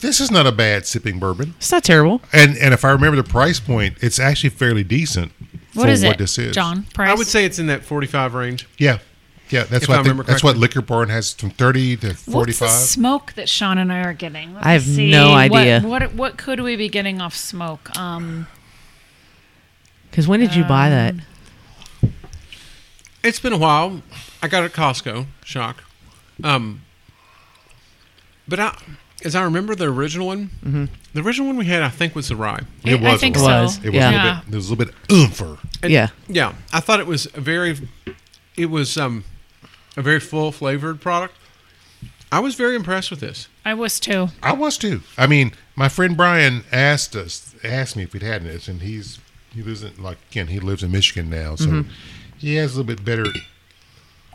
[SPEAKER 2] this is not a bad sipping bourbon.
[SPEAKER 1] It's not terrible.
[SPEAKER 2] And and if I remember the price point, it's actually fairly decent
[SPEAKER 3] What
[SPEAKER 2] for
[SPEAKER 3] is
[SPEAKER 2] what
[SPEAKER 3] it,
[SPEAKER 2] this is.
[SPEAKER 3] John Price?
[SPEAKER 4] I would say it's in that 45 range.
[SPEAKER 2] Yeah. Yeah, that's
[SPEAKER 4] If
[SPEAKER 2] what
[SPEAKER 4] I
[SPEAKER 2] I think,
[SPEAKER 4] remember
[SPEAKER 2] that's what Liquor Barn has from 30 to
[SPEAKER 3] What's the
[SPEAKER 2] 45.
[SPEAKER 3] smoke that Sean and I are getting? Let
[SPEAKER 1] I
[SPEAKER 3] me
[SPEAKER 1] have
[SPEAKER 3] see.
[SPEAKER 1] no
[SPEAKER 3] What-
[SPEAKER 1] idea.
[SPEAKER 3] What, what could we be getting off smoke? Um,
[SPEAKER 1] Because when did you
[SPEAKER 3] Uh,
[SPEAKER 1] buy that?
[SPEAKER 4] It's been a while. I got it at Costco. Shock. Um, but I, as I remember the original one, the original one we had, I think, was the rye.
[SPEAKER 3] I- I
[SPEAKER 2] was
[SPEAKER 3] think
[SPEAKER 2] a
[SPEAKER 3] so.
[SPEAKER 2] lot.
[SPEAKER 1] Was,
[SPEAKER 2] It was
[SPEAKER 1] yeah.
[SPEAKER 2] a little bit, there was a little bit oompher.
[SPEAKER 4] It-
[SPEAKER 1] Yeah.
[SPEAKER 4] Yeah. I thought it was a very, it was um, a very full flavored product. I was very impressed with this.
[SPEAKER 3] I was too.
[SPEAKER 2] I was too. I mean, my friend Brian asked us asked me if we'd had this, and he's he lives in like again he lives in Michigan now, so
[SPEAKER 3] Mm-hmm.
[SPEAKER 2] he has a little bit better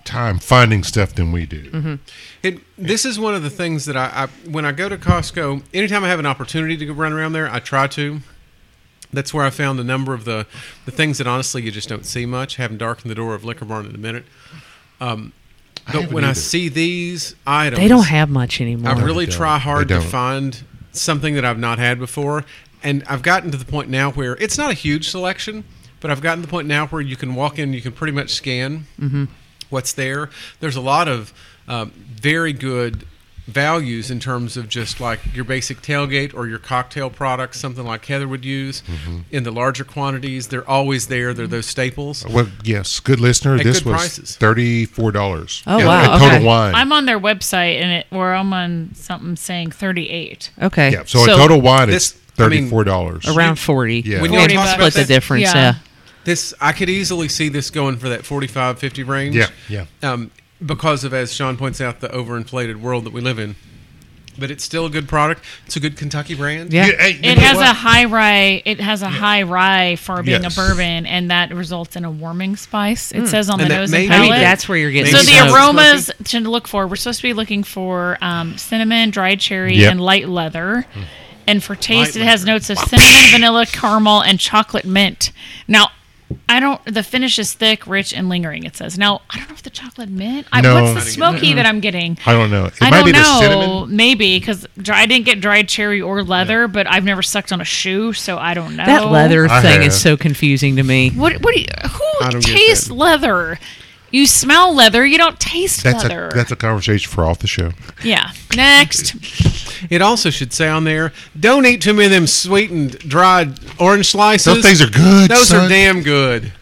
[SPEAKER 2] time finding stuff than we do.
[SPEAKER 3] Mm-hmm.
[SPEAKER 4] It, this is one of the things that I, I when I go to Costco, anytime I have an opportunity to go run around there, I try to. That's where I found a number of the, the things that honestly you just don't see much. Haven't darkened the door of Liquor Barn in a minute. Um,
[SPEAKER 2] I
[SPEAKER 4] But
[SPEAKER 2] haven't
[SPEAKER 4] when I
[SPEAKER 2] either.
[SPEAKER 4] see these items,
[SPEAKER 1] They don't have much anymore.
[SPEAKER 4] I really
[SPEAKER 2] they don't.
[SPEAKER 4] try hard
[SPEAKER 2] They
[SPEAKER 4] to
[SPEAKER 2] don't.
[SPEAKER 4] find something that I've not had before, and I've gotten to the point now where it's not a huge selection, but I've gotten to the point now where you can walk in, you can pretty much scan what's there. There's a lot of um, very good values in terms of just like your basic tailgate or your cocktail products, something like Heather would use
[SPEAKER 2] Mm-hmm.
[SPEAKER 4] in the larger quantities. They're always there. They're those staples.
[SPEAKER 2] well, yes, good listener,
[SPEAKER 4] At
[SPEAKER 2] this
[SPEAKER 4] good
[SPEAKER 2] was
[SPEAKER 4] prices.
[SPEAKER 2] thirty four dollars.
[SPEAKER 1] Oh, wow,
[SPEAKER 2] total
[SPEAKER 1] okay.
[SPEAKER 2] wine.
[SPEAKER 3] I'm on their website and it, or I'm on something saying 38.
[SPEAKER 1] Okay.
[SPEAKER 2] yeah, so, a
[SPEAKER 3] So-
[SPEAKER 2] total wine
[SPEAKER 4] This-
[SPEAKER 2] is
[SPEAKER 4] I mean,
[SPEAKER 2] thirty four dollars.
[SPEAKER 1] Around 40.
[SPEAKER 2] Yeah.
[SPEAKER 4] When
[SPEAKER 1] When
[SPEAKER 4] you
[SPEAKER 1] you
[SPEAKER 4] talk about
[SPEAKER 1] split the
[SPEAKER 4] that-
[SPEAKER 1] difference,
[SPEAKER 3] Yeah.
[SPEAKER 1] yeah.
[SPEAKER 4] This I could easily see this going for that 45 50 range.
[SPEAKER 2] Yeah, yeah.
[SPEAKER 4] Um, because of as Sean points out the overinflated world that we live in. But it's still a good product. It's a good Kentucky brand.
[SPEAKER 1] Yeah.
[SPEAKER 3] It has a high rye. It has a high rye for being
[SPEAKER 2] Yes.
[SPEAKER 3] a bourbon, and that results in a warming spice. It says on
[SPEAKER 4] And
[SPEAKER 3] the
[SPEAKER 4] that
[SPEAKER 3] nose
[SPEAKER 4] may be-
[SPEAKER 3] and
[SPEAKER 1] Hmm. Maybe
[SPEAKER 3] palate.
[SPEAKER 4] Palette.
[SPEAKER 1] that's where you're getting
[SPEAKER 3] so
[SPEAKER 4] Maybe
[SPEAKER 1] smoke.
[SPEAKER 3] the
[SPEAKER 4] so.
[SPEAKER 3] aromas to look for. We're supposed to be looking for um, cinnamon, dried cherry,
[SPEAKER 2] Yep.
[SPEAKER 3] and light leather. And for taste,
[SPEAKER 4] Hmm. Light
[SPEAKER 3] it has
[SPEAKER 4] leather.
[SPEAKER 3] notes of cinnamon, vanilla, caramel, and chocolate mint. Now, I don't. The finish is thick, rich, and lingering. It says. Now, I don't know if the chocolate mint. I,
[SPEAKER 2] No.
[SPEAKER 3] what's the
[SPEAKER 2] I
[SPEAKER 4] didn't get that.
[SPEAKER 3] smoky that I'm getting?
[SPEAKER 2] I don't know. It
[SPEAKER 3] I
[SPEAKER 2] might
[SPEAKER 3] don't
[SPEAKER 2] be the
[SPEAKER 3] know.
[SPEAKER 2] cinnamon.
[SPEAKER 3] Maybe because I didn't get dried cherry or leather, but I've never sucked on a shoe, so I don't know.
[SPEAKER 1] That leather
[SPEAKER 2] I
[SPEAKER 1] thing
[SPEAKER 2] have.
[SPEAKER 1] is so confusing to me.
[SPEAKER 3] What? What? Do you,
[SPEAKER 4] I
[SPEAKER 3] who
[SPEAKER 4] don't get
[SPEAKER 3] tastes
[SPEAKER 4] that.
[SPEAKER 3] leather? You smell leather. You don't taste
[SPEAKER 2] That's
[SPEAKER 3] leather.
[SPEAKER 2] a that's a conversation for off the show.
[SPEAKER 3] yeah. Next.
[SPEAKER 4] It also should say on there, don't eat too many of them sweetened dried orange slices.
[SPEAKER 2] Those things are good,
[SPEAKER 4] Those are
[SPEAKER 2] son.
[SPEAKER 4] damn good.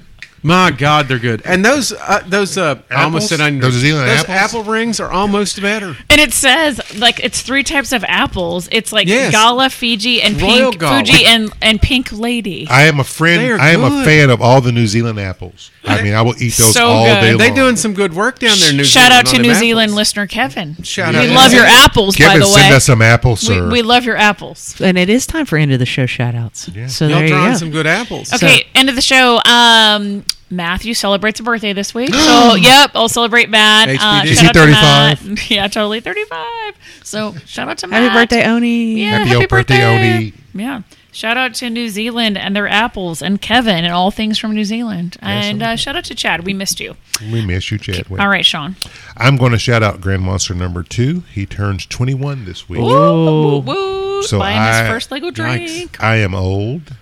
[SPEAKER 4] My God, they're good. And those uh, those uh, I almost
[SPEAKER 2] Apples?
[SPEAKER 4] said onion
[SPEAKER 2] Those
[SPEAKER 4] rings.
[SPEAKER 2] Zealand
[SPEAKER 4] those
[SPEAKER 2] apples?
[SPEAKER 4] apple rings are almost better.
[SPEAKER 3] And it says like it's three types of apples. It's like
[SPEAKER 4] Yes.
[SPEAKER 3] Gala, Fiji, and
[SPEAKER 4] Royal
[SPEAKER 3] Pink
[SPEAKER 4] Gala.
[SPEAKER 3] Fuji, and and Pink Lady.
[SPEAKER 2] I am a friend.
[SPEAKER 4] They are
[SPEAKER 2] I am
[SPEAKER 4] good.
[SPEAKER 2] a fan of all the New Zealand apples. I mean, I will eat those
[SPEAKER 3] So
[SPEAKER 2] all
[SPEAKER 3] good.
[SPEAKER 2] day long.
[SPEAKER 4] They're doing some good work down there, in New
[SPEAKER 3] Shout
[SPEAKER 4] Zealand.
[SPEAKER 3] out
[SPEAKER 4] on
[SPEAKER 3] to
[SPEAKER 4] them
[SPEAKER 3] New
[SPEAKER 4] apples.
[SPEAKER 3] Zealand listener Kevin.
[SPEAKER 4] Shout
[SPEAKER 3] we
[SPEAKER 4] out.
[SPEAKER 3] love your apples,
[SPEAKER 2] Kevin,
[SPEAKER 3] by the
[SPEAKER 2] send
[SPEAKER 3] way.
[SPEAKER 2] us some apples,
[SPEAKER 3] we,
[SPEAKER 2] sir.
[SPEAKER 3] we love your apples.
[SPEAKER 1] And it is time for end of the show shout outs. So
[SPEAKER 4] Y'all
[SPEAKER 1] there you
[SPEAKER 4] drawing
[SPEAKER 1] go.
[SPEAKER 4] some good apples.
[SPEAKER 3] Okay, end of the show. Um, Matthew celebrates a birthday this week. So, yep, I'll celebrate Matt. Uh,
[SPEAKER 4] HBD. Is
[SPEAKER 3] shout
[SPEAKER 2] he
[SPEAKER 3] out to
[SPEAKER 2] 35?
[SPEAKER 3] Matt. Yeah, totally 35. So, shout out to Matt.
[SPEAKER 1] Happy birthday, Oni.
[SPEAKER 3] Yeah,
[SPEAKER 2] Happy
[SPEAKER 3] happy,
[SPEAKER 2] old birthday,
[SPEAKER 3] birthday,
[SPEAKER 2] Oni.
[SPEAKER 3] Yeah. Shout out to New Zealand and their apples and Kevin and all things from New Zealand. and uh, shout out to Chad. We missed you.
[SPEAKER 2] we miss you, Chadwick.
[SPEAKER 3] All right, Sean.
[SPEAKER 2] I'm going to shout out Grand Monster number two. He turns 21 this week.
[SPEAKER 1] Ooh.
[SPEAKER 3] Woo, woo,
[SPEAKER 2] So
[SPEAKER 3] buying
[SPEAKER 2] I-
[SPEAKER 3] his first Lego drink.
[SPEAKER 2] I am old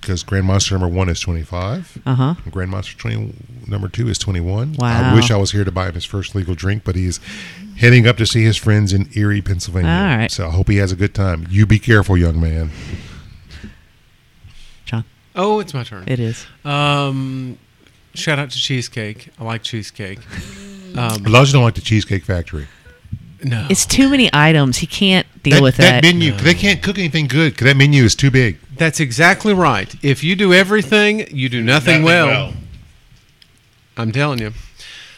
[SPEAKER 2] because Grand Monster number one is 25.
[SPEAKER 1] Uh huh.
[SPEAKER 2] and Grand Monster 20, number two is 21. I
[SPEAKER 1] Wow.
[SPEAKER 2] wish I was here to buy him his first legal drink, but he's heading up to see his friends in Erie, Pennsylvania.
[SPEAKER 1] All right.
[SPEAKER 2] So I hope he has a good time. You be careful, young man.
[SPEAKER 1] John,
[SPEAKER 4] Oh, it's my turn.
[SPEAKER 1] it is.
[SPEAKER 4] Um, shout out to cheesecake. I like cheesecake.
[SPEAKER 2] As long as you don't like the Cheesecake Factory.
[SPEAKER 4] No,
[SPEAKER 1] It's too many items. He can't deal
[SPEAKER 2] that,
[SPEAKER 1] with that.
[SPEAKER 2] that menu. They can't cook anything good because that menu is too big.
[SPEAKER 4] that's exactly right. If you do everything, you do nothing, well. I'm telling you.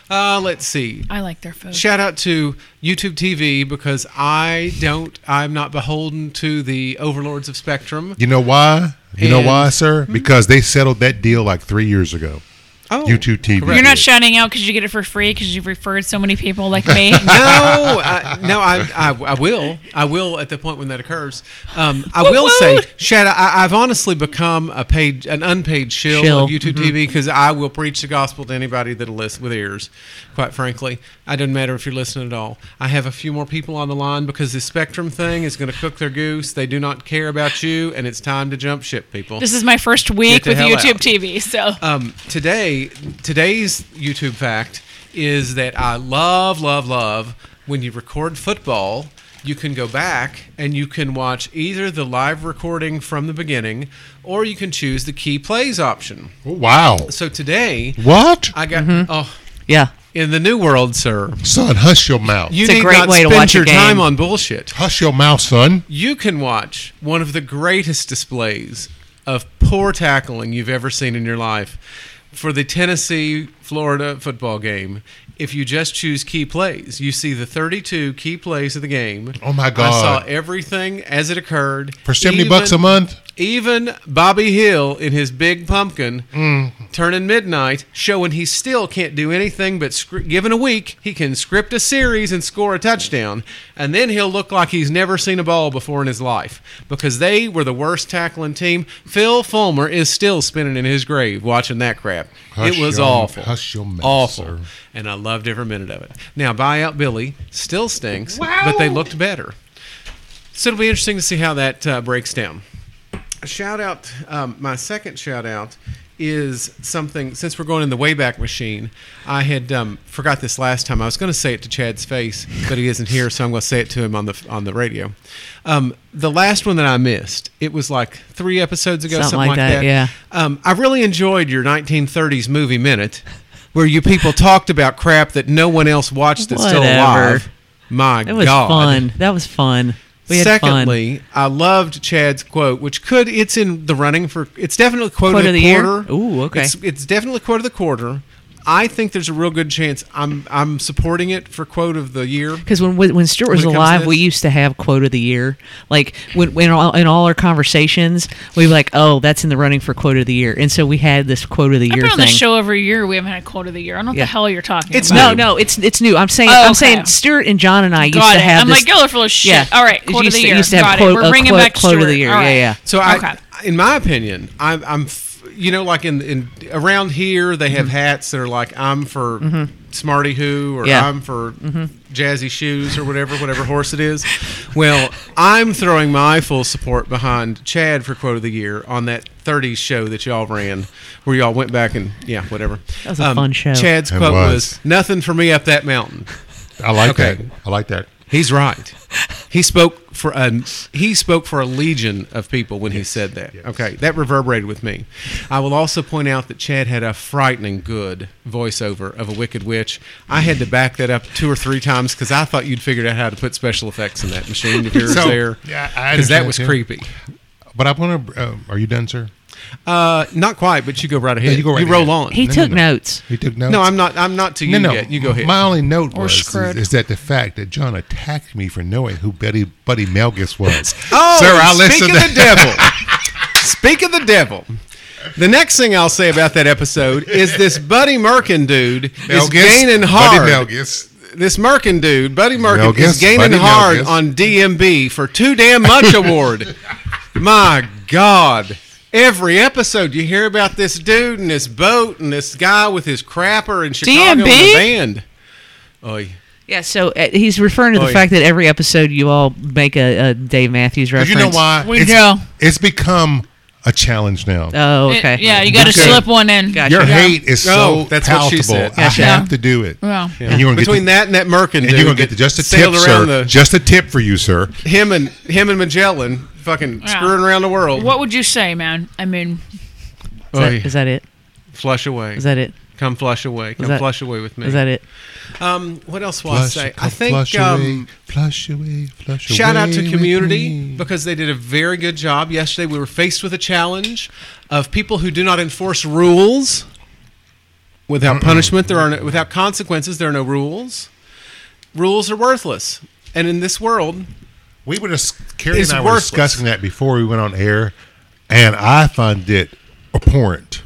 [SPEAKER 4] Uh, let's see.
[SPEAKER 3] I like their food.
[SPEAKER 4] Shout out to YouTube TV because I don't. I'm not beholden to the overlords of Spectrum.
[SPEAKER 2] You know why? You know
[SPEAKER 4] And-
[SPEAKER 2] why, sir? Because they settled that deal like three years ago.
[SPEAKER 4] Mm-hmm. Oh,
[SPEAKER 2] YouTube TV.
[SPEAKER 4] correct.
[SPEAKER 3] You're not shouting out because you get it for free because you've referred so many people like me.
[SPEAKER 4] no, I, no, I, I, I will, I will at the point when that occurs. Um, I
[SPEAKER 3] Woot
[SPEAKER 4] will say,
[SPEAKER 3] woot.
[SPEAKER 4] Shad, I, I've honestly become a paid, an unpaid shill,
[SPEAKER 1] Shill.
[SPEAKER 4] of YouTube TV because I will preach the gospel to anybody that'll listen with ears. Quite frankly, I don't matter if you're listening at all. I have a few more people on the line because this Spectrum thing is going to cook their goose. They do not care about you, and it's time to jump ship, people.
[SPEAKER 3] This is my first
[SPEAKER 4] Get
[SPEAKER 3] week
[SPEAKER 4] the
[SPEAKER 3] with
[SPEAKER 4] hell
[SPEAKER 3] YouTube
[SPEAKER 4] out.
[SPEAKER 3] TV, so
[SPEAKER 1] Uh,
[SPEAKER 4] Um, today, today's YouTube fact is that I love, love, love when you record football. You can go back and you can watch either the live recording from the beginning, or you can choose the key plays option.
[SPEAKER 2] Oh, wow.
[SPEAKER 4] So today,
[SPEAKER 2] What?
[SPEAKER 4] I got
[SPEAKER 1] Mm-hmm.
[SPEAKER 4] oh,
[SPEAKER 1] Yeah.
[SPEAKER 4] in the new world, sir.
[SPEAKER 2] Son, hush your mouth.
[SPEAKER 4] You
[SPEAKER 1] It's a
[SPEAKER 4] need
[SPEAKER 1] great
[SPEAKER 4] not
[SPEAKER 1] way to
[SPEAKER 4] spend
[SPEAKER 1] watch a
[SPEAKER 4] your time
[SPEAKER 1] game.
[SPEAKER 4] on bullshit.
[SPEAKER 2] hush your mouth, son.
[SPEAKER 4] You can watch one of the greatest displays of poor tackling you've ever seen in your life for the Tennessee Florida football game. If you just choose key plays, you see the 32 key plays of the game.
[SPEAKER 2] Oh, my
[SPEAKER 4] I
[SPEAKER 2] God.
[SPEAKER 4] saw everything as it occurred.
[SPEAKER 2] For 70 bucks a
[SPEAKER 4] Even-
[SPEAKER 2] month?
[SPEAKER 4] Even Bobby Hill in his big pumpkin
[SPEAKER 2] Mm.
[SPEAKER 4] turning midnight, showing he still can't do anything but scr- given a week, he can script a series and score a touchdown. And then he'll look like he's never seen a ball before in his life because they were the worst tackling team. Phil Fulmer is still spinning in his grave watching that crap.
[SPEAKER 2] Hush
[SPEAKER 4] it was
[SPEAKER 2] your-
[SPEAKER 4] awful.
[SPEAKER 2] hush your mouth,
[SPEAKER 4] awful.
[SPEAKER 2] sir.
[SPEAKER 4] And I loved every minute of it. Now, buyout Billy still stinks, but they looked better. So it'll be interesting to see how that uh, breaks down. A shout out, um, my second shout out is something, since we're going in the Wayback Machine, I had um, forgot this last time. I was going to say it to Chad's face, but he isn't here, so I'm going to say it to him on the, on the radio. Um, the last one that I missed, it was like three episodes ago, something, like, that.
[SPEAKER 1] yeah.
[SPEAKER 4] Um, I really enjoyed your 1930s movie minute where you people talked about crap that no one else watched that's still
[SPEAKER 1] Whatever.
[SPEAKER 4] alive. My
[SPEAKER 1] That was
[SPEAKER 4] Oh God.
[SPEAKER 1] fun. That was fun. We had fun.
[SPEAKER 4] Secondly, I loved Chad's quote, which could it's in the running for it's definitely quote,
[SPEAKER 1] Quote
[SPEAKER 4] of
[SPEAKER 1] of
[SPEAKER 4] the
[SPEAKER 1] the year?
[SPEAKER 4] quarter.
[SPEAKER 1] Ooh, okay.
[SPEAKER 4] It's, it's definitely quote of the quarter. I think there's a real good chance I'm I'm supporting it for quote of the year.
[SPEAKER 1] Because when when Stuart was
[SPEAKER 4] When it comes to
[SPEAKER 1] alive,
[SPEAKER 4] this-
[SPEAKER 1] we used to have quote of the year. Like when, when all, in all our conversations, we were like, "Oh, that's in the running for quote of the year," and so we had this quote of the
[SPEAKER 3] I've
[SPEAKER 1] year
[SPEAKER 3] been on
[SPEAKER 1] thing.
[SPEAKER 3] the show every year. We haven't had quote of the year. I don't know what
[SPEAKER 1] Yeah.
[SPEAKER 3] the hell you're talking
[SPEAKER 4] It's
[SPEAKER 3] about.
[SPEAKER 1] no, no, it's it's new. I'm saying
[SPEAKER 3] Oh,
[SPEAKER 1] I'm
[SPEAKER 3] okay.
[SPEAKER 1] saying Stuart and John and I used
[SPEAKER 3] Got
[SPEAKER 1] to
[SPEAKER 3] it.
[SPEAKER 1] have.
[SPEAKER 3] I'm
[SPEAKER 1] this,
[SPEAKER 3] like, y'all are full of shit.
[SPEAKER 1] Yeah,
[SPEAKER 3] All right,
[SPEAKER 1] it
[SPEAKER 3] quote of
[SPEAKER 1] used
[SPEAKER 3] the
[SPEAKER 1] to-
[SPEAKER 3] year.
[SPEAKER 1] Used to have
[SPEAKER 3] Got it.
[SPEAKER 1] quote,
[SPEAKER 3] We're
[SPEAKER 1] a
[SPEAKER 3] bringing
[SPEAKER 1] quote,
[SPEAKER 3] back
[SPEAKER 1] quote of the
[SPEAKER 3] Stuart.
[SPEAKER 1] year.
[SPEAKER 3] All
[SPEAKER 1] Yeah,
[SPEAKER 3] right.
[SPEAKER 1] yeah.
[SPEAKER 4] So I,
[SPEAKER 3] Okay.
[SPEAKER 4] in my opinion, I'm, I'm, f- you know, like in, in around here, they
[SPEAKER 1] Mm-hmm.
[SPEAKER 4] have hats that are like I'm for Smarty Who or
[SPEAKER 1] Yeah. Mm-hmm.
[SPEAKER 4] I'm for Jazzy Shoes or whatever, whatever horse it is. Well, I'm throwing my full support behind Chad for quote of the year on that 30s show that y'all ran, where y'all went back and yeah, whatever. That
[SPEAKER 1] was a fun show.
[SPEAKER 4] Chad's
[SPEAKER 2] It
[SPEAKER 4] quote
[SPEAKER 2] was.
[SPEAKER 4] was "Nothing for me up that mountain."
[SPEAKER 2] I like
[SPEAKER 4] Okay.
[SPEAKER 2] that. I like that.
[SPEAKER 4] He's right. He spoke for a he spoke for a legion of people when he said that. Okay, that reverberated with me. I will also point out that Chad had a frightening good voiceover of a wicked witch. I had to back that up two or three times because I thought you'd figured out how to put special effects in that machine if yours
[SPEAKER 2] So,
[SPEAKER 4] there.
[SPEAKER 2] yeah, I
[SPEAKER 4] because that
[SPEAKER 2] understand
[SPEAKER 4] was
[SPEAKER 2] too.
[SPEAKER 4] creepy.
[SPEAKER 2] But I want to. Uh, are you done, sir?
[SPEAKER 4] Uh, not quite, but you go right ahead.
[SPEAKER 2] you go right
[SPEAKER 4] roll
[SPEAKER 2] ahead.
[SPEAKER 4] on.
[SPEAKER 1] he
[SPEAKER 2] No, no,
[SPEAKER 1] took
[SPEAKER 2] no.
[SPEAKER 1] notes.
[SPEAKER 2] He took notes.
[SPEAKER 4] no, I'm not. I'm not to you
[SPEAKER 2] No, no.
[SPEAKER 4] yet. You go ahead.
[SPEAKER 2] My only note was is,
[SPEAKER 3] screwed.
[SPEAKER 2] is that the fact that John attacked me for knowing who Betty Buddy Melgus was.
[SPEAKER 4] Oh,
[SPEAKER 2] sir, I
[SPEAKER 4] speak
[SPEAKER 2] listened.
[SPEAKER 4] of the devil. speak of the devil. The next thing I'll say about that episode is this Buddy Merkin dude is
[SPEAKER 2] Melgus,
[SPEAKER 4] gaining hard.
[SPEAKER 2] Buddy Melgus.
[SPEAKER 4] This Merkin dude, Buddy Merkin,
[SPEAKER 2] Melgus,
[SPEAKER 4] is gaining
[SPEAKER 2] Buddy
[SPEAKER 4] hard
[SPEAKER 2] Melgus.
[SPEAKER 4] on DMB for too damn much award. My God. Every episode you hear about this dude and this boat and this guy with his crapper in Chicago in
[SPEAKER 3] DMB?
[SPEAKER 4] the band. Oy.
[SPEAKER 1] Yeah, so uh, he's referring to the
[SPEAKER 4] Oh, yeah.
[SPEAKER 1] fact that every episode you all make a, a Dave Matthews reference.
[SPEAKER 2] you know why?
[SPEAKER 3] We
[SPEAKER 2] it's,
[SPEAKER 3] know.
[SPEAKER 2] it's become a challenge now.
[SPEAKER 1] Oh,
[SPEAKER 3] It-
[SPEAKER 1] okay.
[SPEAKER 3] yeah, you got to
[SPEAKER 2] Okay.
[SPEAKER 3] slip one in.
[SPEAKER 1] Gotcha.
[SPEAKER 2] Your
[SPEAKER 1] Yeah.
[SPEAKER 2] hate is so
[SPEAKER 4] Oh, that's what she
[SPEAKER 2] palatable.
[SPEAKER 4] said.
[SPEAKER 2] I
[SPEAKER 1] Gotcha.
[SPEAKER 2] have to do it.
[SPEAKER 3] Wow.
[SPEAKER 2] And you're gonna
[SPEAKER 4] Between
[SPEAKER 2] get
[SPEAKER 4] that and that Merkin
[SPEAKER 2] the,
[SPEAKER 4] dude
[SPEAKER 2] and you're gonna get
[SPEAKER 4] that
[SPEAKER 2] the, just a tip,
[SPEAKER 4] sailed around
[SPEAKER 2] sir.
[SPEAKER 4] the-
[SPEAKER 2] just a tip for you, sir.
[SPEAKER 4] him and him and Magellan fucking
[SPEAKER 3] Yeah.
[SPEAKER 4] screwing around the world.
[SPEAKER 3] What would you say, man? I mean,
[SPEAKER 1] Is that-
[SPEAKER 4] Oy.
[SPEAKER 1] is that it?
[SPEAKER 4] flush away.
[SPEAKER 1] Oh, Is that it?
[SPEAKER 4] come flush away. Come
[SPEAKER 1] that-
[SPEAKER 4] flush away with me.
[SPEAKER 1] Is that it?
[SPEAKER 4] um, what else will I say? I
[SPEAKER 2] come
[SPEAKER 4] think
[SPEAKER 2] flush away,
[SPEAKER 4] um,
[SPEAKER 2] flush away, flush away.
[SPEAKER 4] shout out to
[SPEAKER 2] with
[SPEAKER 4] community
[SPEAKER 2] me.
[SPEAKER 4] because they did a very good job yesterday. We were faced with a challenge of people who do not enforce rules. Without punishment, there are no, without consequences, there are no rules. Rules are worthless, and in this world,
[SPEAKER 2] We were just Carrie
[SPEAKER 4] It's
[SPEAKER 2] and I were
[SPEAKER 4] worthless.
[SPEAKER 2] discussing that before we went on air, and I find it abhorrent.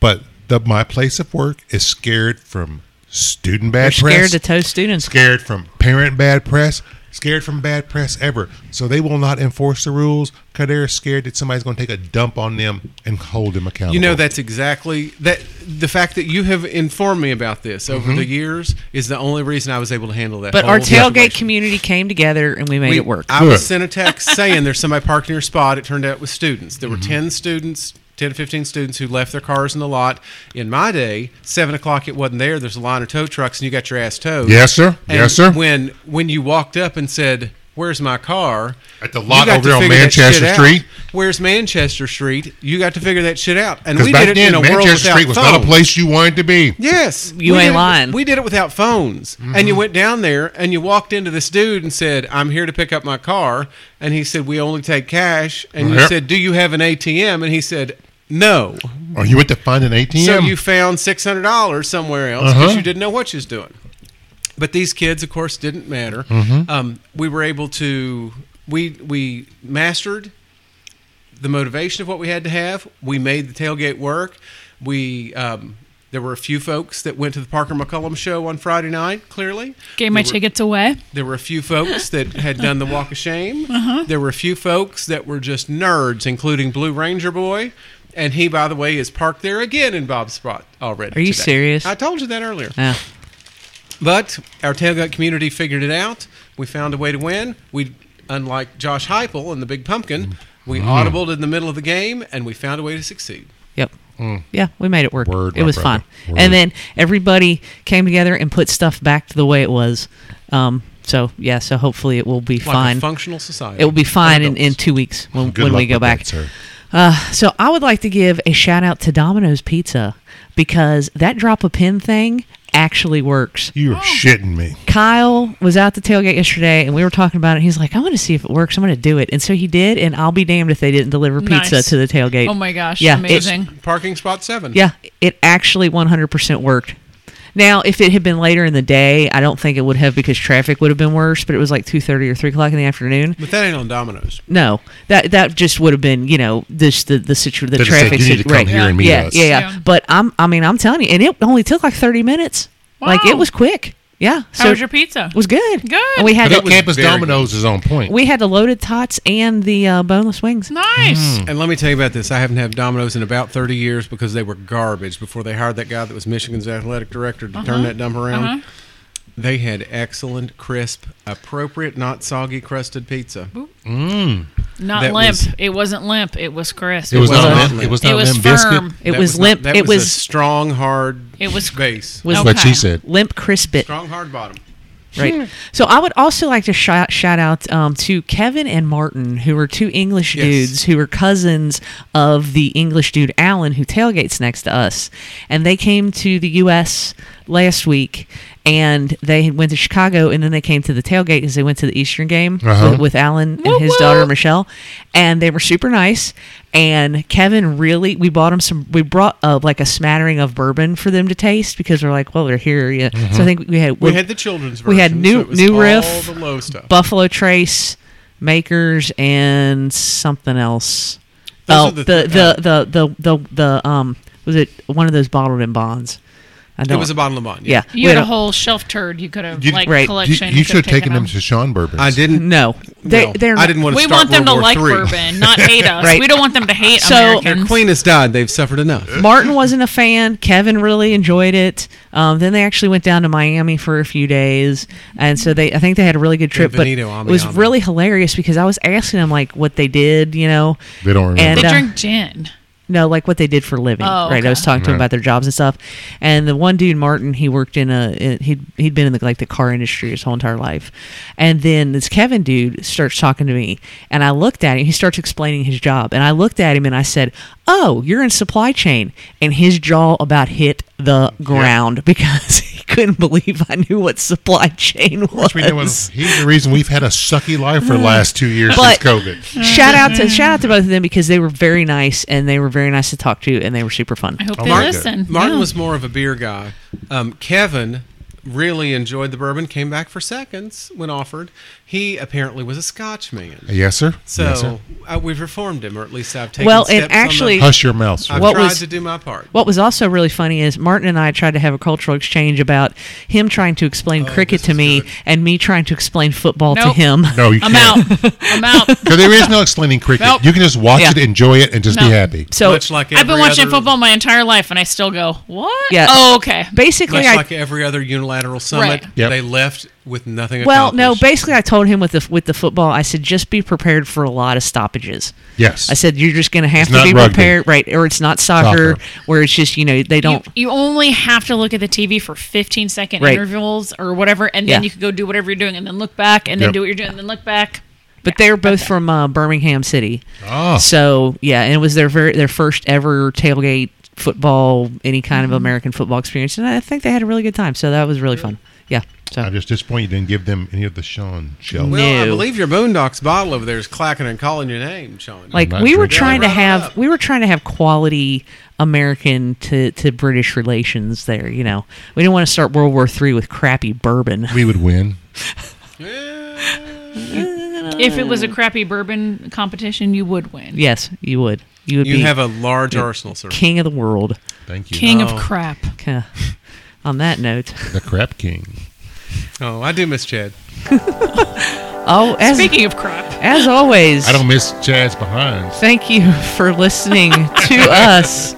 [SPEAKER 2] But The my place of work is scared from student bad
[SPEAKER 1] They're
[SPEAKER 2] press.
[SPEAKER 1] scared to tow students.
[SPEAKER 2] scared from parent bad press, scared from bad press ever. So they will not enforce the rules because they're scared that somebody's going to take a dump on them and hold them accountable.
[SPEAKER 4] You know, that's exactly that. The fact that you have informed me about this over
[SPEAKER 2] Mm-hmm.
[SPEAKER 4] the years is the only reason I was able to handle that.
[SPEAKER 1] But
[SPEAKER 4] whole
[SPEAKER 1] our tailgate
[SPEAKER 4] situation.
[SPEAKER 1] community came together and we made
[SPEAKER 4] We-
[SPEAKER 1] it work.
[SPEAKER 4] I was
[SPEAKER 2] Good.
[SPEAKER 4] sent a text saying there's somebody parked in your spot. It turned out it was students. There were
[SPEAKER 2] Mm-hmm.
[SPEAKER 4] 10 students, 10 to 15 students who left their cars in the lot. In my day, 7 o'clock, it wasn't there. There's a line of tow trucks and you got your ass towed.
[SPEAKER 2] Yes, sir.
[SPEAKER 4] And
[SPEAKER 2] Yes, sir.
[SPEAKER 4] When, when you walked up and said, Where's my car?
[SPEAKER 2] At the
[SPEAKER 4] you
[SPEAKER 2] lot
[SPEAKER 4] got
[SPEAKER 2] over
[SPEAKER 4] to
[SPEAKER 2] on
[SPEAKER 4] figure that shit
[SPEAKER 2] Manchester
[SPEAKER 4] out.
[SPEAKER 2] Street.
[SPEAKER 4] Where's Manchester Street? You got to figure that shit out. And
[SPEAKER 2] because
[SPEAKER 4] we
[SPEAKER 2] back
[SPEAKER 4] did it
[SPEAKER 2] then
[SPEAKER 4] in a world
[SPEAKER 2] Manchester
[SPEAKER 4] without
[SPEAKER 2] Street was not a
[SPEAKER 4] phones.
[SPEAKER 2] place you wanted to be.
[SPEAKER 4] Yes,
[SPEAKER 1] You
[SPEAKER 4] we
[SPEAKER 1] ain't
[SPEAKER 4] did it-
[SPEAKER 1] lying.
[SPEAKER 4] We did it without phones, and you
[SPEAKER 2] Mm-hmm.
[SPEAKER 4] went down there and you walked into this dude and said, "I'm here to pick up my car," and he said, "We only take cash," and you
[SPEAKER 2] Yeah.
[SPEAKER 4] said, "Do you have an ATM?" and he said, "No."
[SPEAKER 2] Or you went to find an ATM.
[SPEAKER 4] So you found six hundred dollars somewhere else because you didn't know what you was doing. But these kids, of course, didn't matter. Um, we were able to we we mastered the motivation of what we had to have. We made the tailgate work. We um, there were a few folks that went to the Parker McCullum show on Friday night. Clearly,
[SPEAKER 3] Gave my
[SPEAKER 4] There were-
[SPEAKER 3] tickets away.
[SPEAKER 4] there were a few folks that had done the walk of shame.
[SPEAKER 1] Uh-huh.
[SPEAKER 4] There were a few folks that were just nerds, including Blue Ranger Boy. And he, by the way, is parked there again in Bob's spot already.
[SPEAKER 1] Are you
[SPEAKER 4] today.
[SPEAKER 1] serious?
[SPEAKER 4] I told you that earlier.
[SPEAKER 1] Yeah.
[SPEAKER 4] But our tailgate community figured it out. We found a way to win. We, unlike Josh Heupel and the Big Pumpkin, we audibled in the middle of the game, and we found a way to succeed.
[SPEAKER 1] Yep. Yeah, we made it work.
[SPEAKER 2] Mm. Word,
[SPEAKER 1] it
[SPEAKER 2] my
[SPEAKER 1] was
[SPEAKER 2] brother.
[SPEAKER 1] fun.
[SPEAKER 2] Word.
[SPEAKER 1] And then everybody came together and put stuff back to the way it was. Um, so yeah, so hopefully it will be
[SPEAKER 4] Like
[SPEAKER 1] fine.
[SPEAKER 4] a functional society.
[SPEAKER 1] it will be fine in, in
[SPEAKER 4] Adults.
[SPEAKER 1] two weeks when,
[SPEAKER 2] Good
[SPEAKER 1] when
[SPEAKER 2] luck
[SPEAKER 1] we go
[SPEAKER 2] with
[SPEAKER 1] back. Uh,
[SPEAKER 2] that, sir.
[SPEAKER 1] So I would like to give a shout out to Domino's Pizza because that drop a pin thing actually works.
[SPEAKER 2] You're shitting me.
[SPEAKER 1] Kyle was out the tailgate yesterday and we were talking about it. He's like, I want to see if it works. I'm going to do it. And so he did. And I'll be damned if they didn't deliver pizza
[SPEAKER 3] Nice.
[SPEAKER 1] to the tailgate.
[SPEAKER 3] Oh my gosh,
[SPEAKER 1] Yeah, it-
[SPEAKER 3] amazing.
[SPEAKER 4] Parking spot seven.
[SPEAKER 1] Yeah, it actually 100% worked. Now, if it had been later in the day, I don't think it would have because traffic would have been worse. But it was like two thirty or three o'clock in the afternoon.
[SPEAKER 4] But that ain't on Domino's.
[SPEAKER 1] No, that that just would have been you know this the the situ- the
[SPEAKER 2] They just said,
[SPEAKER 1] traffic
[SPEAKER 2] "You need to
[SPEAKER 1] situ-
[SPEAKER 2] come
[SPEAKER 1] right.
[SPEAKER 2] here and meet
[SPEAKER 1] yeah,
[SPEAKER 2] us."
[SPEAKER 1] yeah, yeah,
[SPEAKER 3] Yeah.
[SPEAKER 1] But I'm I mean I'm telling you, and it only took like thirty minutes. Like
[SPEAKER 3] Wow.
[SPEAKER 1] it was quick. Yeah.
[SPEAKER 3] How was your pizza?
[SPEAKER 1] It was good.
[SPEAKER 3] Good.
[SPEAKER 1] And we had
[SPEAKER 2] But
[SPEAKER 1] the,
[SPEAKER 2] that campus
[SPEAKER 4] very
[SPEAKER 2] Domino's is on point.
[SPEAKER 1] we had the loaded tots and the uh, boneless wings.
[SPEAKER 3] nice.
[SPEAKER 1] Mm.
[SPEAKER 4] And let me tell you about this. I haven't had Domino's in about 30 years because they were garbage before they hired that guy that was Michigan's athletic director to
[SPEAKER 3] Uh-huh.
[SPEAKER 4] turn that dump around. They had excellent, crisp, appropriate, not soggy crusted pizza.
[SPEAKER 3] Not
[SPEAKER 4] That
[SPEAKER 3] limp.
[SPEAKER 4] was-
[SPEAKER 3] it wasn't limp. It was crisp.
[SPEAKER 2] it was
[SPEAKER 4] Well,
[SPEAKER 2] not.
[SPEAKER 4] that-
[SPEAKER 2] It was
[SPEAKER 3] it
[SPEAKER 2] not
[SPEAKER 3] was
[SPEAKER 2] them
[SPEAKER 3] firm.
[SPEAKER 2] biscuit.
[SPEAKER 1] It
[SPEAKER 4] That
[SPEAKER 1] was,
[SPEAKER 4] not-
[SPEAKER 1] limp.
[SPEAKER 4] that
[SPEAKER 1] it
[SPEAKER 4] was, a
[SPEAKER 1] was
[SPEAKER 4] strong, hard
[SPEAKER 3] It was-
[SPEAKER 4] base.
[SPEAKER 1] was
[SPEAKER 2] That's
[SPEAKER 3] Okay.
[SPEAKER 2] what she said.
[SPEAKER 1] limp crispit.
[SPEAKER 4] Strong, hard bottom.
[SPEAKER 1] right? So I would also like to shout, shout out um, to Kevin and Martin, who are two English
[SPEAKER 4] Yes.
[SPEAKER 1] dudes who are cousins of the English dude Alan, who tailgates next to us, and they came to the U.S. last week, and they had went to Chicago, and then they came to the tailgate because they went to the Eastern game
[SPEAKER 2] Uh-huh.
[SPEAKER 1] with, with Alan and
[SPEAKER 3] Whoop,
[SPEAKER 1] his daughter
[SPEAKER 3] whoop.
[SPEAKER 1] Michelle, and they were super nice. And Kevin really, we bought him some. We brought uh, like a smattering of bourbon for them to taste because we're like, well, they're here. Yeah. So I think we had
[SPEAKER 4] We had the children's version.
[SPEAKER 1] we had new-
[SPEAKER 4] so it was
[SPEAKER 1] new
[SPEAKER 4] all
[SPEAKER 1] riff,
[SPEAKER 4] the low stuff.
[SPEAKER 1] Buffalo Trace Makers and something else.
[SPEAKER 4] Those
[SPEAKER 1] oh,
[SPEAKER 4] are the
[SPEAKER 1] the
[SPEAKER 4] th-
[SPEAKER 1] the, the, the the the um was it one of those bottled in bonds? I
[SPEAKER 4] it
[SPEAKER 1] don't.
[SPEAKER 4] was a bottle of wine.
[SPEAKER 1] yeah.
[SPEAKER 3] You
[SPEAKER 1] we
[SPEAKER 3] had
[SPEAKER 1] had
[SPEAKER 3] a whole shelf turd you could have
[SPEAKER 2] You-
[SPEAKER 3] like
[SPEAKER 1] Right. You-
[SPEAKER 2] You,
[SPEAKER 3] collection.
[SPEAKER 2] you should have
[SPEAKER 3] could've
[SPEAKER 2] taken them
[SPEAKER 3] out.
[SPEAKER 2] to Sean Bourbon.
[SPEAKER 4] I didn't.
[SPEAKER 1] No, they
[SPEAKER 4] no,
[SPEAKER 1] they're.
[SPEAKER 4] I didn't want to
[SPEAKER 3] We
[SPEAKER 4] start
[SPEAKER 3] want them
[SPEAKER 4] World
[SPEAKER 3] to
[SPEAKER 4] War
[SPEAKER 3] like
[SPEAKER 4] III.
[SPEAKER 3] bourbon, not hate us.
[SPEAKER 1] Right.
[SPEAKER 3] We don't want them to hate
[SPEAKER 1] So-
[SPEAKER 4] Their
[SPEAKER 3] Americans.
[SPEAKER 4] queen has died. They've suffered enough.
[SPEAKER 1] Martin wasn't a fan. Kevin really enjoyed it. Um, then they actually went down to Miami for a few days, and so they I think they had a really good trip. But
[SPEAKER 4] Bienvenido, ami,
[SPEAKER 1] it was
[SPEAKER 4] ami.
[SPEAKER 1] really hilarious because I was asking them like what they did, you know,
[SPEAKER 2] They don't remember.
[SPEAKER 1] And,
[SPEAKER 3] they
[SPEAKER 1] uh,
[SPEAKER 3] drink gin.
[SPEAKER 1] No, like what they did for a living.
[SPEAKER 3] Oh,
[SPEAKER 1] right.
[SPEAKER 3] okay.
[SPEAKER 1] I was talking to him
[SPEAKER 2] Right.
[SPEAKER 1] about their jobs and stuff. And the one dude, Martin, he worked in a in- he'd he'd been in the like the car industry his whole entire life. And then this Kevin dude starts talking to me, and I looked at him. He starts explaining his job, and I looked at him and I said, "Oh, you're in supply chain." And his jaw about hit the ground because he couldn't believe I knew what supply chain was.
[SPEAKER 2] Which we know is- he's the reason we've had a sucky life for the last two years
[SPEAKER 1] But-
[SPEAKER 2] since COVID.
[SPEAKER 1] shout out to shout out to both of them because they were very nice and they were very nice to talk to and they were super fun.
[SPEAKER 3] I hope
[SPEAKER 2] Oh,
[SPEAKER 3] they
[SPEAKER 2] Martin-
[SPEAKER 3] listen.
[SPEAKER 4] Martin
[SPEAKER 3] Yeah.
[SPEAKER 4] was more of a beer guy. Um, Kevin really enjoyed the bourbon, came back for seconds when offered. He apparently was a Scotchman.
[SPEAKER 2] Yes, sir.
[SPEAKER 4] So
[SPEAKER 2] yes, sir.
[SPEAKER 4] uh, we've reformed him, or at least I've taken
[SPEAKER 1] Well, it
[SPEAKER 4] steps on the-
[SPEAKER 1] actually-
[SPEAKER 2] Hush your mouth, sir.
[SPEAKER 4] I've
[SPEAKER 1] What
[SPEAKER 4] tried
[SPEAKER 1] was-
[SPEAKER 4] to do my part.
[SPEAKER 1] What was also really funny is Martin and I tried to have a cultural exchange about him trying to
[SPEAKER 2] Oh,
[SPEAKER 1] explain cricket to me and me trying to explain football to
[SPEAKER 3] Nope.
[SPEAKER 1] him.
[SPEAKER 2] No, you
[SPEAKER 3] I'm
[SPEAKER 2] can't.
[SPEAKER 3] out. I'm out.
[SPEAKER 2] 'Cause there is no explaining cricket.
[SPEAKER 3] Nope.
[SPEAKER 2] You can just watch
[SPEAKER 1] Yeah.
[SPEAKER 2] it, enjoy it, and just be
[SPEAKER 3] No.
[SPEAKER 2] happy.
[SPEAKER 1] So
[SPEAKER 4] much like
[SPEAKER 3] I've been
[SPEAKER 4] every
[SPEAKER 3] watching
[SPEAKER 4] other-
[SPEAKER 3] football my entire life, and I still go, "What?
[SPEAKER 1] Yeah.
[SPEAKER 3] Oh, okay.
[SPEAKER 1] basically,
[SPEAKER 4] Much
[SPEAKER 1] I
[SPEAKER 4] like every other unilateral summit,
[SPEAKER 3] Right.
[SPEAKER 2] Yep.
[SPEAKER 4] they left with nothing.
[SPEAKER 1] well, no,
[SPEAKER 4] accomplished.
[SPEAKER 1] basically, I told him with the with the football, I said just be prepared for a lot of stoppages.
[SPEAKER 2] Yes.
[SPEAKER 1] I said you're just going to have
[SPEAKER 2] It's
[SPEAKER 1] to
[SPEAKER 2] not
[SPEAKER 1] be
[SPEAKER 2] rugby.
[SPEAKER 1] prepared, right? Or it's not soccer,
[SPEAKER 2] Soccer.
[SPEAKER 1] where it's just you know they
[SPEAKER 3] You,
[SPEAKER 1] don't.
[SPEAKER 3] you only have to look at the TV for 15 second
[SPEAKER 1] Right.
[SPEAKER 3] intervals or whatever, and then
[SPEAKER 1] Yeah.
[SPEAKER 3] you can go do whatever you're doing, and then look back, and then
[SPEAKER 2] Yep.
[SPEAKER 3] do what you're doing, and then look back.
[SPEAKER 1] but they're both from uh, Birmingham City,
[SPEAKER 2] Ah.
[SPEAKER 1] so yeah, and it was their very their first ever tailgate football, any kind of American football experience, and I think they had a really good time. So that was really fun. Yeah. So
[SPEAKER 2] I'm just disappointed you didn't give them any of the Sean shells.
[SPEAKER 4] Well, I
[SPEAKER 1] No.
[SPEAKER 4] believe your Boondocks bottle over there is clacking and calling your name, Sean.
[SPEAKER 1] like
[SPEAKER 2] not
[SPEAKER 1] we were
[SPEAKER 2] drinking.
[SPEAKER 1] trying to
[SPEAKER 4] Yeah, they brought it
[SPEAKER 1] have
[SPEAKER 4] up.
[SPEAKER 1] we were trying to have quality American to, to British relations there, you know. We didn't want to start World War Three with crappy bourbon.
[SPEAKER 2] We would win.
[SPEAKER 4] Yeah.
[SPEAKER 3] If it was a crappy bourbon competition, you would win.
[SPEAKER 1] Yes, you would. You would
[SPEAKER 4] you
[SPEAKER 1] be
[SPEAKER 4] have a large arsenal, sir.
[SPEAKER 1] king of the world.
[SPEAKER 2] Thank you.
[SPEAKER 3] King
[SPEAKER 4] Oh.
[SPEAKER 3] of crap.
[SPEAKER 1] Kinda. On that note.
[SPEAKER 2] The crap king.
[SPEAKER 4] Oh, I do miss Chad.
[SPEAKER 1] Oh as
[SPEAKER 3] Speaking of crap,
[SPEAKER 1] as always
[SPEAKER 2] I don't miss Chad's behind.
[SPEAKER 1] thank you for listening to us.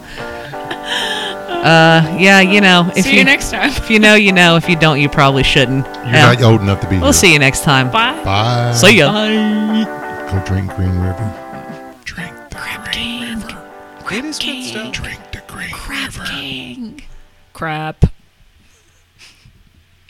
[SPEAKER 1] Uh yeah, you know, if
[SPEAKER 3] see you next time.
[SPEAKER 1] if you know you know, if you don't you probably shouldn't.
[SPEAKER 2] You're
[SPEAKER 1] Yeah.
[SPEAKER 2] not old enough to be
[SPEAKER 1] we'll see you next time.
[SPEAKER 3] Bye.
[SPEAKER 2] Bye.
[SPEAKER 1] See ya.
[SPEAKER 2] Go drink Green River. Drink the
[SPEAKER 3] Crap
[SPEAKER 2] Green
[SPEAKER 3] king.
[SPEAKER 2] River.
[SPEAKER 4] It is good stuff.
[SPEAKER 2] Drink the Green River.
[SPEAKER 3] Crap king. Crap.